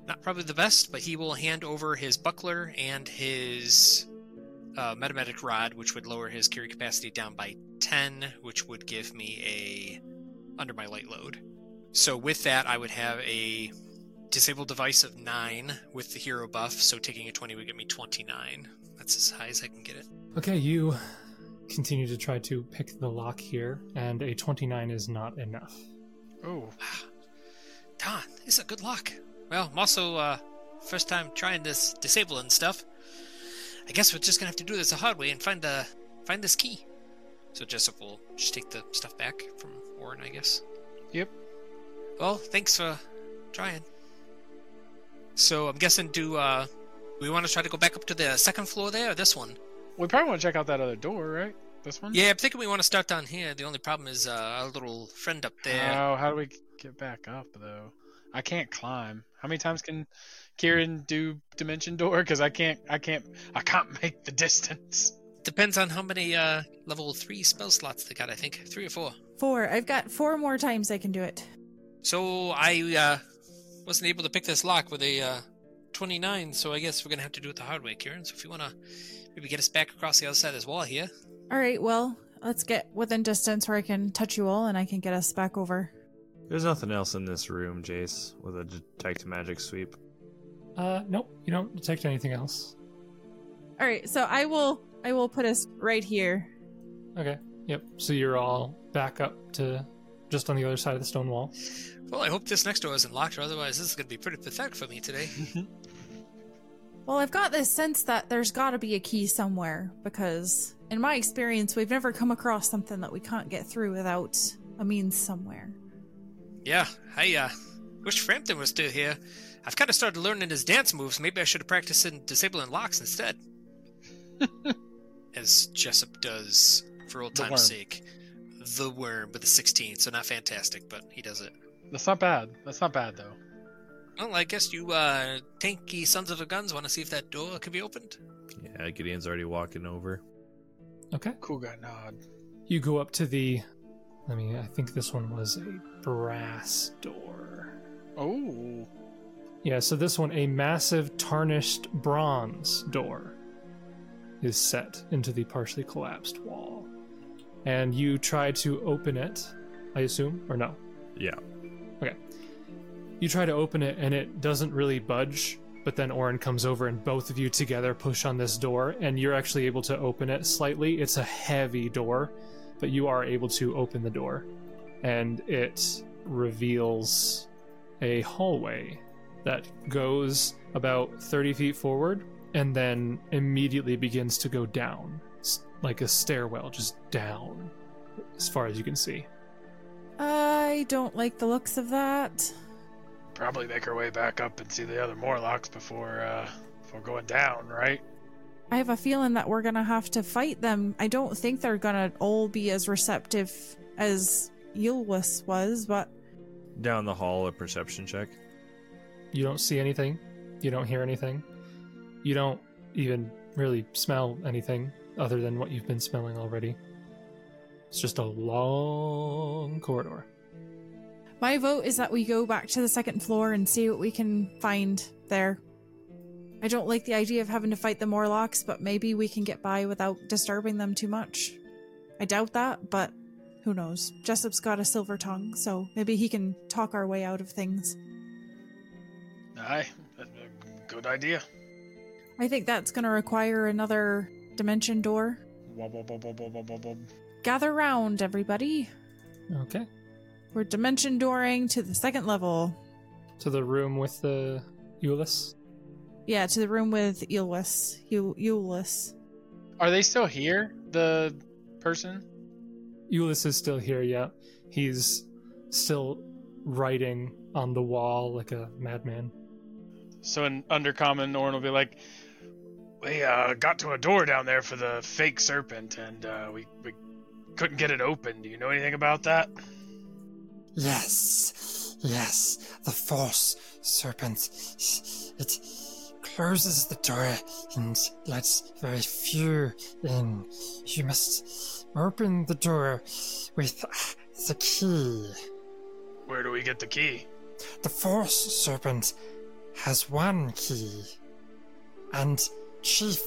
G: not probably the best, but he will hand over his buckler and his uh, metamatic rod, which would lower his carry capacity down by 10, which would give me a under my light load. So with that, I would have a disabled device of 9 with the hero buff, so taking a 20 would get me 29. That's as high as I can get it.
A: Okay, you continue to try to pick the lock here, and a 29 is not enough.
D: Oh,
E: Don, this is a good lock. Well, I'm also uh, first time trying this disabling stuff. I guess we're just gonna have to do this the hard way and find the find this key.
G: So Jessup will just take the stuff back from Orin, I guess.
D: Yep.
G: Well, thanks for trying. So I'm guessing do uh we want to try to go back up to the second floor there or this one?
D: we probably want to check out that other door, right? This one.
G: Yeah, I'm thinking we want to start down here. The only problem is uh, our little friend up there.
D: Oh, how do we get back up though? I can't climb. How many times can Kieran do dimension door? Because I can't. I can't. I can't *laughs* make the distance.
E: Depends on how many uh, level three spell slots they got. I think three or four.
C: Four. I've got four more times I can do it.
E: So I uh, wasn't able to pick this lock with a uh, 29, so I guess we're gonna have to do it the hard way, Kieran. So if you wanna maybe get us back across the other side of this wall here,
C: All right, well, let's get within distance where I can touch you all and I can get us back over.
B: There's nothing else in this room, Jace, with a detect magic sweep.
A: Uh, nope, you don't detect anything else.
C: All right, so I will I will put us right here.
A: Okay, yep, so you're all back up to just on the other side of the stone wall.
E: well, I hope this next door isn't locked, or otherwise this is gonna be pretty pathetic for me today.
C: Well, I've got this sense that there's got to be a key somewhere because in my experience, we've never come across something that we can't get through without a means somewhere.
G: Yeah. I uh wish Frampton was still here. I've kind of started learning his dance moves. Maybe I should have practiced in disabling
D: *laughs*
G: locks instead. As Jessup does for old
D: The
G: time's
D: worm.
G: sake. The worm with a 16, so not fantastic, but he does it.
D: That's not bad. That's not bad though.
E: well, I guess you uh, tanky sons of a guns want to see if that door can be opened.
B: Yeah, Gideon's already walking over.
A: Okay,
D: Cool guy nod.
A: you go up to the. I mean, I think this one was a brass door.
D: Oh,
A: Yeah, so this one, a massive tarnished bronze door is set into the partially collapsed wall. And you try to open it, I assume, or no?
B: Yeah.
A: Okay. You try to open it and it doesn't really budge, but then Orin comes over and both of you together push on this door and you're actually able to open it slightly. It's a heavy door, but you are able to open the door and it reveals a hallway that goes about 30 feet forward and then immediately begins to go down s- like a stairwell just down as far as you can see
C: I don't like the looks of that.
D: probably make our way back up and see the other Morlocks before uh before going down, right?
C: I have a feeling that we're going to have to fight them. I don't think they're going to all be as receptive as Yulwis was, but
B: Down the hall, a perception check.
A: you don't see anything you don't hear anything you don't even really smell anything other than what you've been smelling already it's just a long corridor
C: my vote is that we go back to the second floor and see what we can find there. I don't like the idea of having to fight the Morlocks, but maybe we can get by without disturbing them too much. I doubt that, but Who knows? Jessup's got a silver tongue, so maybe he can talk our way out of things.
D: Aye, that's a good idea.
C: I think that's going to require another dimension door.
D: Wob, wob, wob, wob, wob, wob, wob, wob.
C: Gather round, everybody.
A: Okay.
C: We're dimension dooring to the second level.
A: To the room with the Euless.
C: Yeah, to the room with Eulus. Eu- Eulus.
D: Are they still here? The person?
A: Euless is still here, yeah. He's still writing on the wall like a madman.
D: So in Undercommon, Orin will be like, "We uh, got to a door down there for the fake serpent, and uh, we we couldn't get it open. Do you know anything about that?"
H: Yes, yes, the false serpent. It closes the door and lets very few in. You must open the door with the key.
D: Where do we get the key?
H: The false serpent has one key, and Chief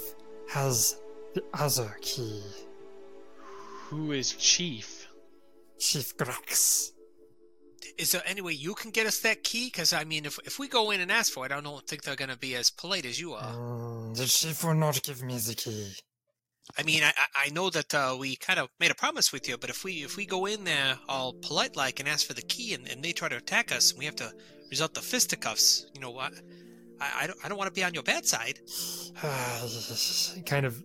H: has the other key.
D: Who is Chief?
H: Chief Grax.
G: Is there any way you can get us that key? Because I mean, if if we go in and ask for it, I don't think they're gonna be as polite as you are.
H: Mm, the chief will not give me the key.
G: I mean, I I- I know that uh, we kind of made a promise with you, but if we if we go in there all polite like and ask for the key, and, and they try to attack us, and we have to resort to fisticuffs, you know what? I, I don't, I don't want to be on your bad side.
A: *sighs* Kind of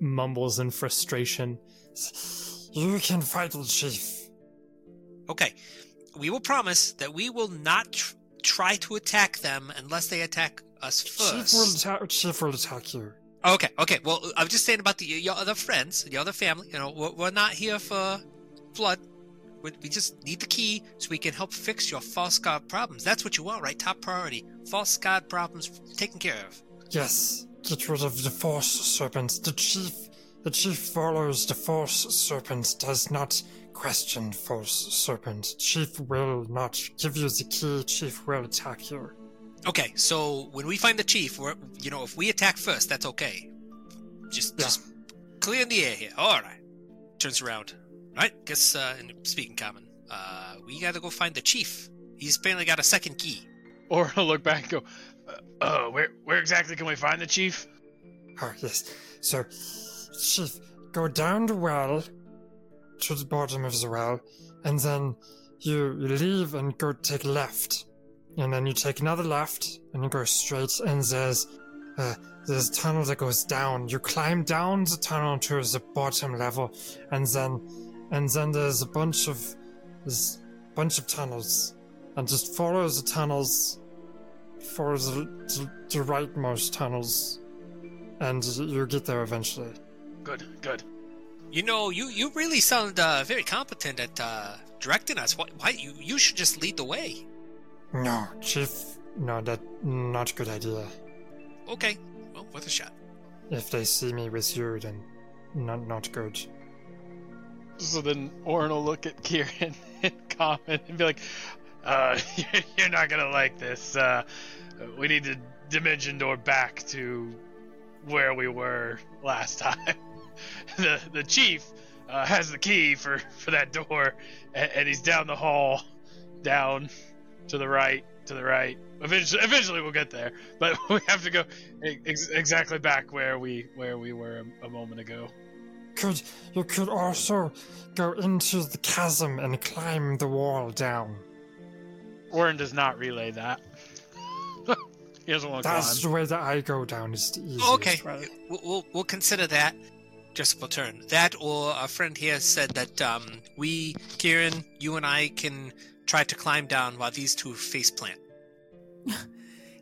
A: mumbles in frustration.
H: you can fight the chief.
G: Okay, we will promise that we will not tr- try to attack them unless they attack us first.
H: Chief will, atta- chief will attack you.
G: Okay, okay. Well, I'm just saying about the your other friends, your other family. You know, we're, we're not here for blood. We, we just need the key so we can help fix your false god problems. That's what you want, right? Top priority: false god problems taken care of.
H: Yes, get rid of the false serpent. The chief, the chief follows the false serpent. Does not question false serpent. Chief will not give you the key. Chief will attack you.
G: Okay, so when we find the chief, we're you know if we attack first, that's okay. Just
H: Yeah.
G: just clear the air here. All right. Turns around. Right. Guess uh, and speaking common, uh, we gotta go find the chief. He's apparently got a second key.
D: Orin will *laughs* look back and go, uh, uh, where where exactly can we find the chief?"
H: Oh yes. So, chief, go down the well to the bottom of the well, and then you you leave and go take left, and then you take another left and you go straight, and there's uh, there's a tunnel that goes down. You climb down the tunnel to the bottom level, and then and then there's a bunch of there's a bunch of tunnels, and just follow the tunnels, follow the, the, the rightmost tunnels and you get there eventually.
D: Good, good.
G: You know, you you really sound uh, very competent at uh, directing us. Why, why you you should just lead the way.
H: No, Chief, no, that not good idea.
G: Okay, well, worth a shot.
H: If they see me with you, then not not good.
D: So then Orin will look at Kieran *laughs* and comment and be like, uh, *laughs* you're not gonna like this. Uh, we need to dimension door back to where we were last time. *laughs* the the chief uh, has the key for, for that door, and, and he's down the hall, down to the right, to the right. Eventually, eventually we'll get there, but *laughs* we have to go e-, ex- exactly back where we where we were a, a moment ago.
H: Could you could also go into the chasm and climb the wall down?
D: Orin does not relay that. *laughs* he doesn't want to climb.
H: That's the way that I go down. Is the easiest
G: Okay,
H: way.
G: we'll, we'll we'll consider that. Just will turn that, or a friend here said that um, we, Kieran, you and I can try to climb down while these two face plant.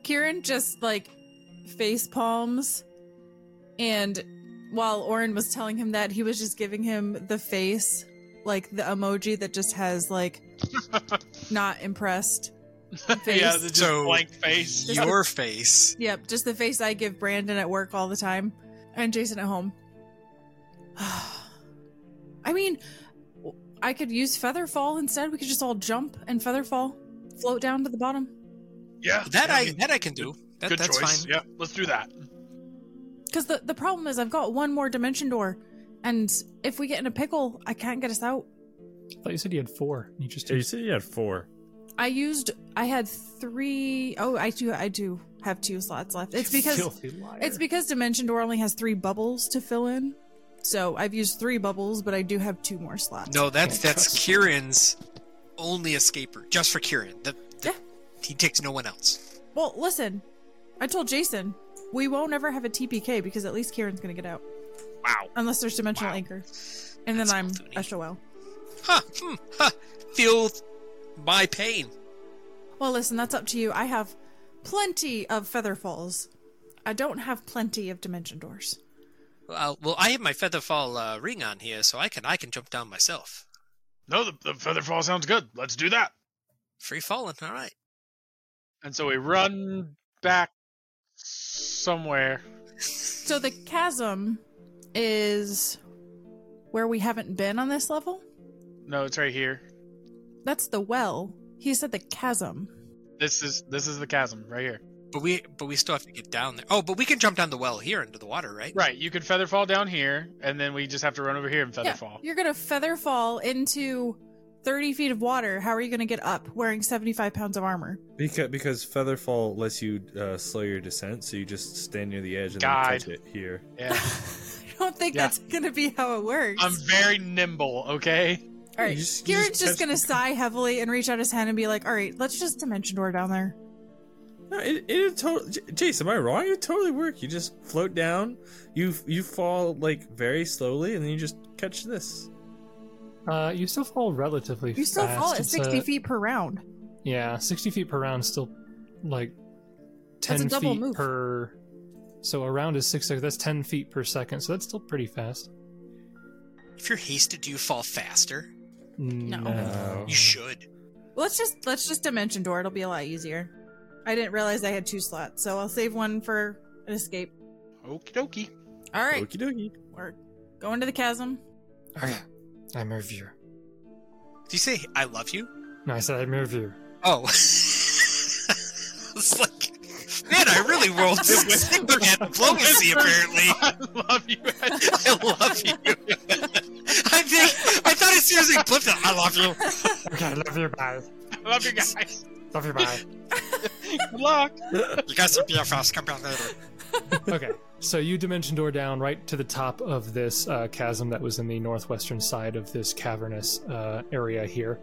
C: Kieran just like face palms. And while Orin was telling him that, he was just giving him the face, like the emoji that just has like
D: *laughs*
C: not impressed. Face.
D: Yeah, the just
I: So-
D: blank face.
I: Your face.
C: Yep, just the face I give Brandon at work all the time and Jason at home. *sighs* I mean, w- I could use feather fall instead. We could just all jump and feather fall, float down to the bottom.
D: Yeah,
G: That
D: yeah,
G: I
D: good-
G: that I can do. That,
D: good
G: that's
D: choice.
G: fine.
D: Yeah, let's do that.
C: Because the, the problem is, I've got one more dimension door, and if we get in a pickle, I can't get us out.
A: I thought you said you had four. And you just
B: You
A: used
B: said you had four.
C: I used. I had three oh I do. I do have two slots left. It's because
A: filthy liar.
C: It's because Dimension Door only has three bubbles to fill in. So I've used three bubbles, but I do have two more slots.
G: No, that's that's Kieran's only escaper, just for Kieran. The, the-
C: Yeah.
G: He takes no one else.
C: Well, listen, I told Jason we won't ever have a TPK because at least Kieran's going to get out.
G: Wow.
C: Unless there's Dimensional
G: Wow.
C: Anchor. And then
G: That's
C: I'm
G: funny.
C: SOL.
G: Huh. Hmm, huh. Feel my pain.
C: Well, listen, that's up to you. I have plenty of Feather Falls. I don't have plenty of Dimension Doors.
G: Uh, well, I have my Featherfall uh, ring on here, so I can I can jump down myself.
D: No, the, the feather fall sounds good. Let's do that.
G: Free falling. All right.
D: And so we run back somewhere.
C: So the chasm is where we haven't been on this level?
D: No, it's right here.
C: That's the well. He said the chasm.
D: This is this is the chasm right here.
G: But we but we still have to get down there. Oh, but we can jump down the well here into the water, right?
D: Right, you could feather fall down here, and then we just have to run over here and feather fall.
C: You're gonna feather fall into 30 feet of water. How are you gonna get up wearing 75 pounds of armor?
B: Because because Featherfall lets you uh, slow your descent, so you just stand near the edge and then
D: Guide.
B: touch it here.
D: Yeah.
C: *laughs* I don't think
D: Yeah.
C: that's gonna be how it works. *laughs*
D: I'm very nimble, okay?
C: all right,
B: You just- you
C: Kieran's
B: just
C: just,
B: touch
C: gonna
B: the-
C: sigh heavily and reach out his hand and be like, "All right, let's just dimension door down there."
B: No, it it totally. Jace, am I wrong? It totally worked. You just float down. You you fall like very slowly, and then you just catch this.
A: uh, you still fall relatively.
C: You still
A: fast.
C: fall at
A: It's
C: 60
A: a-
C: feet per round.
A: Yeah, sixty feet per round. is Still, like
C: That's a
A: ten
C: double
A: feet
C: move.
A: per. So a round is six seconds. That's ten feet per second. So that's still pretty fast.
G: If you're hasted, do you fall faster?
A: No. Um.
G: You should.
C: Let's just let's just dimension door. It'll be a lot easier. I didn't realize I had two slots, so I'll save one for an escape.
D: Okie dokie. *laughs*
C: All right,
B: Okie dokie.
C: we're going to the chasm.
H: Okay, I move you.
G: Do you say I love you?
H: No, I said I move you.
G: Oh. *laughs* it's like, man, I really rolled singular at diplomacy, apparently. *laughs*
D: I love you. *laughs*
G: I love you. *laughs* I think, I thought it seriously flipped it. I love you.
H: Okay, love you, bye.
D: I love you guys.
H: Love you, bye.
D: Good luck.
G: You guys are BFFs. Come back later.
A: okay, so you dimension door down right to the top of this uh, chasm that was in the northwestern side of this cavernous uh, area here,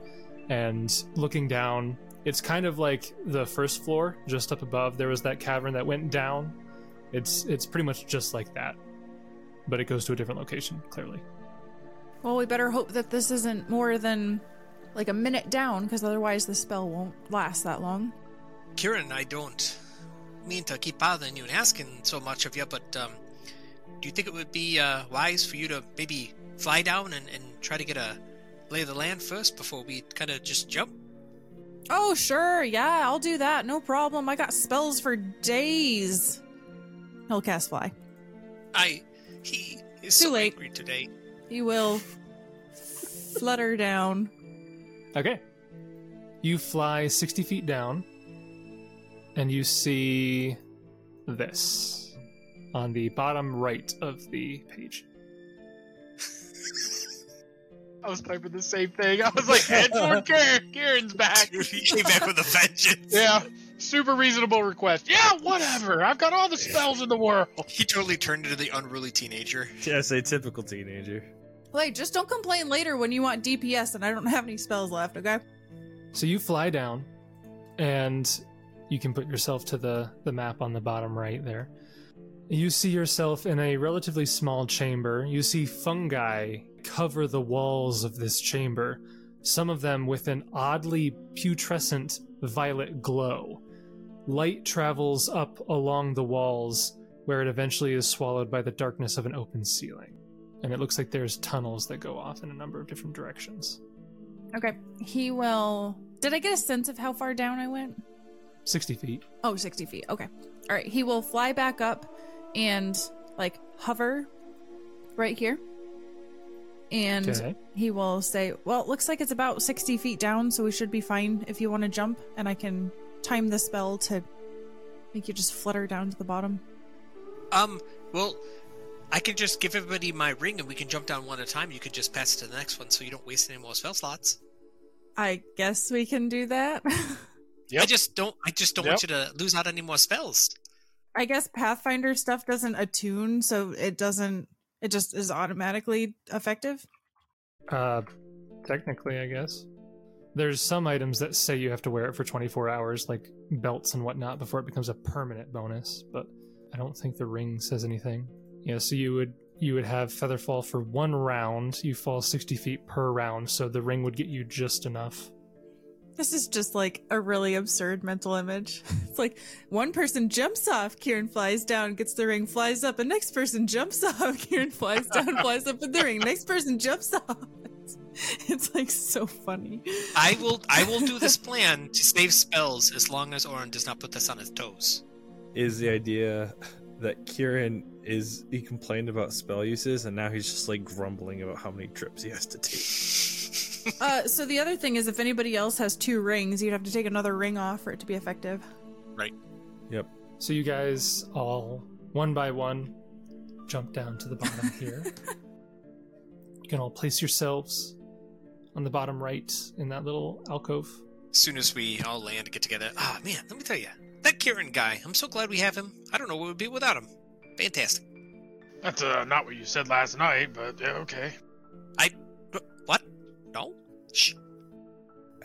A: and looking down, it's kind of like the first floor just up above. There was that cavern that went down. It's it's pretty much just like that, but it goes to a different location. Clearly,
C: Well, we better hope that this isn't more than like a minute down, because otherwise the spell won't last that long.
G: Kieran, I don't mean to keep bothering you and asking so much of you, but um, do you think it would be uh, wise for you to maybe fly down and, and try to get a lay of the land first before we kind of just jump?
C: Oh, sure. Yeah, I'll do that. No problem. I got spells for days. He'll cast fly.
G: I he is
C: Too
G: so
C: late.
G: angry *laughs* today.
C: He will flutter down.
A: Okay. You fly 60 feet down, and you see this on the bottom right of the page.
D: I was typing the same thing. I was like,
B: *laughs*
D: and for Karen. Karen's back.
G: he came back with a vengeance.
D: Yeah. Super reasonable request. Yeah, whatever. I've got all the spells in the world.
G: *laughs* He totally turned into the unruly teenager.
B: Yes, a typical teenager.
C: Like, just don't complain later when you want DPS and I don't have any spells left, okay?
A: So you fly down, and you can put yourself to the, the map on the bottom right there. You see yourself in a relatively small chamber. You see fungi cover the walls of this chamber, some of them with an oddly putrescent violet glow. Light travels up along the walls, where it eventually is swallowed by the darkness of an open ceiling. And it looks like there's tunnels that go off in a number of different directions.
C: Okay. He will. Did I get a sense of how far down I went?
A: 60 feet.
C: Oh, 60 feet. Okay. All right. He will fly back up and like hover right here. And
A: Okay.
C: he will say, Well, it looks like it's about 60 feet down, so we should be fine if you want to jump. And I can time the spell to make you just flutter down to the bottom.
G: Um, well, I can just give everybody my ring and we can jump down one at a time. You could just pass it to the next one so you don't waste any more spell slots.
C: I guess we can do that.
G: I
D: Yep.
G: just don't I just don't want you to lose out any more spells.
C: *laughs* I guess Pathfinder stuff doesn't attune, so it doesn't. It just is automatically effective.
A: Uh, technically, I guess. There's some items that say you have to wear it for 24 hours, like belts and whatnot, before it becomes a permanent bonus. But I don't think the ring says anything. Yeah, so you would you would have feather fall for one round. You fall 60 feet per round, so the ring would get you just enough.
C: This is just like a really absurd mental image. *laughs* It's like one person jumps off, Kieran flies down, gets the ring, flies up, and next person jumps *laughs* off, Kieran flies down, flies up in the ring, next person jumps off. *laughs* It's, it's like so funny.
G: I will I will do this plan to save spells as long as Orin does not put this on his toes.
B: is the idea that Kieran is he complained about spell uses and now he's just like grumbling about how many trips he has to take.
C: Uh, so the other thing is, if anybody else has two rings, you'd have to take another ring off for it to be effective.
A: So you guys all one by one jump down to the bottom here. You can all place yourselves on the bottom right in that little alcove.
G: As soon as we all land get together, ah man, let me tell you, that Kieran guy. I'm so glad we have him. I don't know what we'd be without him. Fantastic.
D: That's uh, not what you said last night, but yeah, okay.
G: What? No. Shh.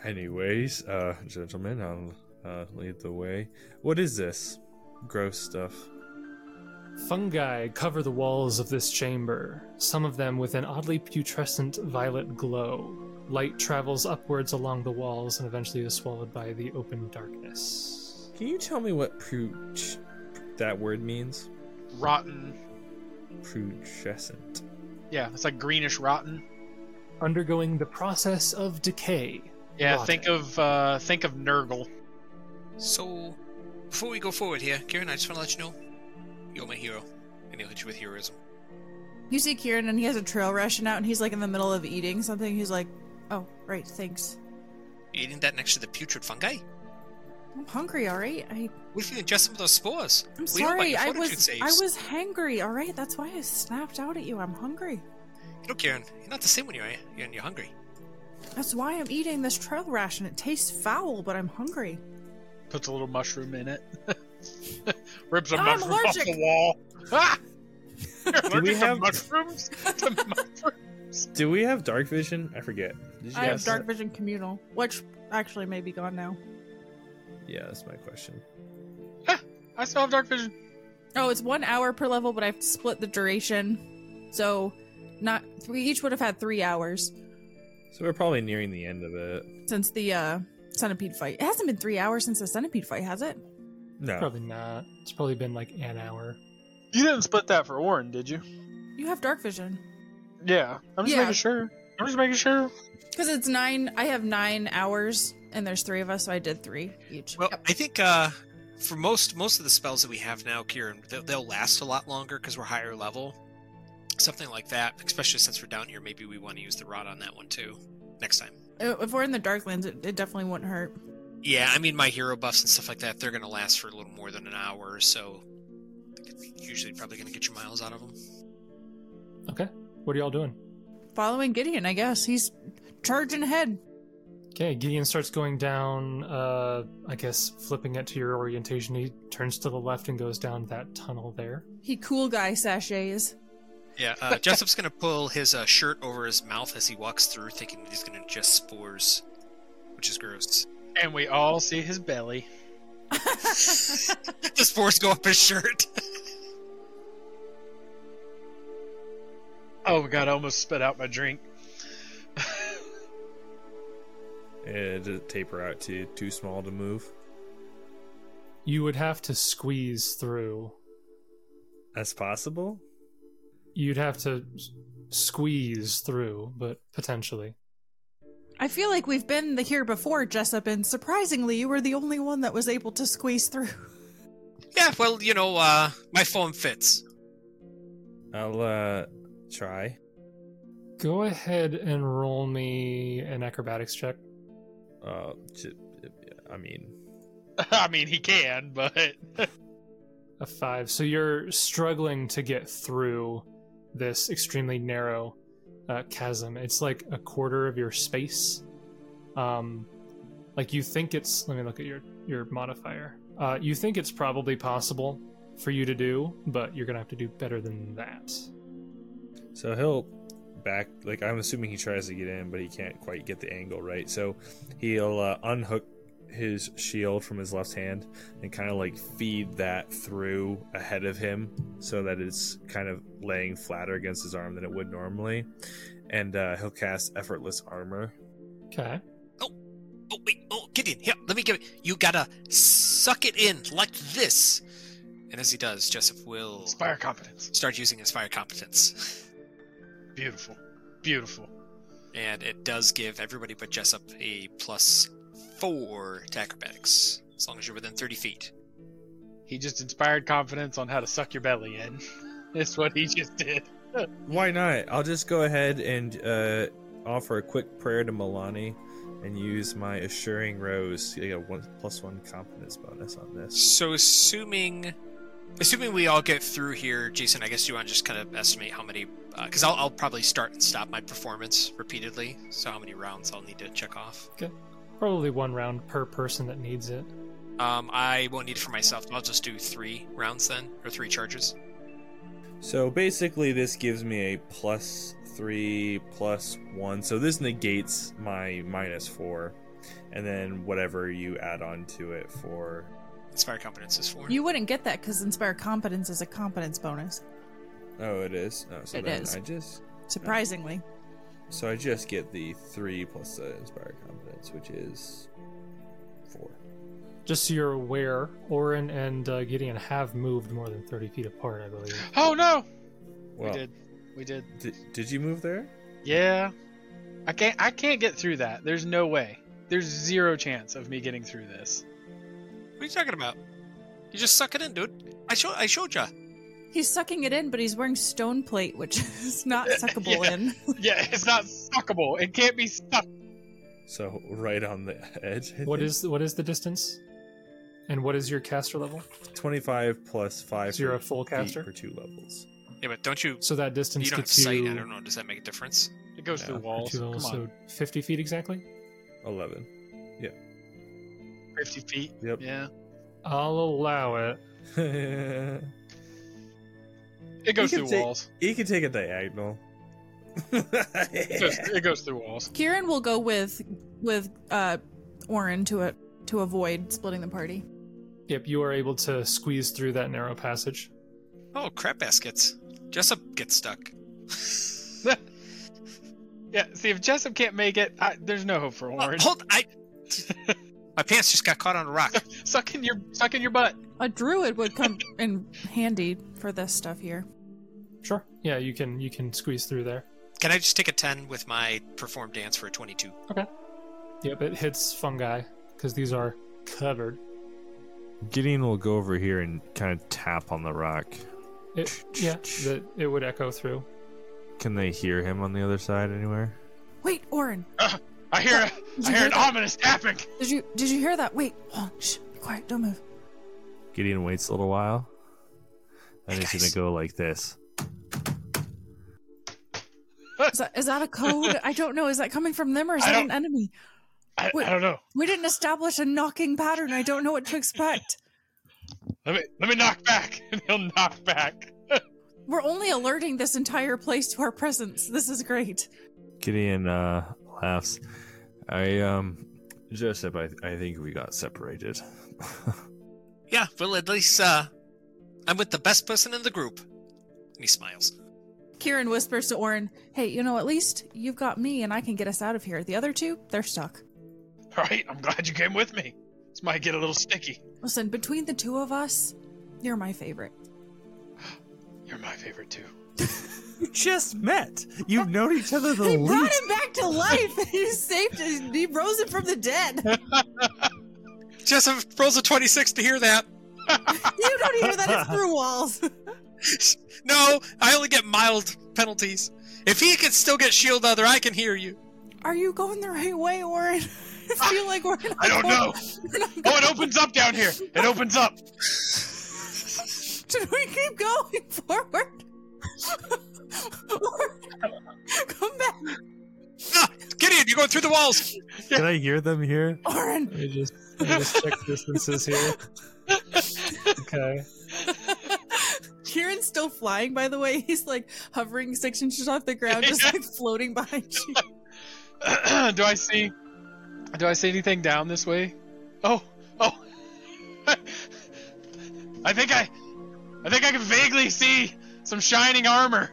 B: Anyways, uh gentlemen, I'll uh lead the way. What is this? Gross stuff.
A: Fungi cover the walls of this chamber, some of them with an oddly putrescent violet glow. Light travels upwards along the walls and eventually is swallowed by the open darkness.
B: Can you tell me what pruch that word means?
D: Rotten.
B: Putrescent.
D: Yeah, it's like greenish rotten.
A: Undergoing the process of decay.
D: Yeah,
A: Rotten.
D: think of uh, think of Nurgle.
E: So, before we go forward here, Kieran, I just want to let you know you're my hero, and he'll hit you with heroism.
C: You see Kieran, and he has a trail ration out, and he's like in the middle of eating something. He's like, "Oh, right, thanks.
E: You eating that next to the putrid fungi?
C: I'm hungry. All right, I,
E: What if you ingest some of those spores?
C: I'm
E: We all like
C: sorry.
E: your
C: I
E: fortitude
C: was
E: saves.
C: I was hangry. All right, that's why I snapped out at you. I'm hungry.
E: You know, Kieran, you're not the same when you're when you're hungry.
C: That's why I'm eating this trail ration. It tastes foul, but I'm hungry.
D: Puts a little mushroom in it. *laughs* Rips a
C: I'm
D: mushroom off
C: allergic.
D: the wall. *laughs* Ah! You're allergic
B: we
D: to
B: have-
D: mushrooms?
C: *laughs*
D: To mushrooms?
B: Do we have dark vision? I forget. Did you
C: I have
B: guys-
C: dark vision communal, which actually may be gone now.
B: Yeah, that's my question.
D: I still have dark vision.
C: Oh, it's one hour per level, but I have to split the duration. So, not we each would have had three hours
B: So we're probably nearing the end of it.
C: since the uh, centipede fight. It hasn't been three hours since the centipede fight, has it?
B: No.
A: Probably not. It's probably been like an hour.
D: You didn't split that for Orin, did you?
C: You have dark vision
D: Yeah. I'm just
C: Yeah.
D: making sure. I'm just making sure.
C: because it's nine. I have nine hours, and there's three of us, so I did three each.
G: Well, I think uh, for most most of the spells that we have now, Kieran, they'll, they'll last a lot longer because we're higher level. Something like that, especially since we're down here. Maybe we want to use the rod on that one too next time.
C: Uh, If we're in the Darklands, it, it definitely wouldn't hurt.
G: Yeah, I mean my hero buffs and stuff like that. They're gonna last for a little more than an hour, or so it's usually probably gonna get your miles out of them.
A: Okay. What are y'all doing?
C: Following Gideon, I guess he's charging ahead.
A: Okay, Gideon starts going down, uh, I guess flipping it to your orientation. He turns to the left and goes down that tunnel there.
C: He cool guy sachets.
G: Yeah, uh, Jessup's gonna pull his uh, shirt over his mouth as he walks through, thinking that he's gonna ingest spores, which is gross. *laughs*
D: And we all see his belly.
G: the spores go up his shirt.
D: Oh my god, I almost spit out my *laughs* drink.
B: Yeah, does it taper out to too small to move?
A: You would have to squeeze through.
B: That's possible.
A: You'd have to s- squeeze through, but potentially.
C: I feel like we've been the- here before, Jessup, and surprisingly, you were the only one that was able to squeeze through. *laughs*
G: Yeah, well, you know, uh, my phone fits.
B: I'll uh try.
A: Go ahead and roll me an acrobatics check.
B: Uh, j- I mean,
D: I mean, he can, but
A: a five. So you're struggling to get through this extremely narrow uh, chasm. It's like a quarter of your space. Um, like you think it's. Let me look at your your modifier. Uh, you think it's probably possible for you to do, but you're gonna have to do better than that.
B: So he'll back like I'm assuming he tries to get in, but he can't quite get the angle right. So he'll uh, unhook his shield from his left hand and kind of like feed that through ahead of him so that it's kind of laying flatter against his arm than it would normally. And uh, he'll cast effortless armor.
A: Okay.
G: Oh wait, oh Gideon, here, let me give it. You gotta suck it in like this. And as he does, Jessup
D: *laughs*
G: will
D: Inspire competence.
G: start using his fire competence, *laughs*
D: Beautiful. Beautiful.
G: and it does give everybody but Jessup a plus four to acrobatics, as long as you're within thirty feet.
D: He just inspired confidence on how to suck your belly in. *laughs* That's what he just did.
B: Why not? I'll just go ahead and uh, offer a quick prayer to Milani and use my assuring rose. You get one plus one confidence bonus on this.
G: So assuming, assuming we all get through here, Jason, I guess you want to just kind of estimate how many, because I'll, I'll probably start and stop my performance repeatedly. So how many rounds I'll need to check off.
A: Probably one round per person that needs it.
G: Um, I won't need it for myself. I'll just do three rounds then, or three charges.
B: So basically, this gives me a plus three, plus one. So this negates my minus four, and then whatever you add on to it for.
G: Inspire competence is four.
C: You wouldn't get that because Inspire Competence is a competence bonus,
B: Oh, it is. Oh, so
C: It
B: then
C: is.
B: I just
C: surprisingly.
B: so I just get the three plus the inspire confidence, which is four.
A: Just so you're aware, Orin and uh, Gideon have moved more than 30 feet apart, I believe.
D: Oh no!
B: Well,
D: We did. We did.
B: Did, did you move there?
D: Yeah. I can't I can't get through that. There's no way. There's zero chance of me getting through *laughs* this.
G: What are you talking about? You just suck it in, dude. I showed I showed ya.
C: He's sucking it in, but he's wearing stone plate, which *laughs* is not suckable
D: Yeah.
C: in.
D: Yeah, it's not suckable. It can't be sucked.
B: So right on the edge. *laughs* I
A: What
B: think.
A: is what is the distance? And what is your caster level?
B: twenty-five plus five?
A: So you're
B: for
A: a full
B: feet
A: caster?
B: for two levels.
G: Yeah, but don't you?
A: So that distance
G: You don't have
A: gets
G: sight.
A: you
G: I don't know. Does that make a difference?
D: It goes
B: Yeah,
D: through
B: for
A: for
D: walls.
A: two
D: Come on.
A: levels, so 50 feet exactly.
B: Eleven. *laughs*
D: 50 feet.
B: Yep.
D: Yeah.
A: I'll allow it.
D: It goes
B: can
D: through
B: take-
D: walls.
B: you can take a diagonal.
D: It goes, it goes through walls.
C: Kieran will go with with uh Orin to it to avoid splitting the party.
A: Yep, you are able to squeeze through that narrow passage.
G: Oh, crap baskets. Jessup gets stuck.
D: Yeah, see if Jessup can't make it, I, there's no hope for
G: Oh,
D: Orange.
G: hold, I. My pants just got caught on a rock.
D: suck in your suck in your butt.
C: A druid would come in handy for this stuff here.
A: Sure. Yeah, you can you can squeeze through there.
G: Can I just take a ten with my perform dance for a twenty-two?
A: Yep, it hits fungi because these are covered.
B: *laughs* Gideon will go over here and kind of tap on the rock.
A: It yeah, the, it would echo through.
B: Can they hear him on the other side anywhere?
C: Wait, Orin, Did
D: I hear a, I
C: you
D: hear
C: hear
D: an
C: that?
D: ominous tapping.
C: did you did you hear that? Wait, hold on, shh, be quiet, don't move.
B: Gideon waits a little while, and
G: Hey,
B: he's
G: guys.
B: gonna go like this.
C: Is that, is that a code? I don't know. Is that coming from them or is that
D: I don't-
C: an enemy?
D: I,
C: Wait.
D: I don't know.
C: We didn't establish a knocking pattern. I don't know what to expect.
D: Let me let me knock back. *laughs* And he'll knock back.
C: We're only alerting this entire place to our presence. This is great.
B: Gideon uh, laughs. I um, Joseph, I, I think we got separated. *laughs*
G: Yeah, well, at least uh, I'm with the best person in the group. And he smiles.
C: Kieran whispers to Orin, "Hey, you know, at least you've got me, and I can get us out of here. The other two, they're stuck.
D: All right, I'm glad you came with me. This might get a little sticky.
C: Listen, between the two of us, you're my favorite.
D: You're my favorite too.
B: you just met. You've known each other the
C: They brought him back to life. *laughs* he saved. He rose him from the dead.
G: Jessup rolls a twenty-six to hear that.
C: You don't hear that. It's through walls.
G: No, I only get mild penalties. If he can still get shield other, I can hear you.
C: Are you going the right way, Orin? *laughs* I feel like we're. Not *laughs*
D: I don't
C: going-
D: know.
C: we're not
D: Oh, it opens up down here. It opens up.
C: Should we keep going forward? or come back,
G: Get in! You're going through the walls.
B: Can I hear them here?
C: Orin.
A: Let me just, let me just *laughs* check distances here. Okay.
C: Kieran's still flying, by the way. He's like hovering six inches off the ground, just like floating behind you.
D: *clears throat* do I see? Do I see anything down this way? Oh, oh! *laughs* I think I, I think I can vaguely see some shining armor.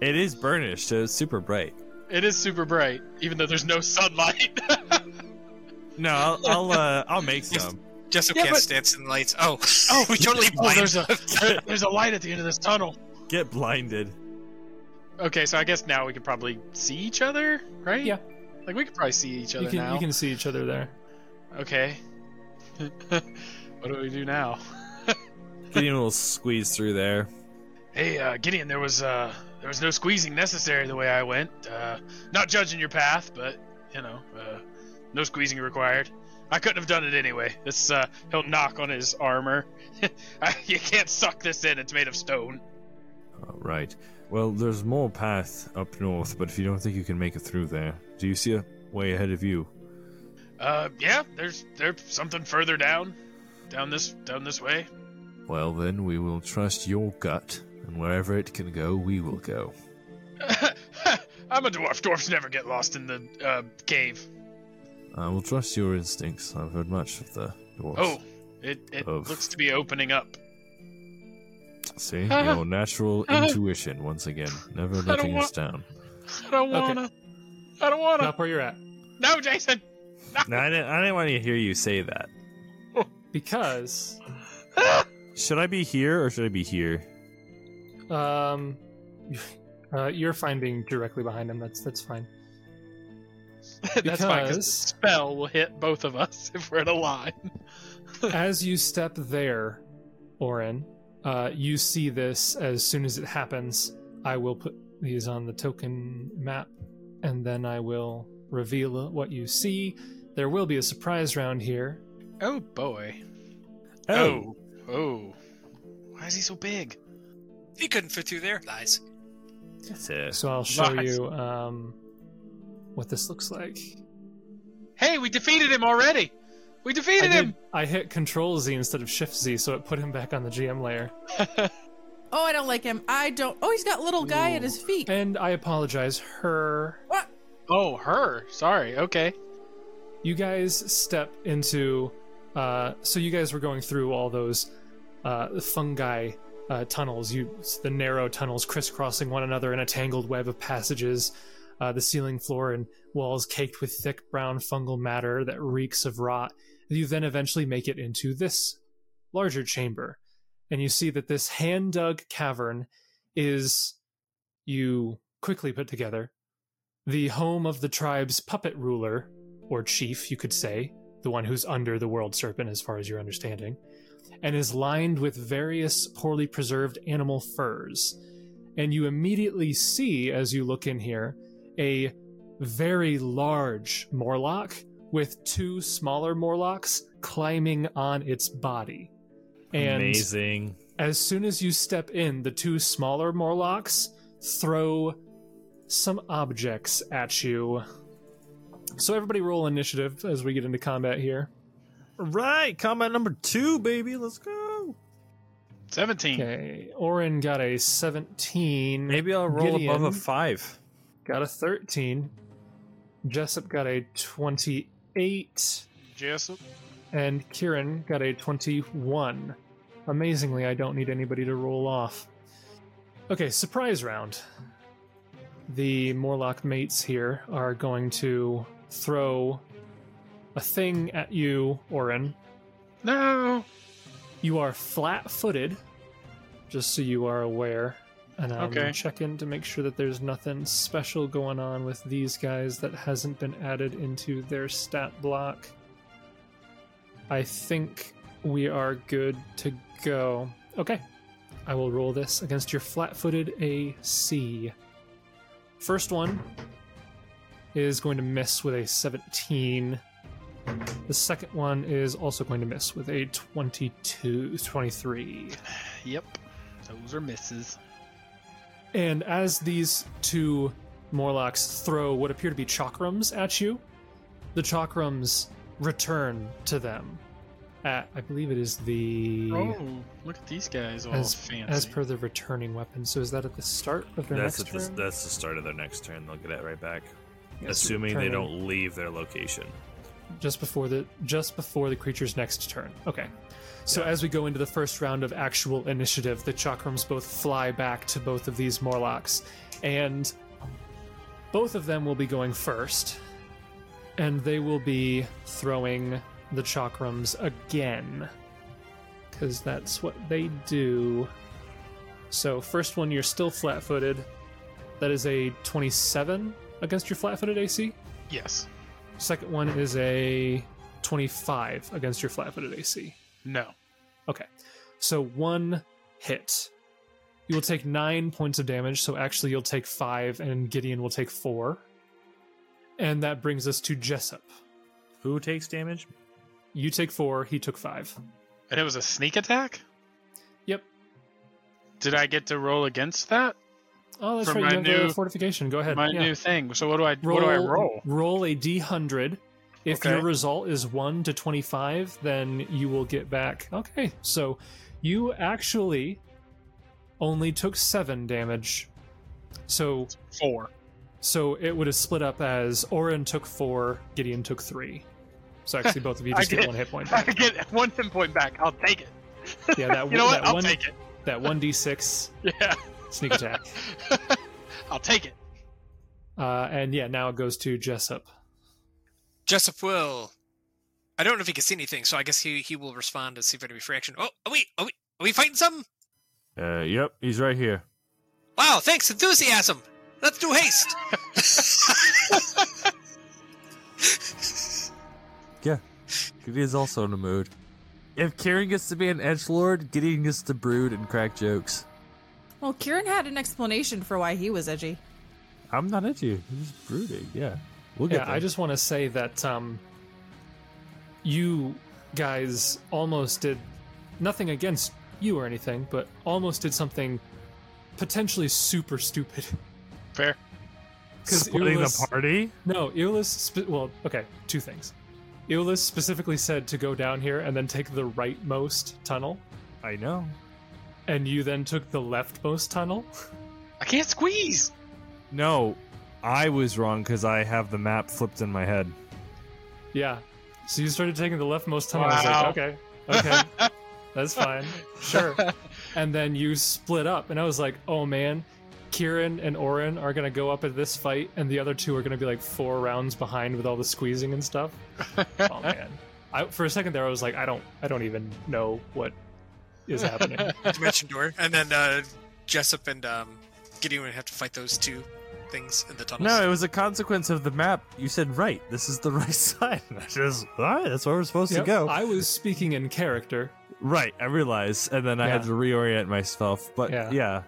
B: It is burnished, so it's super bright.
D: It is super bright, even though there's no sunlight.
B: No, I'll I'll, uh, I'll make some.
G: Jessica
D: Yeah,
G: can't
D: but-
G: stand in the lights. *laughs* Oh, oh, we totally
D: oh,
G: blind.
D: there's a there's a light at the end of this tunnel.
B: Get blinded.
D: Okay, so I guess now we can probably see each other, right?
A: Yeah.
D: Like we could probably see each other
A: You can
D: now.
A: you can see each other there.
D: Okay. *laughs* what do we do now?
B: Gideon will squeeze through there.
D: Hey, uh, Gideon, there was uh, there was no squeezing necessary the way I went. Uh, not judging your path, but you know, uh, no squeezing required. I couldn't have done it anyway. This uh, he'll knock on his armor. *laughs* I, you can't suck this in. It's made of stone.
B: All right. Well, there's more path up north, but if you don't think you can make it through there, do you see a way ahead of you?
D: Uh, yeah, there's there's something further down, down this down this way. *laughs*
B: Well, then we will trust your gut, and wherever it can go, we will go.
D: I'm a dwarf. Dwarfs never get lost in the uh, cave.
B: I will trust your instincts. I've heard much of the dwarves.
D: Oh, it it
B: Oof.
D: looks to be opening up. *laughs*
B: See? Your natural intuition, once again, never letting us
D: Uh-huh. want-
B: down.
D: I don't
A: Okay.
D: wanna. I don't wanna.
A: Stop where you're at.
D: No, Jason. *laughs*
B: No, I didn't, I didn't want to hear you say that.
A: Because
B: Should I be here or should I be here?
A: um *laughs* uh, you're fine being directly behind him, that's that's
D: *laughs*
A: fine.
D: That's fine because the
A: Because-
D: spell will hit both of us *laughs* if we're in a line.
A: as you step there, Orin, uh, you see this as soon as it happens. I will put these on the token map, and then I will reveal what you see. There will be a surprise round here.
D: Oh boy. Oh. Oh. Why is he so big?
G: He couldn't fit through there. Lies.
B: That's it.
A: So I'll show
D: Nice.
A: you um, what this looks like.
D: Hey, we defeated him already. We
A: I,
D: defeated
A: did,
D: him.
A: I hit Control Z instead of Shift Z, so it put him back on the GM layer.
C: Oh, I don't like him. I don't. Oh, he's got little guy at his feet.
A: And I apologize, her.
C: What?
D: Oh, her. Sorry. Okay.
A: you guys step into uh, so you guys were going through all those uh, fungi uh, tunnels you the narrow tunnels crisscrossing one another in a tangled web of passages uh, the ceiling floor and walls caked with thick brown fungal matter that reeks of rot you then eventually make it into this larger chamber and you see that this hand-dug cavern is you quickly put together the home of the tribe's puppet ruler or chief, you could say, the one who's under the world serpent, as far as your understanding, and is lined with various poorly preserved animal furs. And you immediately see, as you look in here, a very large Morlock with two smaller Morlocks climbing on its body. And
B: Amazing.
A: as soon as you step in, the two smaller Morlocks throw some objects at you. So everybody roll initiative as we get into combat here.
B: Right, combat number two, baby. Let's go.
D: Seventeen.
A: Okay, Orin got a 17.
B: Maybe I'll roll above
A: Gideon.
B: a five.
A: got a 13. Jessup got a 28.
D: Jessup.
A: And Kieran got a 21. Amazingly, I don't need anybody to roll off. Okay, surprise round. The Morlock mates here are going to throw a thing at you, Orin.
D: No.
A: You are flat footed, just so you are aware. And I'm
D: Okay.
A: checking check in to make sure that there's nothing special going on with these guys that hasn't been added into their stat block. I think we are good to go. Okay. I will roll this against your flat footed AC. First one is going to miss with a 17. The second one is also going to miss with a 22, 23.
D: Yep. Those are misses.
A: And as these two Morlocks throw what appear to be chakrams at you, the chakrams return to them. At, I believe it is the
D: Oh, look at these guys all
A: as,
D: fancy.
A: as per the returning weapon. So is that at the start of their
B: That's at
A: next
B: the,
A: turn?
B: that's the start of their next turn. They'll get it right back,
A: Yes,
B: assuming they
A: returning
B: don't leave their location.
A: just before the just before the creature's next turn. Okay. So as we go into the first round of actual initiative, the chakrams both fly back to both of these Morlocks, and both of them will be going first, and they will be throwing the chakrams again, because that's what they do. So first one, you're still flat-footed. That is a 27 against your flat-footed AC.
D: yes.
A: Second one is a 25 against your flat footed AC.
D: No.
A: Okay. So one hit. You will take nine points of damage. So actually, you'll take five, and Gideon will take four. And that brings us to Jessup.
B: Who takes damage?
A: You take four, he took five.
D: And it was a sneak attack?
A: Yep.
D: Did I get to roll against that?
A: Oh, that's
D: For
A: right.
D: my
A: You have the
D: new-
A: fortification. Go ahead.
D: My
A: Yeah.
D: new thing. So what do I what do I roll?
A: Roll a d100. If
D: Okay.
A: your result is 1 to 25, then you will get back. Okay, so you actually only took 7 damage. So
D: Four.
A: so it would have split up as Orin took 4, Gideon took 3.
D: *laughs*
A: So actually both of you
D: I
A: just get
D: get-
A: 1 hit point.
D: *laughs* I
A: back.
D: get one pin point back. I'll take it.
A: Yeah, that
D: *laughs* You know what?
A: that
D: I'll
A: one
D: take it.
A: that 1d6
D: *laughs* Yeah.
A: sneak attack.
D: *laughs* I'll take it.
A: Uh, and yeah, now it goes to Jessup.
G: Jessup will. I don't know if he can see anything, so I guess he he will respond to see if there's reaction. Oh, are we are we are we fighting something?
B: Uh, yep, he's right here.
G: Wow! Thanks, enthusiasm. Let's do *laughs* haste.
B: Gideon's also in the mood. If Kieran gets to be an edge lord, Gideon gets to brood and crack jokes.
C: Well, Kieran had an explanation for why he was edgy.
B: I'm not edgy. I'm just brooding. Yeah, we'll get.
A: yeah, I just want to say that um, you guys almost did nothing against you or anything, but almost did something potentially super stupid. *laughs*
D: Fair.
A: 'Cause
F: Splitting
A: Ulyss-
F: the party?
A: No, Eolus. Spe- well, okay, two things. Eolus specifically said to go down here and then take the rightmost tunnel,
B: I know.
A: and you then took the leftmost tunnel.
D: I can't squeeze.
B: No, I was wrong because I have the map flipped in my head.
A: Yeah, so you started taking the leftmost tunnel. I was
D: Wow.
A: like, okay, okay, that's fine, sure. and then you split up and i was like oh man kieran and orin are going to go up at this fight and the other two are going to be like four rounds behind with all the squeezing and stuff oh man I, for a second there i was like i don't i don't even know what is happening
G: Dimension door, and then uh, Jessup and um, Gideon would have to fight those two things in the tunnels.
B: No, it was a consequence of the map. You said right. This is the *laughs* right side. And I just all right. That's where we're supposed
A: Yep,
B: to go.
A: i was speaking in character
B: right. I realized, and then I had
A: Yeah.
B: to reorient myself. But
A: Yeah.
B: yeah.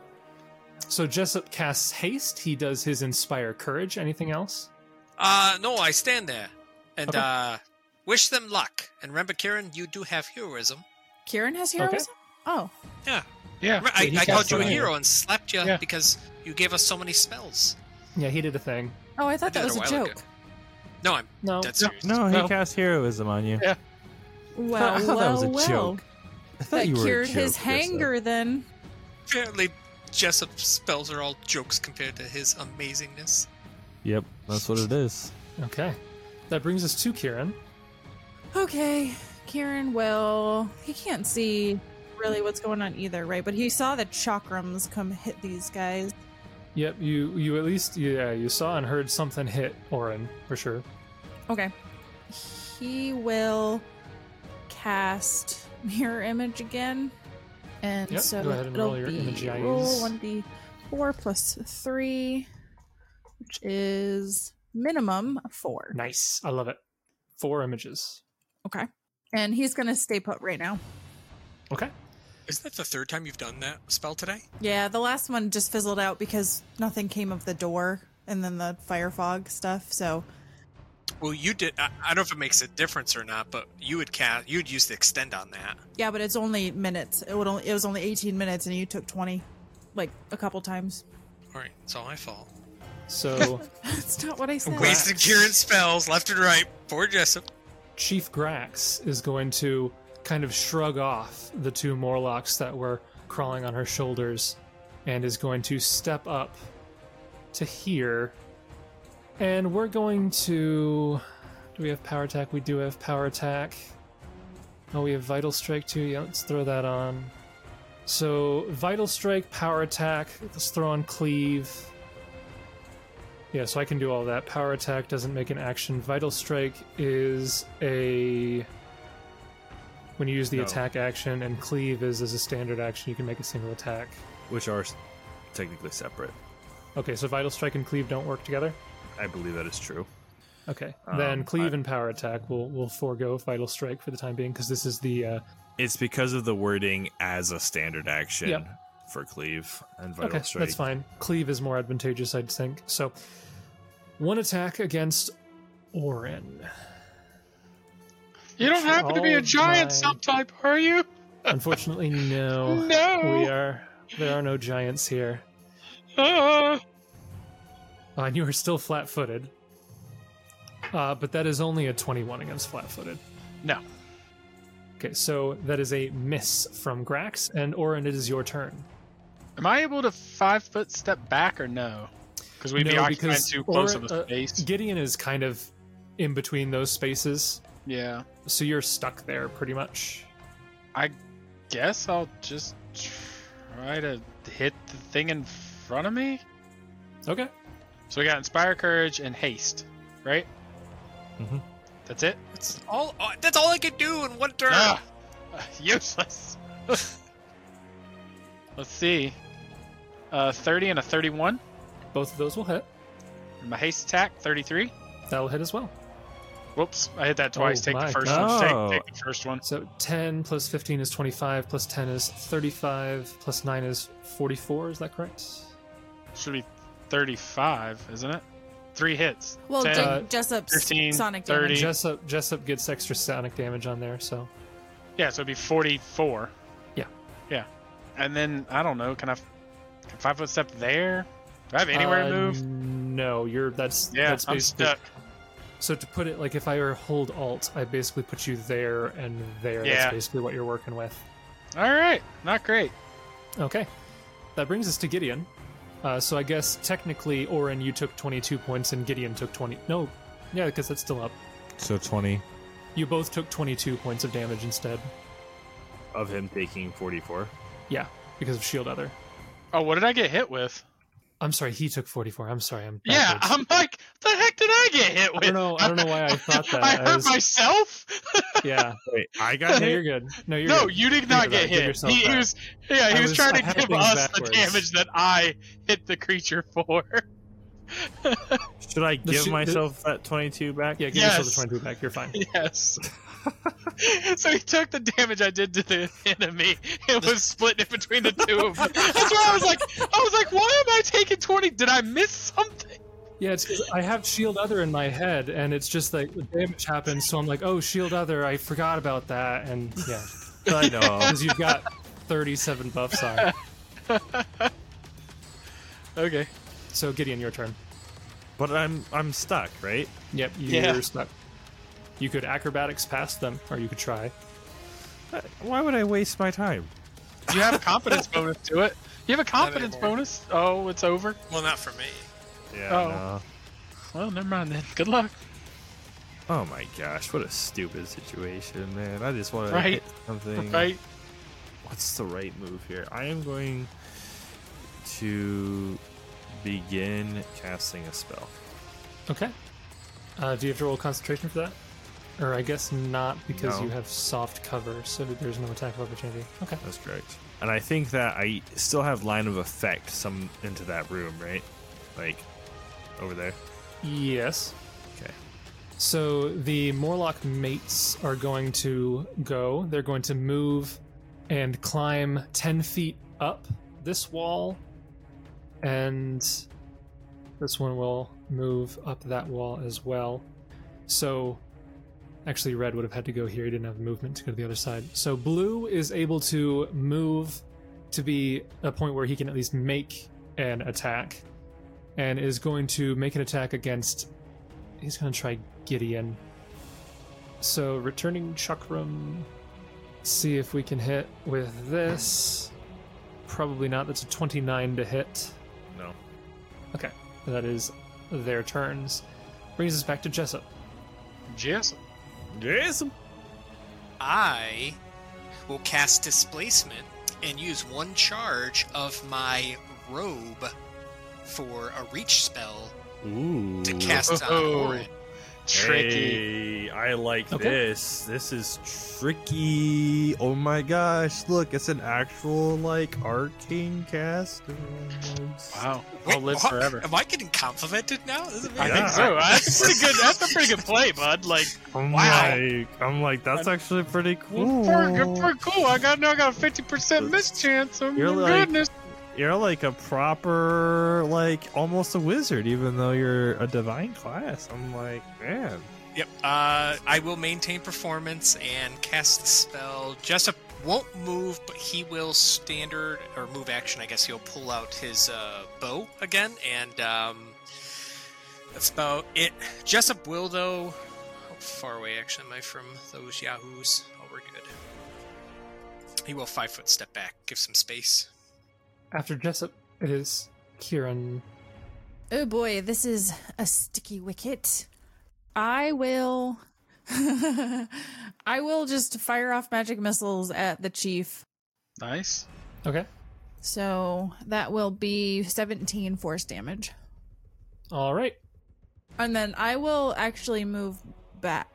A: so jessup casts haste he does his inspire courage anything else
G: Uh, no, I stand there and
A: Okay.
G: uh, wish them luck. And remember, Kieran, you do have heroism.
C: Kieran has heroism? Oh.
D: Yeah.
G: Remember, I,
A: he
G: I called
A: casts
G: you a
A: on you.
G: hero and slapped you
D: Yeah.
G: because you gave us so many spells.
A: yeah he did a thing
C: Oh, I thought
G: I
C: that
G: did
C: was a
G: that a while
C: joke.
G: ago. No, I'm
A: Oh, no
G: dead serious.
B: No, he
D: No.
B: cast heroism on you.
D: Yeah.
C: Well,
B: *laughs* I thought
C: well,
B: that was a
C: well.
B: joke. I thought
C: That
B: you were a
C: cured his
B: joke, Krista.
C: hanger then.
G: Apparently, Jessup's spells are all jokes compared to his amazingness.
B: Yep, that's what it is.
A: okay that brings us to kieran
C: Okay. Kieran will. He can't see really what's going on either, right? But he saw the chakrams come hit these guys.
A: Yep, you you at least yeah you saw and heard something hit Orin for sure.
C: Okay. He will cast mirror image again. And
A: Yep,
C: so
A: go ahead and
C: it'll
A: roll your
C: be
A: image eyes.
C: roll 1d4 plus 3, which is minimum 4.
A: Nice, I love it. Four images.
C: Okay. And he's going to stay put right now.
A: Okay,
G: Is that the third time you've done that spell today?
C: Yeah, the last one just fizzled out because nothing came of the door and then the fire fog stuff. So
G: Well, you did. I, I don't know if it makes a difference or not, but you would cast. You'd use the extend on that.
C: Yeah, but it's only minutes. It would only, it was only 18 minutes, and you took 20, like a couple times. *laughs*
E: All right, it's all my fault.
A: So,
C: That's not what I said.
G: Wasted Kieran's spells left and right.
E: Poor Jessup.
A: Chief Grax is going to kind of shrug off the two Morlocks that were crawling on her shoulders and is going to step up to here. And we're going to. Do we have power attack? We do have power attack. Oh, we have vital strike too. Yeah, let's throw that on. So, vital strike, power attack. Let's throw on cleave. Yeah, so I can do all that. Power attack doesn't make an action. Vital strike is a when you use the
B: No.
A: attack action, and cleave is as a standard action. You can make a single attack.
B: which are s- technically separate.
A: Okay, so vital strike and cleave don't work together.
B: I believe that is true.
A: Okay,
B: Um,
A: then cleave
B: I-
A: and power attack will will forego vital strike for the time being because this is the uh,
B: It's because of the wording as a standard action
A: Yep.
B: for cleave and vital
A: okay.
B: strike.
A: That's fine. Cleave is more advantageous, I'd think. So one attack against Orin.
B: *laughs*
D: You don't happen to be a
A: Oh
D: giant
A: my-
D: subtype, are you?
A: Unfortunately, no.
D: No.
A: We are. There are no giants here.
D: Uh,
A: Uh, and you are still flat footed. Uh, but that is only a 21 against flat footed.
D: No.
A: Okay, so that is a miss from Grax. And Orin, it is your turn.
D: am I able to five foot step back or no? Because we'd be
A: No,
D: occupying
A: because-
D: too close
A: or,
D: of a
A: uh,
D: space.
A: Gideon is kind of in between those spaces.
D: yeah.
A: So you're stuck there pretty much.
D: Guess I'll just try to hit the thing in front of me.
A: Okay.
D: So we got inspire courage and haste, right?
A: Mm-hmm.
B: Mhm.
D: That's it.
G: That's all. uh, That's all I could do in one turn.
D: Ah, *laughs* useless. Let's see. Uh, 30 and a 31.
A: Both of those will hit.
D: And my haste attack, 33.
A: That'll hit as well.
D: Whoops, I hit that twice.
A: Oh
D: take
A: my
D: the first
B: God.
D: one. Take, take the first one.
A: So 10 plus 15 is 25, plus 10 is 35, plus 9 is 44. Is that correct?
D: Should be 35, isn't it? Three hits. Uh,
C: Well,
D: 10,
A: Jen-
C: J- Jessup's
D: 15,
C: sonic
D: 30.
C: damage.
A: Jessup, Jessup gets extra sonic damage on there, so.
D: yeah, so it'd be 44.
A: Yeah.
D: Yeah. And then, I don't know, can I f- can five foot step there? Do I have anywhere
A: Uh,
D: to move?
A: No, you're that's
D: Yeah,
A: that's
D: I'm
A: basically
D: stuck.
A: so to put it like if I were to hold alt, I basically put you there and there.
D: Yeah.
A: That's basically what you're working with.
D: All right, not great.
A: Okay, that brings us to Gideon. Uh, so I guess technically, Orin, you took 22 points and Gideon took 20. No, yeah, because that's still up.
B: So 20
A: You both took 22 points of damage instead.
B: of him taking 44.
A: Yeah, because of shield other.
D: Oh, what did I get hit with?
A: I'm sorry, he took 44. I'm sorry, I'm
D: Yeah,
A: backwards.
D: I'm like, the heck did I get hit
A: I
D: with?
A: don't know. I don't know why I thought that.
D: *laughs* I
A: I
D: hurt
A: was-
D: myself.
A: yeah,
B: Wait, I got
A: no,
B: hit.
A: you're good. No, you're
D: *laughs* no,
A: good.
D: you did
A: Think
D: not
A: about it.
D: get
A: Give
D: hit.
A: yourself
D: He, he
A: that.
D: was, yeah, he
A: I
D: was,
A: was-
D: trying
A: I had
D: to give
A: things
D: us
A: backwards.
D: the damage that I hit the creature for.
B: Should I
A: The
B: give
A: shi- the-
B: myself that 22 back?
A: Yeah, give
D: Yes.
A: yourself the 22 back. You're fine.
D: *laughs* yes. so he took the damage I did to the enemy and was splitting it between the two of *laughs* them. That's why I was like, I was like, why am I taking twenty? Did I miss something?
A: Yeah, it's 'cause I have Shield Other in my head, and it's just like the damage happens, so I'm like, oh, Shield Other, I forgot about that, and yeah, *laughs*
B: I know.
A: because you've got 37 buffs on.
D: *laughs* Okay.
A: So Gideon, your turn.
B: but I'm I'm stuck, right?
A: Yep, you're
D: Yeah.
A: stuck. You could acrobatics past them, or you could try.
B: Why would I waste my time?
D: You have a confidence bonus to it. You have a confidence
G: anymore.
D: bonus. Oh, it's over.
G: Well, not for me.
A: Oh.
B: Yeah.
D: Well, never mind then. Good luck.
B: no. Oh my gosh, what a stupid situation, man. I just want to
D: Right.
B: hit something.
D: *laughs* Right.
B: What's the right move here? I am going to begin casting a spell.
A: Okay. Uh, do you have to roll concentration for that? Or I guess not, because
B: No.
A: you have soft cover, so there's no attack of opportunity. Okay.
B: That's correct. And I think that I still have line of effect some into that room, right? Like over there.
A: Yes.
B: Okay.
A: So the Morlock mates are going to go. They're going to move and climb 10 feet up this wall. And this one will move up that wall as well. So, actually, red would have had to go here. He didn't have movement to go to the other side. So, blue is able to move to be a point where he can at least make an attack and is going to make an attack against. He's going to try Gideon. So, returning Chakram. See if we can hit with this. Probably not. That's a 29 to hit.
B: No.
A: Okay. That is their turns. Brings us back to Jessup.
D: Jess,
B: Yes.
G: I will cast displacement and use one charge of my robe for a reach spell
B: Ooh.
G: to cast on
D: Oh.
G: Orin.
D: tricky.
B: Hey, I like
A: Okay.
B: this. This is tricky. Oh my gosh! Look, it's an actual like arcane cast.
D: Wow.
G: Wait,
D: I'll live
G: what?
D: forever.
G: Am I getting complimented now? This is
D: I
G: amazing.
D: think so. That's pretty good. That's a pretty good play, bud. Like,
F: I'm
D: Wow.
F: like, I'm like, that's actually pretty cool.
D: pretty, pretty cool. I got now I got a fifty percent miss chance. Oh
B: You're
D: my
B: like-
D: goodness.
B: You're like a proper, like almost a wizard, even though you're a divine class. I'm like, man.
G: Yep. Uh, I will maintain performance and cast the spell. Jessup won't move, but he will standard or move action. I guess he'll pull out his uh, bow again, and um, that's about it. Jessup will though. How far away actually am I from those yahoos? Oh, we're good. He will five foot step back, give some space.
A: After Jessup, it is Kieran.
C: Oh boy, this is a sticky wicket. I will. *laughs* I will just fire off magic missiles at the chief.
D: Nice.
A: Okay.
C: So that will be 17 force damage.
A: All right.
C: And then I will actually move back.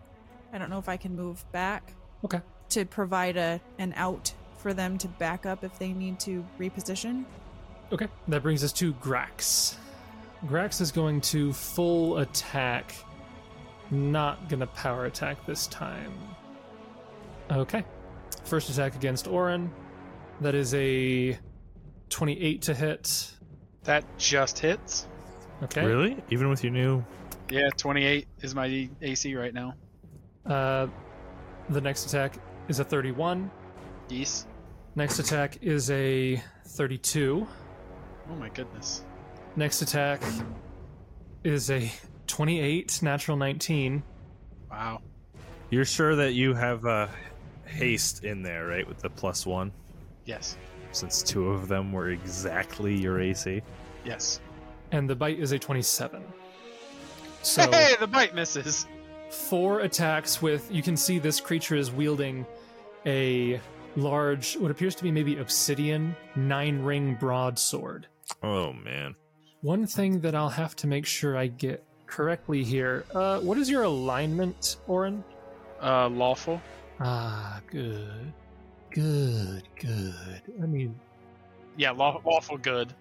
C: I don't know if I can move back.
A: Okay.
C: To provide a an out for them to back up if they need to reposition.
A: Okay. That brings us to Grax. Grax is going to full attack. Not going to power attack this time. Okay. First attack against Orin. That is a 28 to hit.
D: That just hits.
A: Okay.
B: Really? Even with your new
D: Yeah, twenty-eight is my AC right now.
A: Uh, the next attack is a 31.
D: Yes.
A: Next attack is a 32.
D: Oh my goodness.
A: Next attack is a 28, natural 19.
D: Wow.
B: You're sure that you have uh, haste in there, right? With the plus one,
D: Yes.
B: since two of them were exactly your AC.
D: Yes.
A: and the bite is a 27. So
D: Hey, the bite misses.
A: four attacks with you can see this creature is wielding a large what appears to be maybe obsidian nine ring broadsword.
B: Oh man.
A: One thing that I'll have to make sure I get correctly here. Uh, what is your alignment, Orin?
D: Uh, lawful.
A: Ah, good. Good, good. I mean,
D: Yeah, law- lawful good.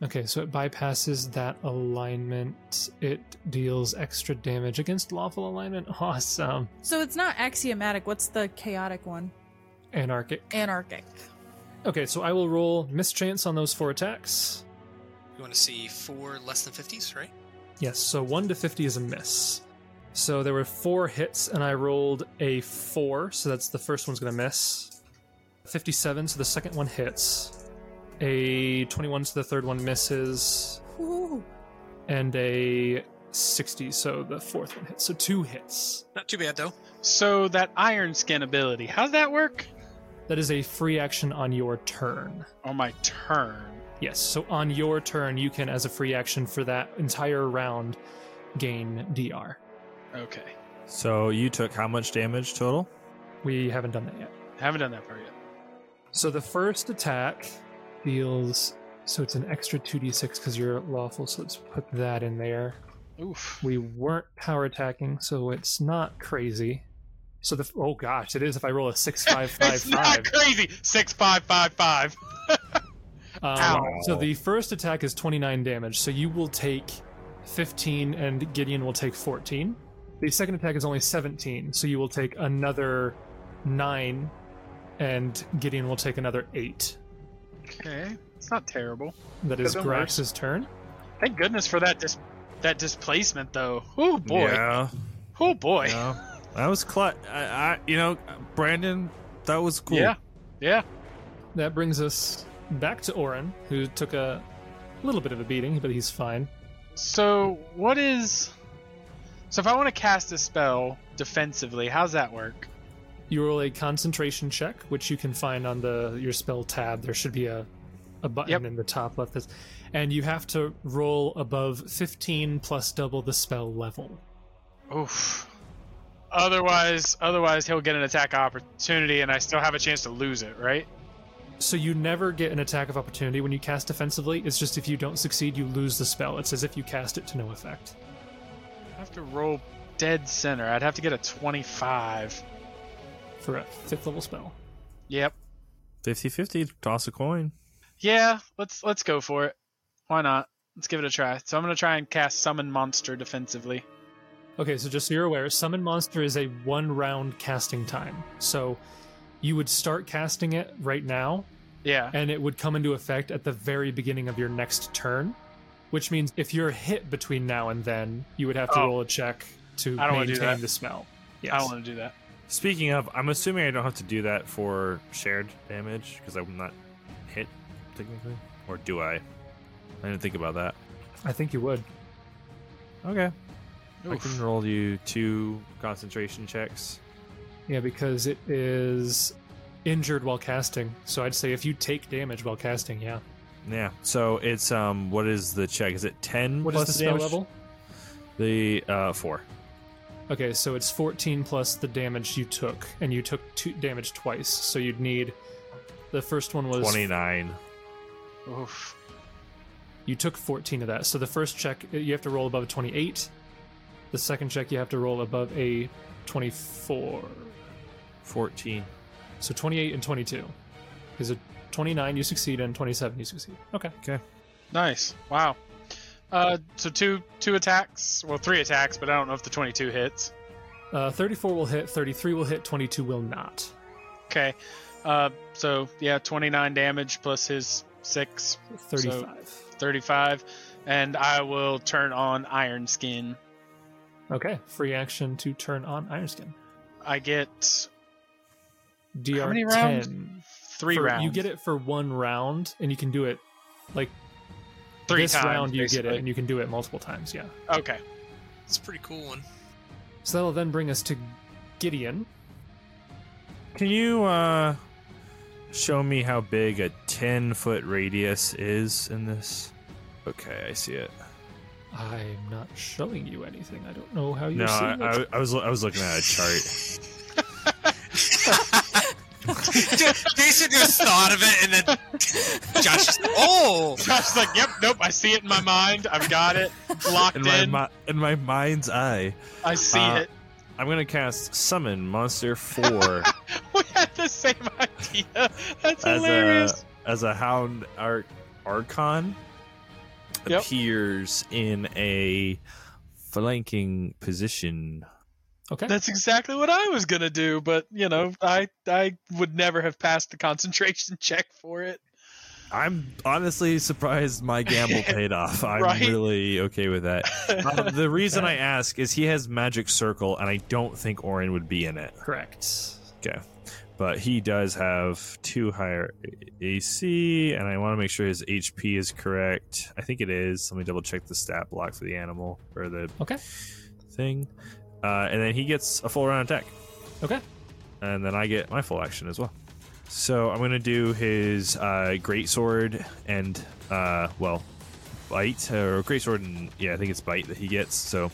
A: okay, so it bypasses that alignment. It deals extra damage against lawful alignment. *laughs* Awesome.
C: So it's not axiomatic. What's the chaotic one?
A: Anarchic.
C: Anarchic.
A: Okay, so I will roll mischance on those four attacks.
G: You want to see four less than fifties, right?
A: Yes, so 1 to 50 is a miss. So there were four hits, and I rolled a 4, so that's the first one's going to miss. 57, so the second one hits. A 21, so the third one misses.
C: Ooh.
A: And a 60, so the fourth one hits. So two hits.
G: Not too bad though.
D: So that iron skin ability. How's that work?
A: That is a free action on your turn.
D: On my turn.
A: Yes, so on your turn, you can, as a free action for that entire round, gain DR.
D: Okay.
B: So you took how much damage total?
A: We haven't done that yet.
D: Haven't done that part yet.
A: So the first attack deals. So it's an extra 2d6 because you're lawful, so let's put that in there.
D: Oof.
A: We weren't power attacking, so it's not crazy. So the. Oh gosh, it is if I roll a
D: *laughs*
A: six five five
D: it's not
A: five.
D: crazy. Six five five five.
A: Um, so the first attack is 29 damage, so you will take 15 and Gideon will take 14. The second attack is only 17, so you will take another 9 and Gideon will take another 8.
D: Okay. It's not terrible.
A: That is
D: Doesn't work.
A: Grax's turn.
D: Thank goodness for that dis- that displacement though. Oh boy.
B: Yeah.
D: Oh boy.
B: *laughs* No, that was cl- I, I, you know, Brandon, that was cool.
D: Yeah. Yeah.
A: That brings us back to Oren, who took a little bit of a beating, but he's fine.
D: So what is? So if I want to cast a spell defensively, how's that work?
A: You roll a concentration check, which you can find on the your spell tab. There should be a, a button
D: Yep.
A: in the top left, that's- and you have to roll above fifteen plus double the spell level.
D: Oof. Otherwise, otherwise he'll get an attack opportunity, and I still have a chance to lose it, right?
A: So you never get an attack of opportunity when you cast defensively. It's just if you don't succeed, you lose the spell. It's as if you cast it to no effect.
D: I have to roll dead center. I'd have to get a 25.
A: for a fifth level spell.
D: Yep.
B: 50-50, toss a coin.
D: Yeah, let's let's go for it. Why not? Let's give it a try. So I'm gonna try and cast summon monster defensively.
A: Okay, so just so you're aware, summon monster is a one round casting time. So you would start casting it right now,
D: Yeah.
A: and it would come into effect at the very beginning of your next turn, which means if you're hit between now and then, you would have to
D: Oh.
A: roll a check to
D: I don't wanna do
A: maintain
D: that.
A: the spell.
D: I don't want to do that.
B: Speaking of, I'm assuming I don't have to do that for shared damage because I'm not hit technically, or do I? I didn't think about that.
A: I think you would.
B: Okay, I
D: Oof.
B: can roll you two concentration checks.
A: Yeah, because it is injured while casting. So I'd say if you take damage while casting, yeah.
B: Yeah, so it's um, what is the check? Is it ten
A: What is
B: plus
A: the spell
B: damage?
A: level?
B: The uh, four.
A: Okay, so it's 14 plus the damage you took, and you took two damage twice. So you'd need the first one was
B: Twenty nine.
D: Oof.
A: you took 14 of that. So the first check you have to roll above a 28. The second check you have to roll above a 24.
B: 14.
A: So 28 and 22. Is it 29 you succeed and 27 you succeed. Okay.
D: Nice. Wow. Uh, so two two attacks. Well, three attacks, but I don't know if the 22 hits.
A: Uh, 34 will hit, 33 will hit, 22 will not.
D: Okay. Uh, so yeah, 29 damage plus his six,
A: 35.
D: 35, and I will turn on Iron Skin.
A: okay. Free action to turn on Ironskin.
D: I get
A: DR
D: many
A: 10.
D: rounds? three
A: for-
D: rounds.
A: You get it for one round, and you can do it like
D: three
A: this
D: times.
A: round. You get it,
D: basically.
A: and you can do it multiple times. Yeah.
D: Okay. *laughs*
E: It's a pretty cool one.
A: So that'll then bring us to Gideon.
B: Can you uh show me how big a 10 foot radius is in this? Okay, I see it.
A: I'm not showing you anything. I don't know how you
B: No,
A: see
B: I,
A: it.
B: I, I was I was looking at a
D: *laughs*
B: chart.
G: Jason just thought of it, and then Josh just, oh,
D: Josh's like, yep, nope. I see it in my mind. I've
A: *laughs*
D: got it locked
B: In
D: in.
B: my mi- in my mind's eye,
D: I see
B: uh,
D: it. *laughs*
B: I'm gonna cast summon monster four
D: We had the same idea. That's
A: uh,
B: as
D: hilarious.
B: a as a hound arc archon
D: Yep.
B: appears in a flanking position.
A: okay.
D: That's exactly what I was gonna do, but you know, I I would never have passed the concentration *laughs* check for it.
B: I'm honestly surprised my
D: *laughs*
B: gamble paid off. I'm
D: Right?
B: really okay with that.
D: *laughs*
B: Uh, the reason I ask is he has magic circle, and I don't think Orin would be in it,
A: Correct.
B: but he does have two higher A- AC, and I want to make sure his HP is correct. I think it is. Let me double check the stat block for the animal or the
A: Okay.
B: thing, uh, and then he gets a full round attack.
A: Okay.
B: and then I get my full action as well. So I'm gonna do his uh, great sword and uh, well, bite or great sword and yeah, I think it's bite that he gets. So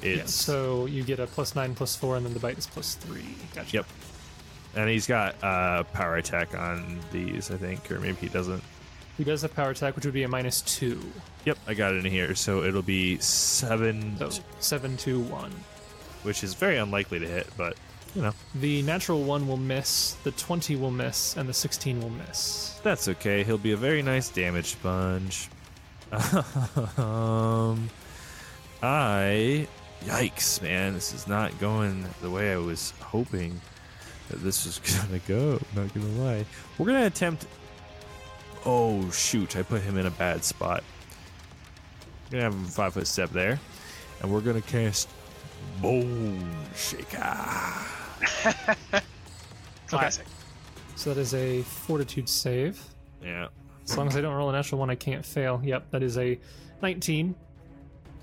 B: it's
A: Yeah, so you get a plus nine, plus four, and then the bite is plus three. Gotcha.
B: Yep. and he's got uh, power attack on these, I think, or maybe he doesn't.
A: He does have power attack, which would be a minus two.
B: Yep, I got it in here. So it'll be seven,
A: So seven, two, one.
B: which is very unlikely to hit, but you know
A: The natural one will miss, the 20 will miss, and the 16 will miss.
B: that's okay. He'll be a very nice damage sponge. *laughs* um, I yikes, man, this is not going the way I was hoping that this was *laughs* gonna go. I'm not gonna lie. We're gonna attempt. Oh shoot! I put him in a bad spot. We're gonna have him five foot step there, and we're gonna cast Bone shaker.
D: Classic.
A: So that is a fortitude save.
B: Yeah.
A: As long as I don't roll a natural one, I can't fail. Yep, that is a 19.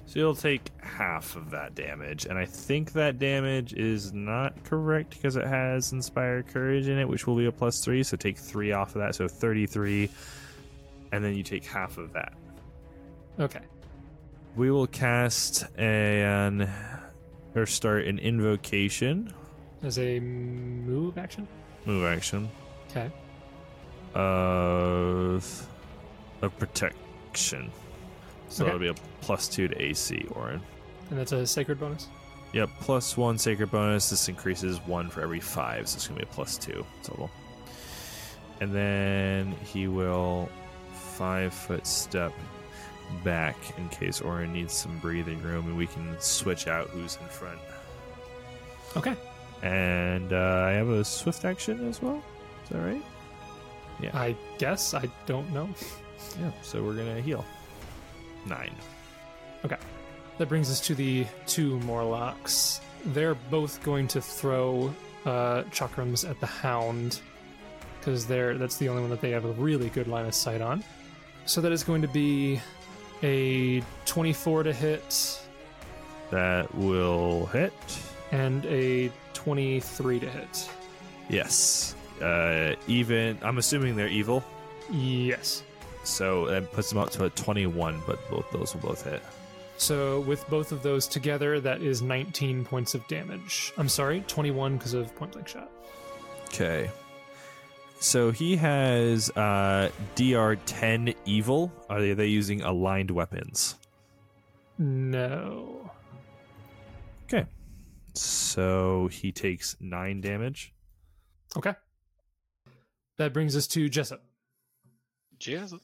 B: So you'll take half of that damage, and I think that damage is not correct because it has Inspire Courage in it, which will be a plus three. So take three off of that, so thirty-three, and then you take half of that.
A: Okay.
B: We will cast an or start an invocation
A: As a move action?
B: move action
A: Okay.
B: of of protection.
A: Okay.
B: So that'll be a plus two to AC, Orin.
A: And that's a sacred bonus?
B: Yep, plus one sacred bonus. This increases one for every five, so it's gonna be a plus two total. And then he will five foot step back in case Orin needs some breathing room, and we can switch out who's in front.
A: Okay.
B: And uh, I have a swift action as well. Is that right?
A: I guess. I don't know.
B: Yeah. So we're gonna heal. Nine.
A: That brings us to the two Morlocks. They're both going to throw uh, chakrams at the hound because they're that's the only one that they have a really good line of sight on. So that is going to be a 24 to hit
B: That will hit.
A: and a 23 to hit.
B: Yes. Uh, even. I'm assuming they're evil.
A: Yes.
B: So that puts them up to a 21, but both those will both hit.
A: So with both of those together, that is 19 points of damage. I'm sorry, 21 because of point blank shot.
B: Okay. So he has uh, DR 10 evil. Are they, are they using aligned weapons?
A: No.
B: So he takes 9 damage.
A: Okay. That brings us to Jessup.
D: Jesus.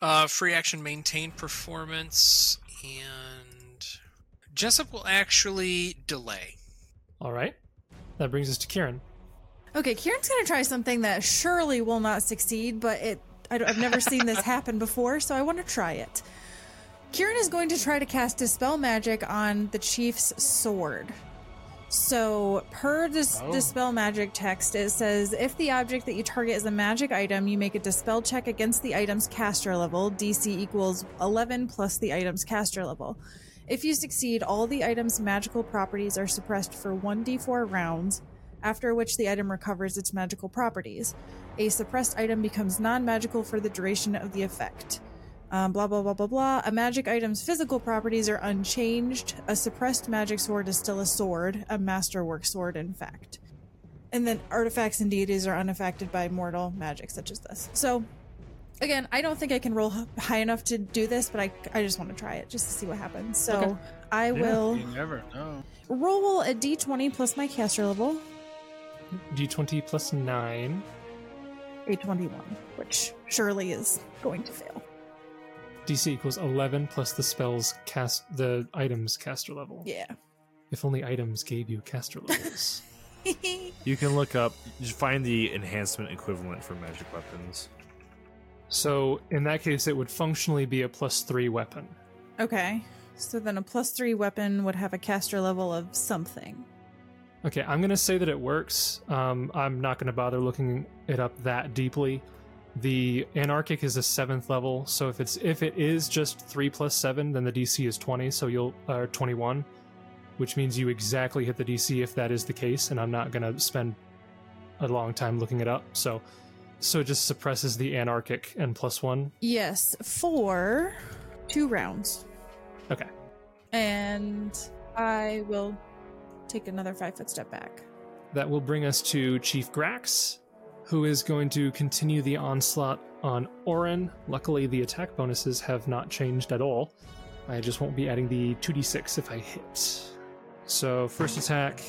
G: Uh, free action maintain performance, and Jessup will actually delay.
A: All right. That brings us to Kieran.
C: Okay, Kieran's gonna try something that surely will not succeed, but it I don't, I've never seen this happen before, so I want to try it. Kieran is going to try to cast dispel magic on the chief's sword. So, per this
D: Oh.
C: dispel magic text, it says if the object that you target is a magic item, you make a dispel check against the item's caster level. DC equals 11 plus the item's caster level. If you succeed, all the item's magical properties are suppressed for 1d4 rounds, after which the item recovers its magical properties. A suppressed item becomes non magical for the duration of the effect. Um, blah, blah, blah, blah, blah. A magic item's physical properties are unchanged. A suppressed magic sword is still a sword, a masterwork sword, in fact. And then artifacts and deities are unaffected by mortal magic, such as this. So, again, I don't think I can roll h- high enough to do this, but I, I just want to try it just to see what happens. So,
A: Okay.
C: I will
D: You never know.
C: roll a d20 plus my caster level,
A: D20 plus 9.
C: a 21, which surely is going to fail.
A: DC equals 11 plus the spell's cast, the item's caster level.
C: Yeah.
A: If only items gave you caster levels. *laughs*
B: You can look up, you find the enhancement equivalent for magic weapons.
A: so in that case, it would functionally be a plus 3 weapon.
C: *laughs* okay. So then a plus three weapon would have a caster level of something.
A: Okay, I'm gonna say that it works. Um, I'm not gonna bother looking it up that deeply. The anarchic is a seventh level, so if it's if it is just three plus seven, then the DC is twenty, so you'll uh, twenty one, which means you exactly hit the DC if that is the case. And I'm not gonna spend a long time looking it up. So, so it just suppresses the anarchic and plus one.
C: Yes, for two rounds.
A: Okay.
C: And I will take another five foot step back.
A: That will bring us to Chief Grax, who is going to continue the onslaught on Orin. Luckily, the attack bonuses have not changed at all. I just won't be adding the 2d6 if I hit. So, first attack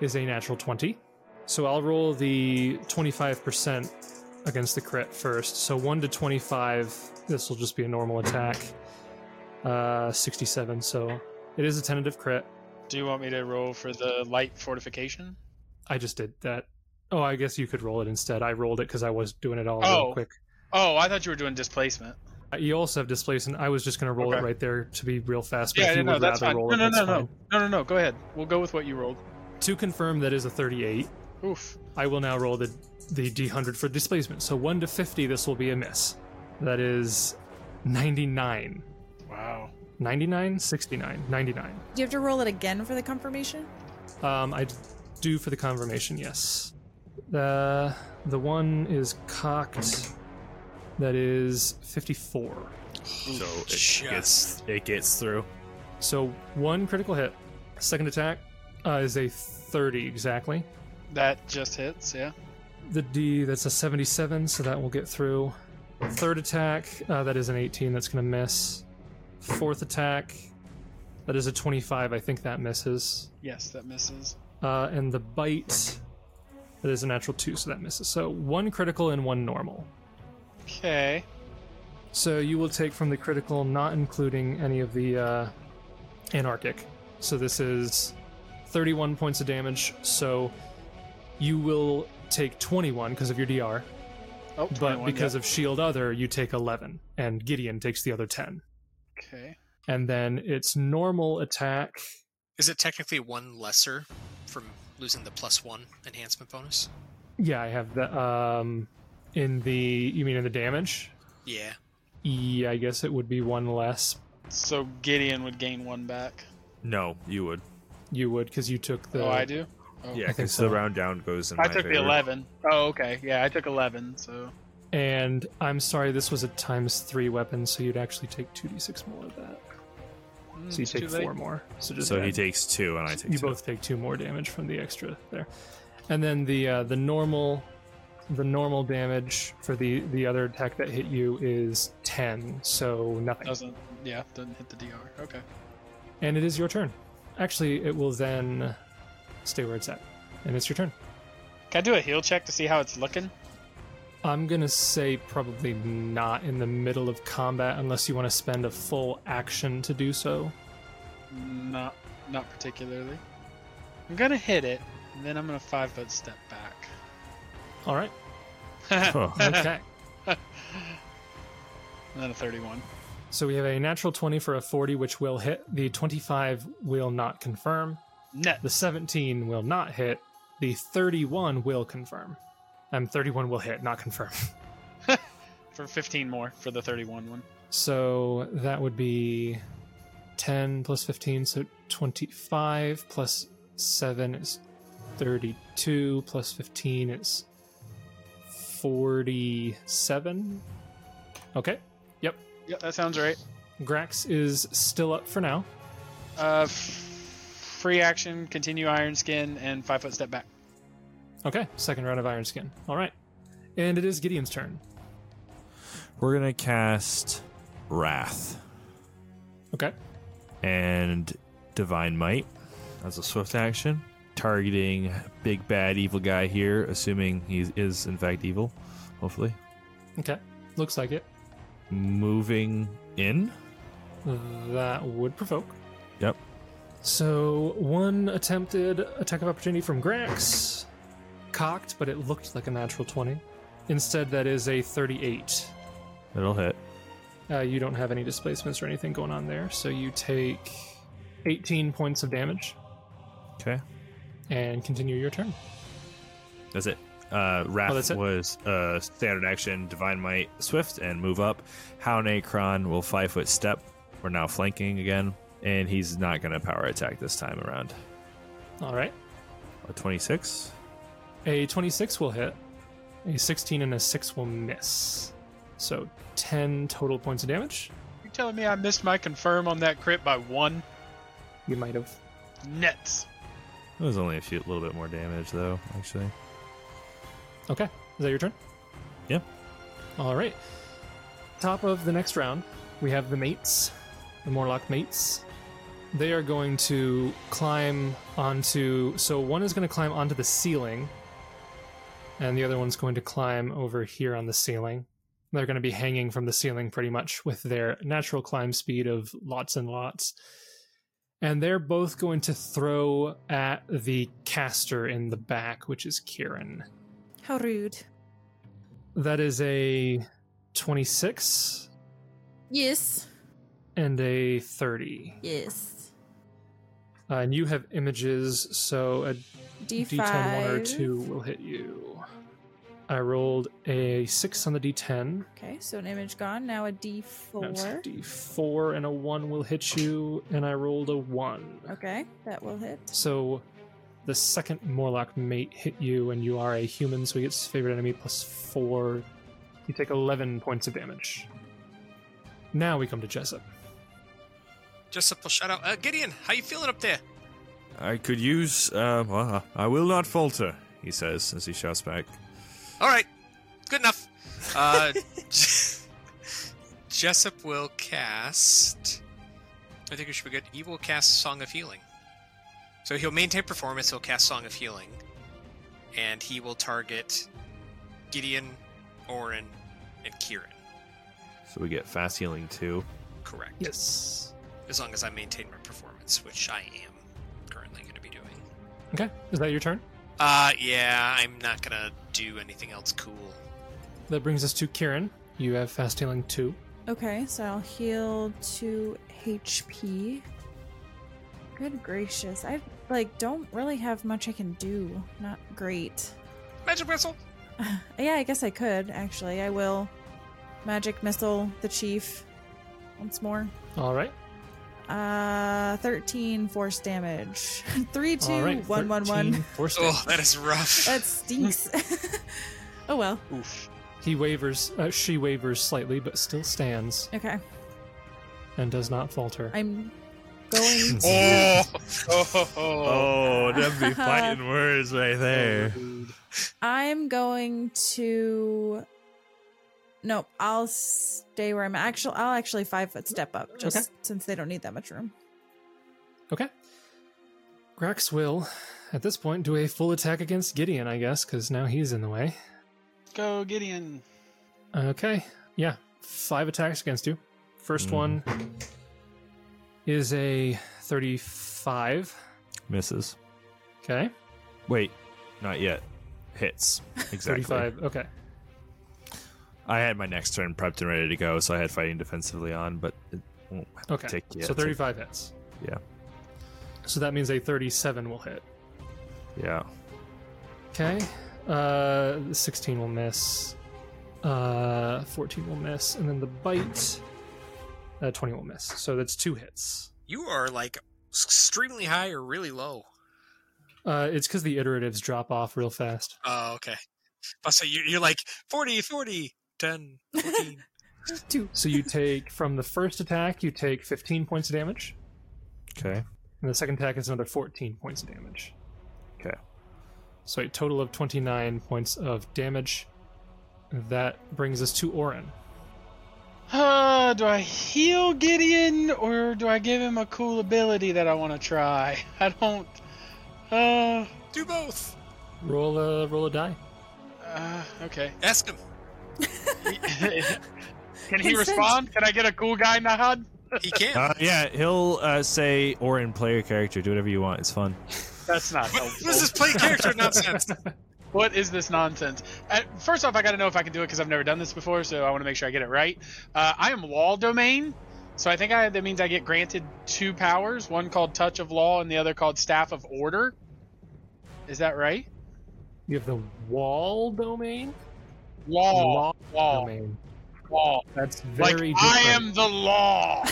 A: is a natural 20. So, I'll roll the 25% against the crit first. So, 1 to 25, this will just be a normal attack. Uh, 67, so it is a tentative crit.
D: Do you want me to roll for the light fortification?
A: I just did that. Oh, I guess you could roll it instead. I rolled it because I was doing it all
D: Oh.
A: real quick.
D: Oh, I thought you were doing displacement.
A: Uh, You also have displacement. I was just going to roll it
D: Okay.
A: right there to be real fast. But
D: Yeah,
A: if
D: yeah,
A: you
D: no,
A: would
D: that's
A: rather
D: fine.
A: roll
D: No,
A: it,
D: no,
A: that's
D: no, no,
A: fine.
D: no, no, no. Go ahead. We'll go with what you rolled.
A: To confirm, that is a 38.
D: Oof.
A: I will now roll the the d100 for displacement. So 1 to 50, this will be a miss. That is 99.
D: Wow.
A: 99? 69. 99.
C: Do you have to roll it again for the confirmation?
A: Um, I do for the confirmation, yes. The, the one is cocked. That is 54.
B: So it gets
G: Just.
B: it gets through.
A: So one critical hit. Second attack uh, is a 30 exactly.
D: That just hits. Yeah.
A: The D, that's a 77, so that will get through. Third attack, uh, that is an 18, that's going to miss. Fourth attack, that is a 25, I think that misses.
D: Yes, that misses.
A: Uh, and the bite, that is a natural 2, so that misses. So one critical and one normal.
D: Okay.
A: So you will take from the critical, not including any of the uh, anarchic. So this is 31 points of damage. So you will take 21 because of your DR,
D: Oh,
A: but
D: 21,
A: because
D: yeah.
A: of shield other, you take 11, and Gideon takes the other 10.
D: okay.
A: And then its normal attack.
G: Is it technically one lesser from losing the plus one enhancement bonus?
A: Yeah, I have the um in the you mean in the damage?
G: Yeah.
A: Yeah, I guess it would be one less.
D: So Gideon would gain one back.
B: No, you would.
A: You would because you took the.
D: oh, I do. Oh.
B: Yeah,
A: I think
B: because
A: so.
B: the round down goes in
D: I
B: my
D: took the
B: favor.
D: eleven. Oh, okay. Yeah, I took eleven. So
A: And I'm sorry, this was a times three weapon, so you'd actually take 2d6 more of that.
D: Mm,
A: So you
D: it's too
A: take
D: late.
A: four more. So just
B: So he
A: add-
B: takes two, and I take
A: you
B: two.
A: both take two more damage from the extra there. And then the uh, the normal the normal damage for the the other attack that hit you is 10, so nothing.
D: Doesn't. Yeah, doesn't hit the DR. Okay.
A: And it is your turn. Actually, it will then stay where it's at. And it's your turn.
D: Can I do a heal check to see how it's looking?
A: I'm going to say probably not in the middle of combat unless you want to spend a full action to do so.
D: Not, not particularly. I'm gonna hit it, and then I'm gonna five foot step back. *laughs*
A: All right.
B: Huh. *laughs*
A: Okay.
D: And then a thirty-one.
A: So we have a natural 20 for a 40, which will hit. The 25 will not confirm.
D: Net.
A: The 17 will not hit. The 31 will confirm. Um, 31 will hit, not confirm. *laughs*
D: for 15 more for the 31 one.
A: So that would be 10 plus 15, so 25 plus 7 is 32 plus 15 is 47. Okay.
D: Yeah, that sounds right.
A: Grax is still up for now.
D: Uh, f- free action, continue Iron Skin, and five foot step back.
A: Okay, second round of Iron Skin. All right. And it is Gideon's turn.
B: We're gonna cast Wrath
A: Okay.
B: and Divine Might as a swift action, targeting big bad evil guy here, assuming he is in fact evil. Hopefully,
A: Okay. Looks like it.
B: moving in.
A: That would provoke.
B: Yep.
A: So, one attempted attack of opportunity from Grax. Cocked, but it looked like a natural 20. Instead, that is a 38.
B: It'll hit.
A: Uh, you don't have any displacements or anything going on there, so you take 18 points of damage
B: Okay.
A: and continue your turn.
B: That's it. Uh, Wrath
A: Oh, that's it?
B: was uh, standard action, Divine Might, Swift, and move up. Haunacron will five foot step. We're now flanking again, and he's not going to power attack this time around.
A: All right.
B: A 26.
A: A 26 will hit. A 16 and a 6 will miss. So 10 total points of damage.
D: You telling me I missed my confirm on that crit by one?
A: You might have.
D: Nets.
B: It was only a few, little bit more damage, though, actually.
A: Okay. Is that your turn?
B: Yeah.
A: All right. Top of the next round, we have the mates, the Morlock mates. They are going to climb onto. So one is going to climb onto the ceiling, and the other one's going to climb over here on the ceiling. They're going to be hanging from the ceiling pretty much with their natural climb speed of lots and lots. And they're both going to throw at the caster in the back, which is Kieran.
C: How rude.
A: That is a 26
C: Yes.
A: and a 30.
C: Yes.
A: Uh, and you have images, so a
C: D5.
A: d10 one or two will hit you. I rolled a 6 on the d10.
C: Okay, so an image gone. Now a
A: No, it's
C: D4.
A: d4 and a 1 will hit you, and I rolled a 1.
C: Okay, that will hit.
A: So the second Morlock mate hit you, and you are a human, so he gets favorite enemy plus 4. You take 11 points of damage. Now we come to Jessup.
G: Jessup will shout out, uh, Gideon, how you feeling up there?
B: I could use. Uh, well, I will not falter, he says as he shouts back.
G: All right, good enough. Uh, Jessup will cast. I think it should be good. He will cast Song of Healing. So he'll maintain performance. He'll cast Song of Healing, and he will target Gideon, Orin, and Kieran.
B: So we get fast healing too.
G: Correct.
A: Yes.
G: As long as I maintain my performance, which I am currently going to be doing.
A: Okay, is that your turn?
G: Uh, yeah, I'm not gonna do anything else cool.
A: That brings us to Kieran. You have fast healing 2.
C: Okay, so I'll heal to HP. Good gracious. I like don't really have much I can do. Not great.
G: Magic missile.
C: yeah, I guess I could actually. I will magic missile the chief once more.
A: All right.
C: Uh, thirteen force damage. *laughs* Three, two,
A: All
C: one,
A: right,
C: one, one.
A: 13 force
G: Oh,
A: damage.
G: that is rough.
C: That stinks. *laughs* oh well.
B: *laughs*
D: Oof.
A: He wavers, uh, she wavers slightly, but still stands
C: Okay,
A: and does not falter.
C: I'm going.
G: oh,
D: Oh,
A: *laughs*
B: Oh, that'd be fighting words right there.
C: I'm going to. No, I'll stay where I'm. Actually, I'll actually five foot step up just since they don't need that much room.
A: Okay. Grax will, at this point, do a full attack against Gideon, I guess, because now he's in the way.
D: Go, Gideon.
A: Okay. Yeah. Five attacks against you. First
B: Mm.
A: one is a 35.
B: Misses.
A: Okay.
B: Wait, not yet.
A: *laughs*
B: Hits. Exactly.
A: 35. Okay.
B: I had my next turn prepped and ready to go, so I had fighting defensively on, but it won't
A: Okay.
B: take yet.
A: so 35 hits.
B: Yeah.
A: So that means a 37 will hit.
B: Yeah.
A: Okay. Uh, 16 will miss. Uh, 14 will miss, and then the bite. Uh, 20 will miss. So that's two hits.
G: you are like extremely high or really low.
A: Uh, it's because the iteratives drop off real fast.
G: Oh, okay. But so you- you're like 40, 40, 10,
D: *laughs*
G: 14.
C: Two.
A: So you take from the first attack, you take 15 points of damage,
B: Okay.
A: and the second attack is another 14 points of damage.
B: Okay.
A: So a total of 29 points of damage. That brings us to Orin.
D: Uh, do I heal Gideon or do I give him a cool ability that I want to try? *laughs* I don't. Uh,
G: Do both.
A: Roll a roll a die.
D: uh okay. *laughs*
G: Ask him.
D: Can he
C: Consent.
D: respond? Can I get a cool guy nod?
G: He can.
B: Uh, yeah, he'll uh, say, or in player character, do whatever you want. It's fun.
D: That's not
G: what,
D: helpful.
G: what is this play character nonsense?
D: What is this nonsense? Uh, first off, I got to know if I can do it because I've never done this before, so I want to make sure I get it right. Uh, I am Law Domain, so I think I, that means I get granted two powers: one called Touch of Law and the other called Staff of Order. Is that right?
A: You have the wall domain.
D: Law,
A: Law
D: law, law.
A: domain. That's very
D: like I
A: different.
D: am the law.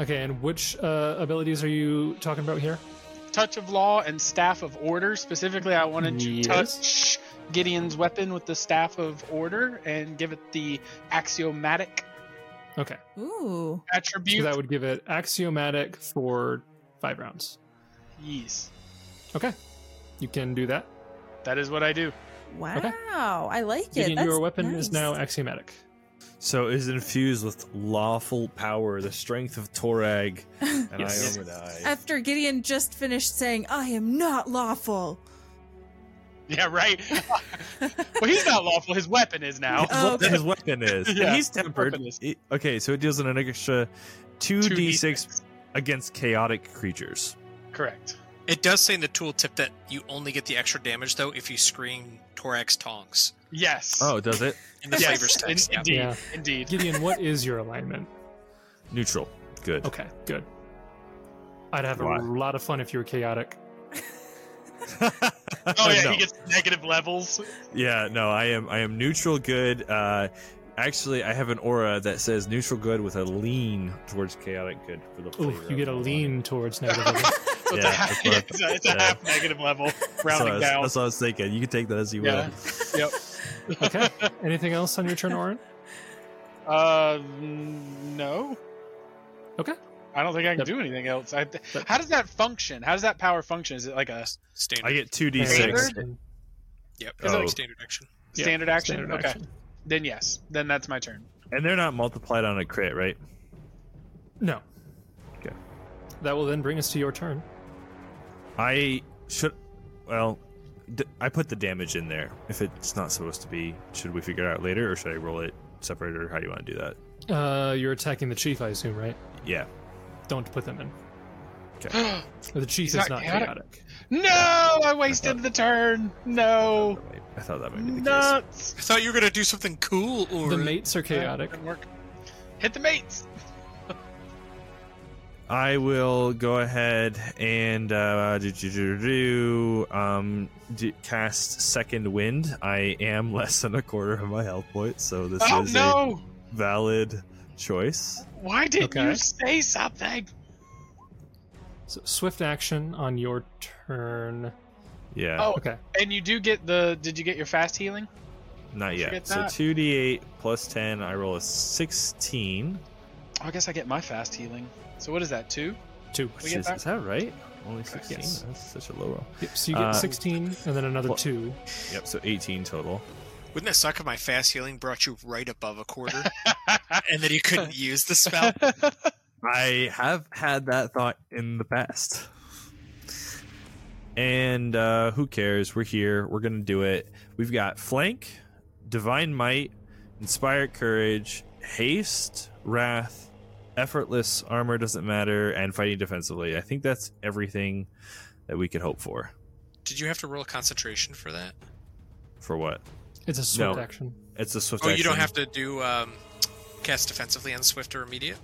A: Okay, and which uh, abilities are you talking about here?
D: touch of Law and Staff of Order. Specifically, I wanted to
A: Yes.
D: touch Gideon's weapon with the Staff of Order and give it the axiomatic
A: Okay,
C: Ooh.
A: so
D: attribute.
A: that would give it axiomatic for five rounds.
D: yes,
A: Okay, you can do that.
D: that is what I do. *laughs*
C: Wow. I like it.
A: Gideon,
C: That's
A: your weapon is
C: nice.
A: now axiomatic.
B: So is infused with lawful power, the strength of Torag, and
A: *laughs* Yes.
B: I own an eye.
C: After Gideon just finished saying, I am not lawful.
D: Yeah, right. *laughs* well, he's not lawful. His weapon is now.
C: Oh, okay.
B: His weapon
D: *laughs*
B: is.
D: Yeah,
B: and he's
D: his
B: tempered.
D: weapon is.
B: It- okay, so it deals an extra 2d6
D: 2d6.
B: against chaotic creatures.
D: Correct.
G: It does say in the tooltip that you only get the extra damage, though, if you scream Torax Tongs.
D: Yes.
B: Oh, does it?
G: in the
D: yes.
G: flavors
D: in-
G: text. Yeah.
D: Indeed. *laughs*
A: Yeah.
B: *laughs*
D: Indeed.
A: Gideon, what is your alignment?
B: Neutral. Good.
A: Okay, good. I'd have a
B: Why?
A: lot of fun if you were chaotic.
D: Oh yeah,
B: No.
D: he gets negative levels. *laughs*
B: Yeah, no, I am I am neutral good. Uh actually I have an aura that says neutral good with a lean towards chaotic good for the
A: Ooh,
B: flavor
A: you get
B: of
A: a
B: the
A: lean towards negative. level.
D: *laughs* So it's
B: Yeah,
D: a half,
B: that's what I
D: *laughs* it's a, it's a
B: thought.
D: half negative
B: *laughs*
D: level,
B: That's what, I
D: rounding
B: was,
D: down.
B: that's what I was thinking. You can take that as you
D: Yeah.
B: will.
D: Yep.
A: okay. Anything else on your turn, Orin?
D: Uh, n- no.
A: Okay.
D: I don't think I can
A: Yep.
D: do anything else. I, how does that function? How does that power function? Is it like a
G: Standard.
B: I get two D six.
D: Standard?
G: Yep.
B: Oh.
G: Like standard action.
A: Yeah,
D: standard action?
A: Standard
D: okay.
A: action.
D: Then yes. Then that's my turn. *gasps*
B: And they're not multiplied on a crit, right?
A: No.
B: Okay.
A: That will then bring us to your turn.
B: I should well d- I put the damage in there. If it's not supposed to be, should we figure it out later or should I roll it separate or how do you want to do that?
A: Uh, you're attacking the chief, I assume, right?
B: Yeah.
A: Don't put them in.
D: no,
A: The chief
D: He's
A: is
D: not
A: not
D: chaotic.
A: chaotic.
D: I wasted the turn. No.
B: I thought that might be the case.
D: Nuts.
G: I thought you were gonna do something cool or
A: The mates are chaotic.
D: Didn't work. Hit the mates.
B: I will go ahead and uh, do, do, do, do, um, do, cast Second Wind. I am *laughs* less than a quarter of my health point, so this
D: Oh
B: is
D: no!
B: a valid choice.
D: Why didn't
A: Okay.
D: you say something?
A: So swift action on your turn.
B: Yeah,
D: Oh,
A: Okay.
D: and you do get the. Did you get your fast healing?
B: not
D: forget
B: yet. So
D: that.
B: 2d8 plus 10, I roll a 16.
D: Oh, I guess I get my fast healing. So what is that? Two.
A: Two.
D: We
B: Which
D: get
B: is,
D: that?
B: is that right? Only 16?
A: Yes.
B: That's such a low roll.
A: Yep, so you get
B: Uh,
A: 16 and then another
B: well-
A: 2.
B: Yep, so 18 total.
G: Wouldn't that suck if my fast healing brought you right above a quarter
D: *laughs*
G: and then you couldn't use the spell?
B: I have had that thought in the past. And uh, who cares? We're here. We're going to do it. We've got Flank, Divine Might, Inspired Courage, Haste, Wrath, Effortless Armor doesn't matter, and Fighting Defensively. I think that's everything that we could hope for.
G: Did you have to roll a concentration for that?
B: For what?
A: It's a swift
B: No.
A: action.
B: It's a swift
G: Oh, you don't
B: action.
G: have to do um, cast defensively on Swift or immediate.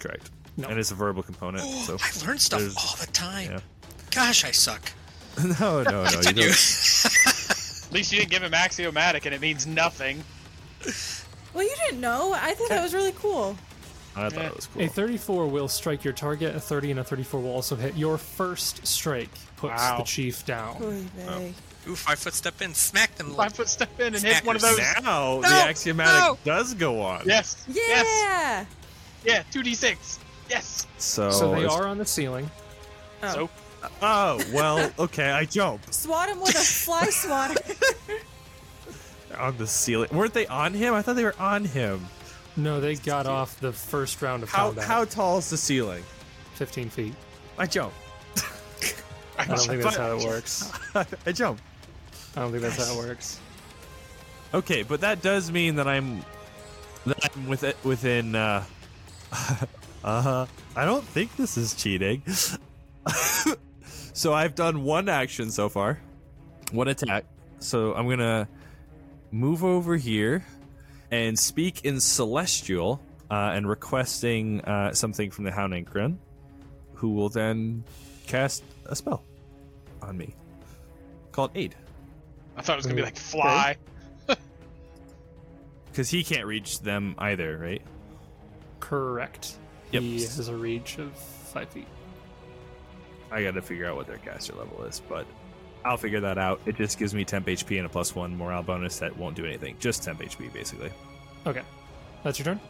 B: Correct.
A: No.
B: And it's a verbal
G: *gasps*
B: component.
G: Oh,
B: So.
G: I learn stuff
B: there's-
G: all the time.
B: yeah.
G: Gosh, I suck.
B: *laughs* no, no, no. You
G: Continue.
B: don't,
D: At least you didn't give him axiomatic, and it means nothing.
C: Well, you didn't know. I thought that was really cool.
B: I thought it was cool.
A: A 34 will strike your target, a 30 and a 34 will also hit. Your first strike puts
D: Wow.
A: the chief down.
C: Oy vey.
G: Ooh, five foot step in, smack them.
D: Five foot step in and hit one of those.
B: now the
G: No,
B: axiomatic
G: no.
B: does go on.
D: Yes.
C: Yeah.
D: Yes. Yeah. Two d six. Yes.
B: So,
A: so they
B: Oh, it's-
A: are on the ceiling.
C: Oh.
D: So
B: Oh well, okay. I jumped
C: Swat him with a fly swatter.
B: on the ceiling. Weren't they on him? I thought they were on him.
A: No, they got off the first round of
B: How
A: combat.
B: how tall is the ceiling?
A: 15 feet.
B: I jumped.
A: I don't think that's how it works.
B: I jumped.
A: I don't think that's how it works.
B: Okay, but that does mean that I'm that I'm with within. Uh, *laughs* uh, I don't think this is cheating. *laughs* so I've done one action so far, one attack. So I'm gonna move over here and speak in celestial uh, and requesting uh, something from the Hound Ankren, who will then cast a spell on me called Aid.
D: I thought it was gonna be like fly.
B: Because he can't reach them either, right?
A: Correct.
B: Yep.
A: He has a reach of 5 feet.
B: I gotta figure out what their caster level is, but I'll figure that out. It just gives me temp HP and a plus one morale bonus that won't do anything. Just temp HP, basically.
A: Okay. That's your turn?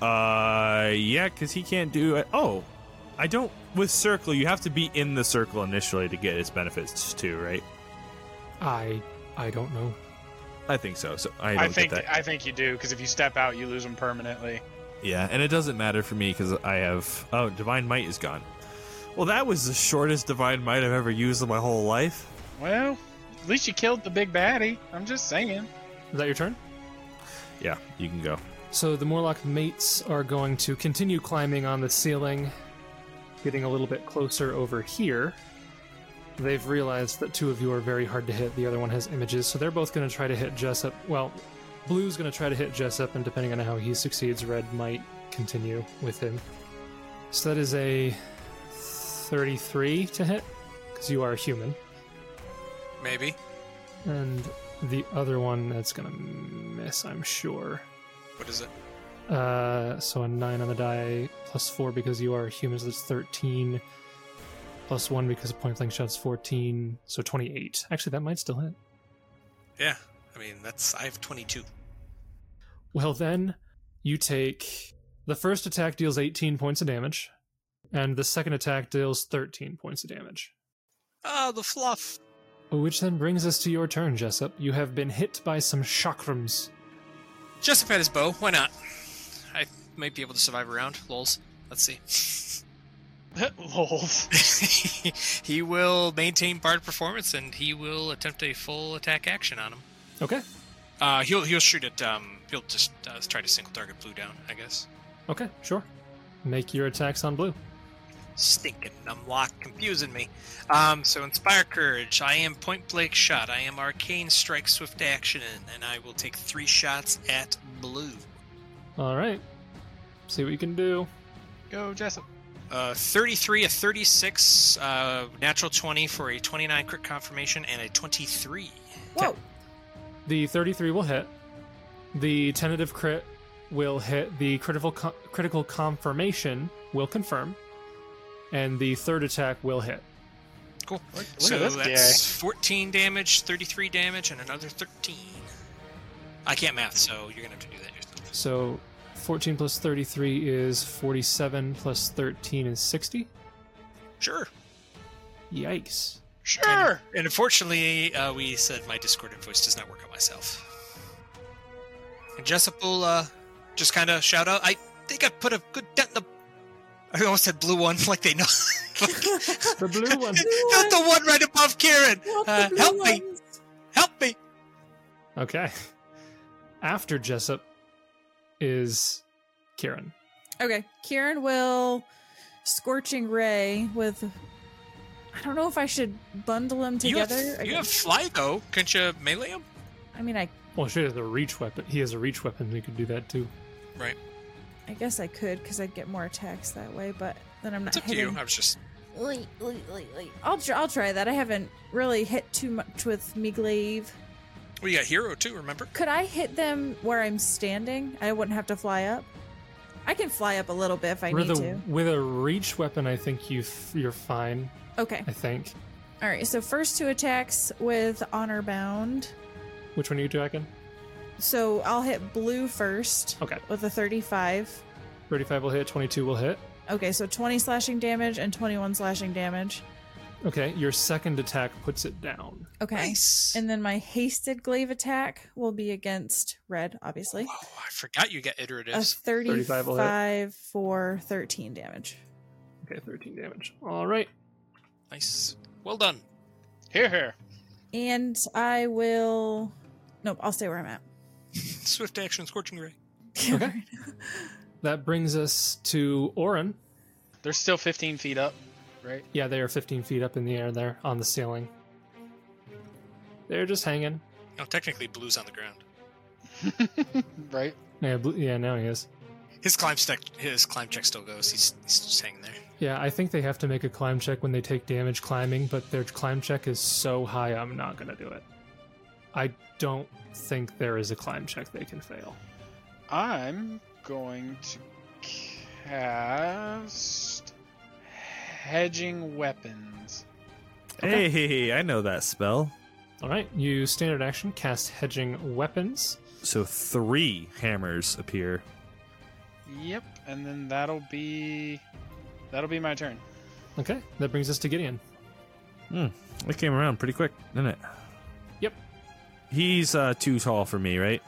B: Uh, yeah, because he can't do it. Oh, I don't. With circle, you have to be in the circle initially to get its benefits too, right?
A: I I don't know.
B: I think so. So I don't
D: I
B: get
D: think
B: that.
D: I think you do because if you step out, you lose them permanently.
B: Yeah, and it doesn't matter for me because I have. Oh, divine might is gone. Well, that was the shortest divine might I've ever used in my whole life.
D: Well, at least you killed the big baddie. I'm just saying.
A: Is that your turn?
B: Yeah, you can go.
A: So the Morlock mates are going to continue climbing on the ceiling, getting a little bit closer over here. They've realized that two of you are very hard to hit. The other one has images, so they're both going to try to hit Jessup. Well, Blue's going to try to hit Jessup, and depending on how he succeeds, Red might continue with him. So that is a 33 to hit, because you are a human.
G: Maybe.
A: And the other one that's going to miss, I'm sure.
G: What is it?
A: Uh, so a nine on the die, plus four because you are humans. That's thirteen. Plus one because of point blank shots, fourteen. So twenty-eight. Actually, that might still hit.
G: Yeah. I mean, that's I have 22.
A: Well, then you take the first attack deals eighteen points of damage, and the second attack deals thirteen points of damage.
E: Oh, the fluff.
A: Which then brings us to your turn, Jessup. You have been hit by some chakrams.
G: Jessup had his bow. Why not? I might be able to survive around. Lols. Let's see.
D: *laughs*
G: *laughs*
D: Lols.
G: he will maintain bard performance, and he will attempt a full attack action on him.
A: Okay.
G: Uh, he'll he'll shoot at um he'll just uh, try to single target blue down, I guess.
A: Okay. Sure. Make your attacks on blue.
G: Stinking numlock, confusing me. Um, so inspire courage. I am point blank shot. I am arcane strike swift action, and I will take three shots at blue.
A: All right. See what you can do.
D: *laughs* Go, Jessup.
G: Uh, 33, a 36, uh, natural 20 for a 29 crit confirmation, and a 23.
C: Whoa.
A: The 33 will hit. The tentative crit will hit. The critical co- critical confirmation will confirm, and the third attack will hit.
G: Cool.
D: at
G: so
D: this
G: that's 14 damage, 33 damage, and another 13. I can't math, so you're gonna have to do that yourself.
A: So, 14 plus 33 is 47 plus 13 is 60.
G: Sure.
C: *laughs*
A: Yikes!
D: Sure.
G: And unfortunately, uh, we said my Discord invoice does not work on myself. And Jessup will uh, just kind of shout out, I think I put a good dent in the. I almost said blue one, *laughs* like they know.
A: The blue one.
G: Not the one right above Kieran!
C: Not the
G: Uh,
C: blue
G: help me!
C: ones.
G: Help me!
A: Okay. After Jessup is Kieran.
C: Okay. Kieran will scorching ray with. I don't know if I should bundle them
G: You have,
C: together. I
G: you have
C: guess-
G: fly though. Can't you melee him?
C: I mean, I
A: Well, she has a reach weapon. He has a reach weapon. He could do that too.
C: I guess I could because I'd get more attacks that way, but then I'm not
G: It's up to
C: hitting.
G: you. I was just.
C: Lee, lee, lee, lee. I'll tr- I'll try that. I haven't really hit too much with me glaive.
G: Well, you got hero too, remember?
C: Could I hit them where I'm standing? I wouldn't have to fly up. I can fly up a little bit if I
A: with
C: need
A: a
C: to.
A: with a reach weapon, I think you f- you're fine.
C: Okay.
A: I think.
C: All right. So first two attacks with honor bound.
A: Which one are you attacking?
C: So I'll hit blue first
A: Okay.
C: with a 35.
A: 35 will hit, 22 will hit.
C: Okay, so 20 slashing damage and 21 slashing damage.
A: Okay, your second attack puts it down.
C: Okay.
G: Nice.
C: And then my hasted glaive attack will be against red, obviously.
G: Whoa, Oh, I forgot you got
C: A
G: iteratives.
C: 35
A: will hit.
C: for 13 damage.
A: Okay, 13 damage. All right.
G: nice. Well done.
D: Here, here.
C: And I will. Nope, I'll stay where I'm at.
G: Swift action, scorching ray.
A: Okay. That brings us to Orin.
D: They're still 15 feet up, right?
A: Yeah, they are 15 feet up in the air there on the ceiling. They're just hanging.
G: No, technically, blue's on the ground.
D: right.
A: Yeah, blue, yeah, now he is.
G: His climb check, his climb check still goes. He's, he's just hanging there. *laughs*
A: Yeah, I think they have to make a climb check when they take damage climbing, but their climb check is so high, I'm not going to do it. I don't think there is a climb check they can fail.
D: I'm going to cast hedging weapons.
B: Hey, I know that spell.
A: All right, you standard action cast hedging weapons.
B: So three hammers appear.
D: Yep, and then that'll be that'll be my turn.
A: Okay, that brings us to Gideon.
B: It came around pretty quick, didn't it?
A: Yep.
B: He's uh, too tall for me, right?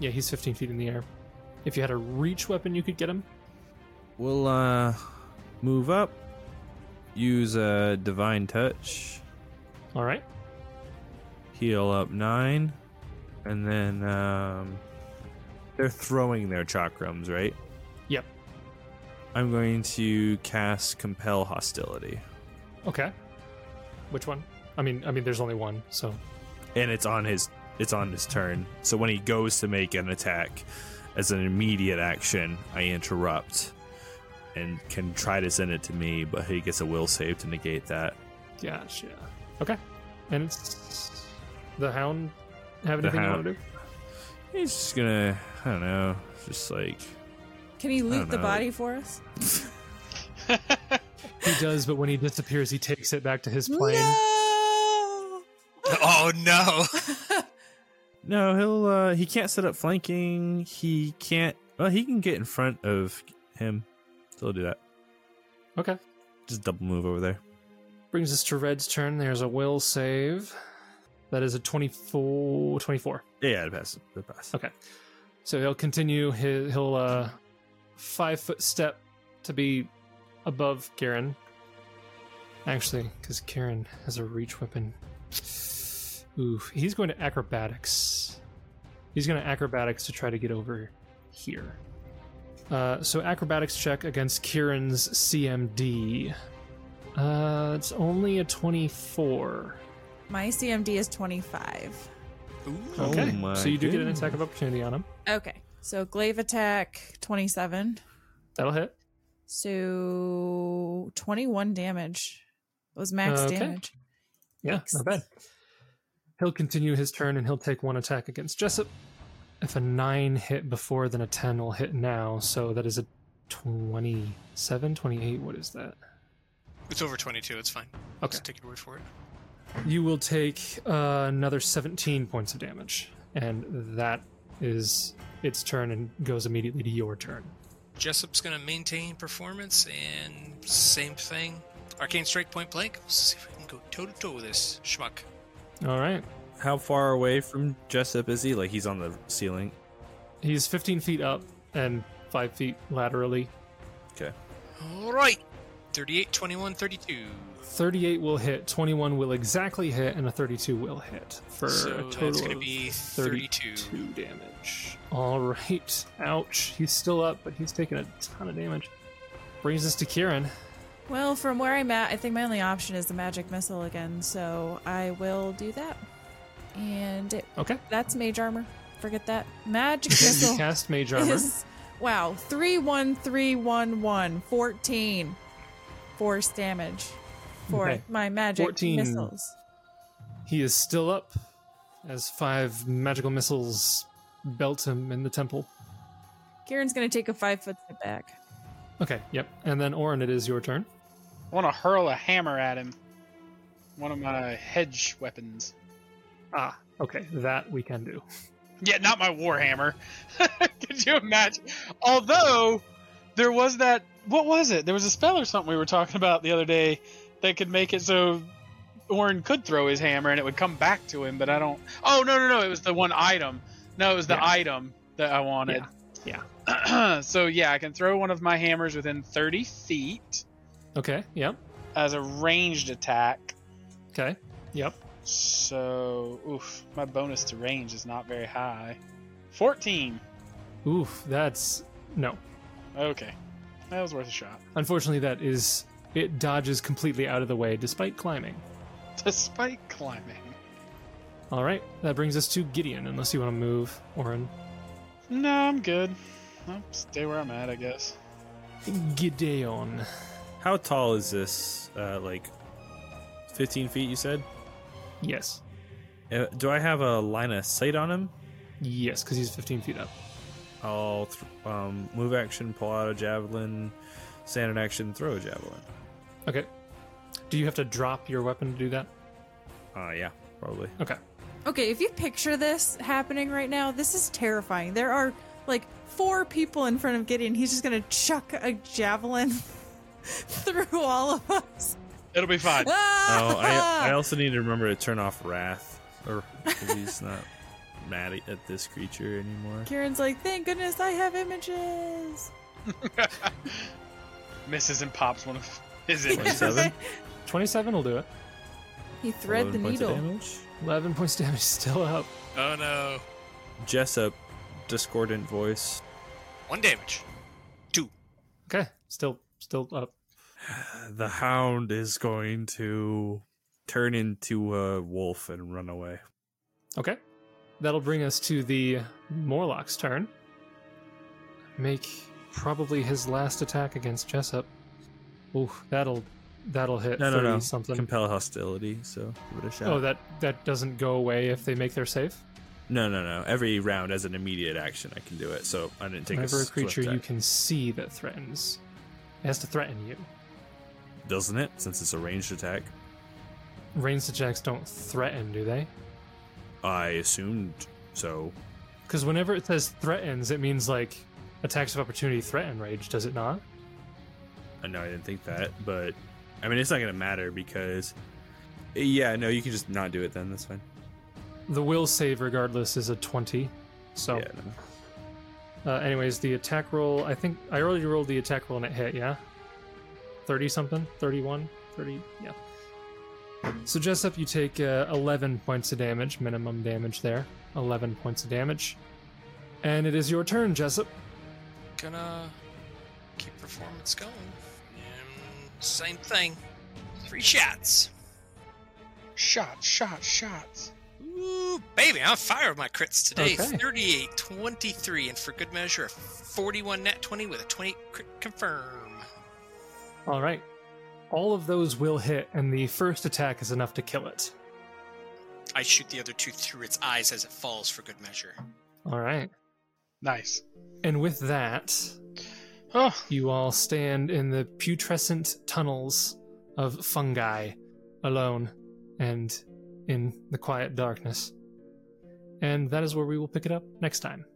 A: Yeah, he's 15 feet in the air. If you had a reach weapon, you could get him.
B: We'll uh, move up, use a divine touch,
A: All right.
B: heal up nine, and then um, they're throwing their chakrams, right?
A: Yep.
B: I'm going to cast compel hostility.
A: Okay. Which one? I mean, I mean, there's only one. So
B: and it's on his it's on his turn. So when he goes to make an attack as an immediate action, I interrupt and can try to send it to me, but he gets a will save to negate that.
A: Gotcha. Okay. And it's the hound have
B: The
A: anything you
B: hound.
A: want to do?
B: He's just gonna I don't know, just like
C: *laughs* Can he loot the
B: know.
C: body for us?
A: He does, but when he disappears, he takes it back to his plane.
C: No.
G: Oh no! *laughs*
B: No, he'll uh he can't set up flanking. He can't well he can get in front of him. So he'll do that.
A: Okay.
B: Just double move over there.
A: Brings us to Red's turn. There's a will save. That is a 24. 24.
B: Yeah, yeah, it passes. It passes.
A: Okay. So he'll continue his he'll uh five foot step to be above Karen. Actually, because Karen has a reach weapon. Ooh, he's going to acrobatics. He's going to acrobatics to try to get over here. Uh, so acrobatics check against Kieran's CMD. Uh, it's only a twenty-four.
C: My CMD is 25.
B: Oh
A: Okay,
B: my
A: so you do get an
B: goodness.
A: attack of opportunity on him.
C: Okay. So glaive attack 27.
A: That'll hit.
C: So 21 damage was max
A: Okay.
C: damage.
A: Yeah,
C: Yikes.
A: not bad. He'll continue his turn and he'll take one attack against Jessup. If a nine hit before, then a ten will hit now. So that is a 27, 28. What is that?
G: It's over 22. It's fine. I'll
A: Okay.
G: just take your word for it.
A: You will take uh, another 17 points of damage. And that is its turn and goes immediately to your turn.
G: Jessup's gonna maintain performance and same thing. Arcane strike point blank. Let's see if we can go toe to toe with this schmuck.
A: All right.
B: How far away from Jessup is he? Like he's on the ceiling.
A: He's 15 feet up and 5 feet laterally.
G: All right. 38, 21, 32.
A: 38 will hit, 21 will exactly hit, and a 32 will hit for
G: So
A: a
G: that's
A: total
G: gonna
A: of
G: be
A: 32.
G: 32.
A: damage. All right. Ouch. He's still up, but he's taking a ton of damage. Brings us to Kieran.
C: Well, from where I'm at, I think my only option is the magic missile again. So I will do that. And it,
A: Okay.
C: that's mage armor. Forget that. Magic
A: *laughs* You
C: missile *laughs*
A: cast mage armor.
C: is. Wow. 31311. 14. Force damage for
A: Okay.
C: my magic
A: 14.
C: missiles.
A: He is still up as five magical missiles belt him in the temple.
C: Kieran's going to take a five foot step back.
A: Okay. Yep. And then Orin, it is your turn.
D: I want to hurl a hammer at him. One of my hedge weapons.
A: Ah. Okay. That we can do.
D: Yeah, not my warhammer. *laughs* Could you imagine? Although there was that, what was it? There was a spell or something we were talking about the other day that could make it so Orin could throw his hammer and it would come back to him. But I don't. Oh no no no! It was the one item. No, it was the
A: Yeah.
D: item that I wanted.
A: Yeah,
D: *clears throat* so yeah, I can throw one of my hammers within thirty feet
A: Okay. Yep.
D: as a ranged attack.
A: Okay. Yep.
D: So oof, my bonus to range is not very high. Fourteen.
A: Oof. That's no.
D: Okay. That was worth a shot. *laughs*
A: Unfortunately, that is it dodges completely out of the way despite climbing.
D: Despite climbing.
A: All right, that brings us to Gideon. Unless you want to move, Orin.
D: No, I'm good. I'll stay where I'm at, I guess.
A: Gideon.
B: How tall is this? Uh, like 15 feet, you said?
A: Yes,
B: Uh, do I have a line of sight on him?
A: yes, because he's 15 feet up.
B: I'll th- um, move action, pull out a javelin, stand in action, throw a javelin.
A: Okay. Do you have to drop your weapon to do that?
B: Uh, yeah,
C: *laughs*
B: probably.
A: Okay.
C: Okay, if you picture this happening right now, this is terrifying. There are like four people in front of Gideon. He's just gonna chuck a javelin *laughs* through all of us.
D: It'll be fine.
B: Oh, I, I
C: Ah!
B: also need to remember to turn off wrath, or 'cause he's not *laughs* mad at- at this creature anymore.
C: *laughs*
B: *laughs*
C: Kieran's like, thank goodness I have images.
D: Misses and pops one of his images.
B: 27?
A: 27 will do it.
C: He *laughs* thread the
B: 11 points of
C: needle.
B: damage.
A: 11 points *laughs* damage, still up.
G: Oh no.
B: Jessup, discordant voice.
G: One damage.
A: Okay, still, still up.
B: The hound is going to turn into a wolf and run away.
A: Okay. That'll bring us to the Morlock's turn. Make probably his last attack against Jessup. Ooh, that'll that'll hit
B: No, no,
A: 30
B: no.
A: something.
B: Compel hostility, so give it a shot.
A: Oh, that that doesn't go away if they make their save.
B: no, no, no. Every round as an immediate action, I can do it. So I didn't take
A: Whenever a
B: swift
A: creature you
B: attack.
A: can see that threatens, it has to threaten you.
B: doesn't it? Since it's a ranged attack,
A: Ranged attacks don't threaten, do they?
B: I assumed so.
A: Because whenever it says threatens, it means like attacks of opportunity threaten rage, does it not?
B: I know I didn't think that, but I mean it's not gonna matter because yeah, no, you can just not do it then. That's fine.
A: The will save, regardless, is a 20. So,
B: Yeah, no.
A: uh, anyways, the attack roll, I think I already rolled the attack roll and it hit, yeah? 30 something? 31? 30? Yeah. So, Jessup, you take uh, 11 points of damage, minimum damage there. 11 points of damage. And it is your turn, Jessup.
G: Gonna keep performance going.
E: And same thing. Three shots.
D: Shot, shot, shots.
G: Ooh, baby, I'm on fire with my crits today.
A: Okay.
G: 38, 23, and for good measure, a 41 net 20 with a 20 crit confirm.
A: All right. All of those will hit, and the first attack is enough to kill it.
G: I shoot the other two through its eyes as it falls for good measure.
A: All right.
D: Nice.
A: And with that,
D: Oh,
A: you all stand in the putrescent tunnels of fungi, alone and in the quiet darkness. And that is where we will pick it up next time.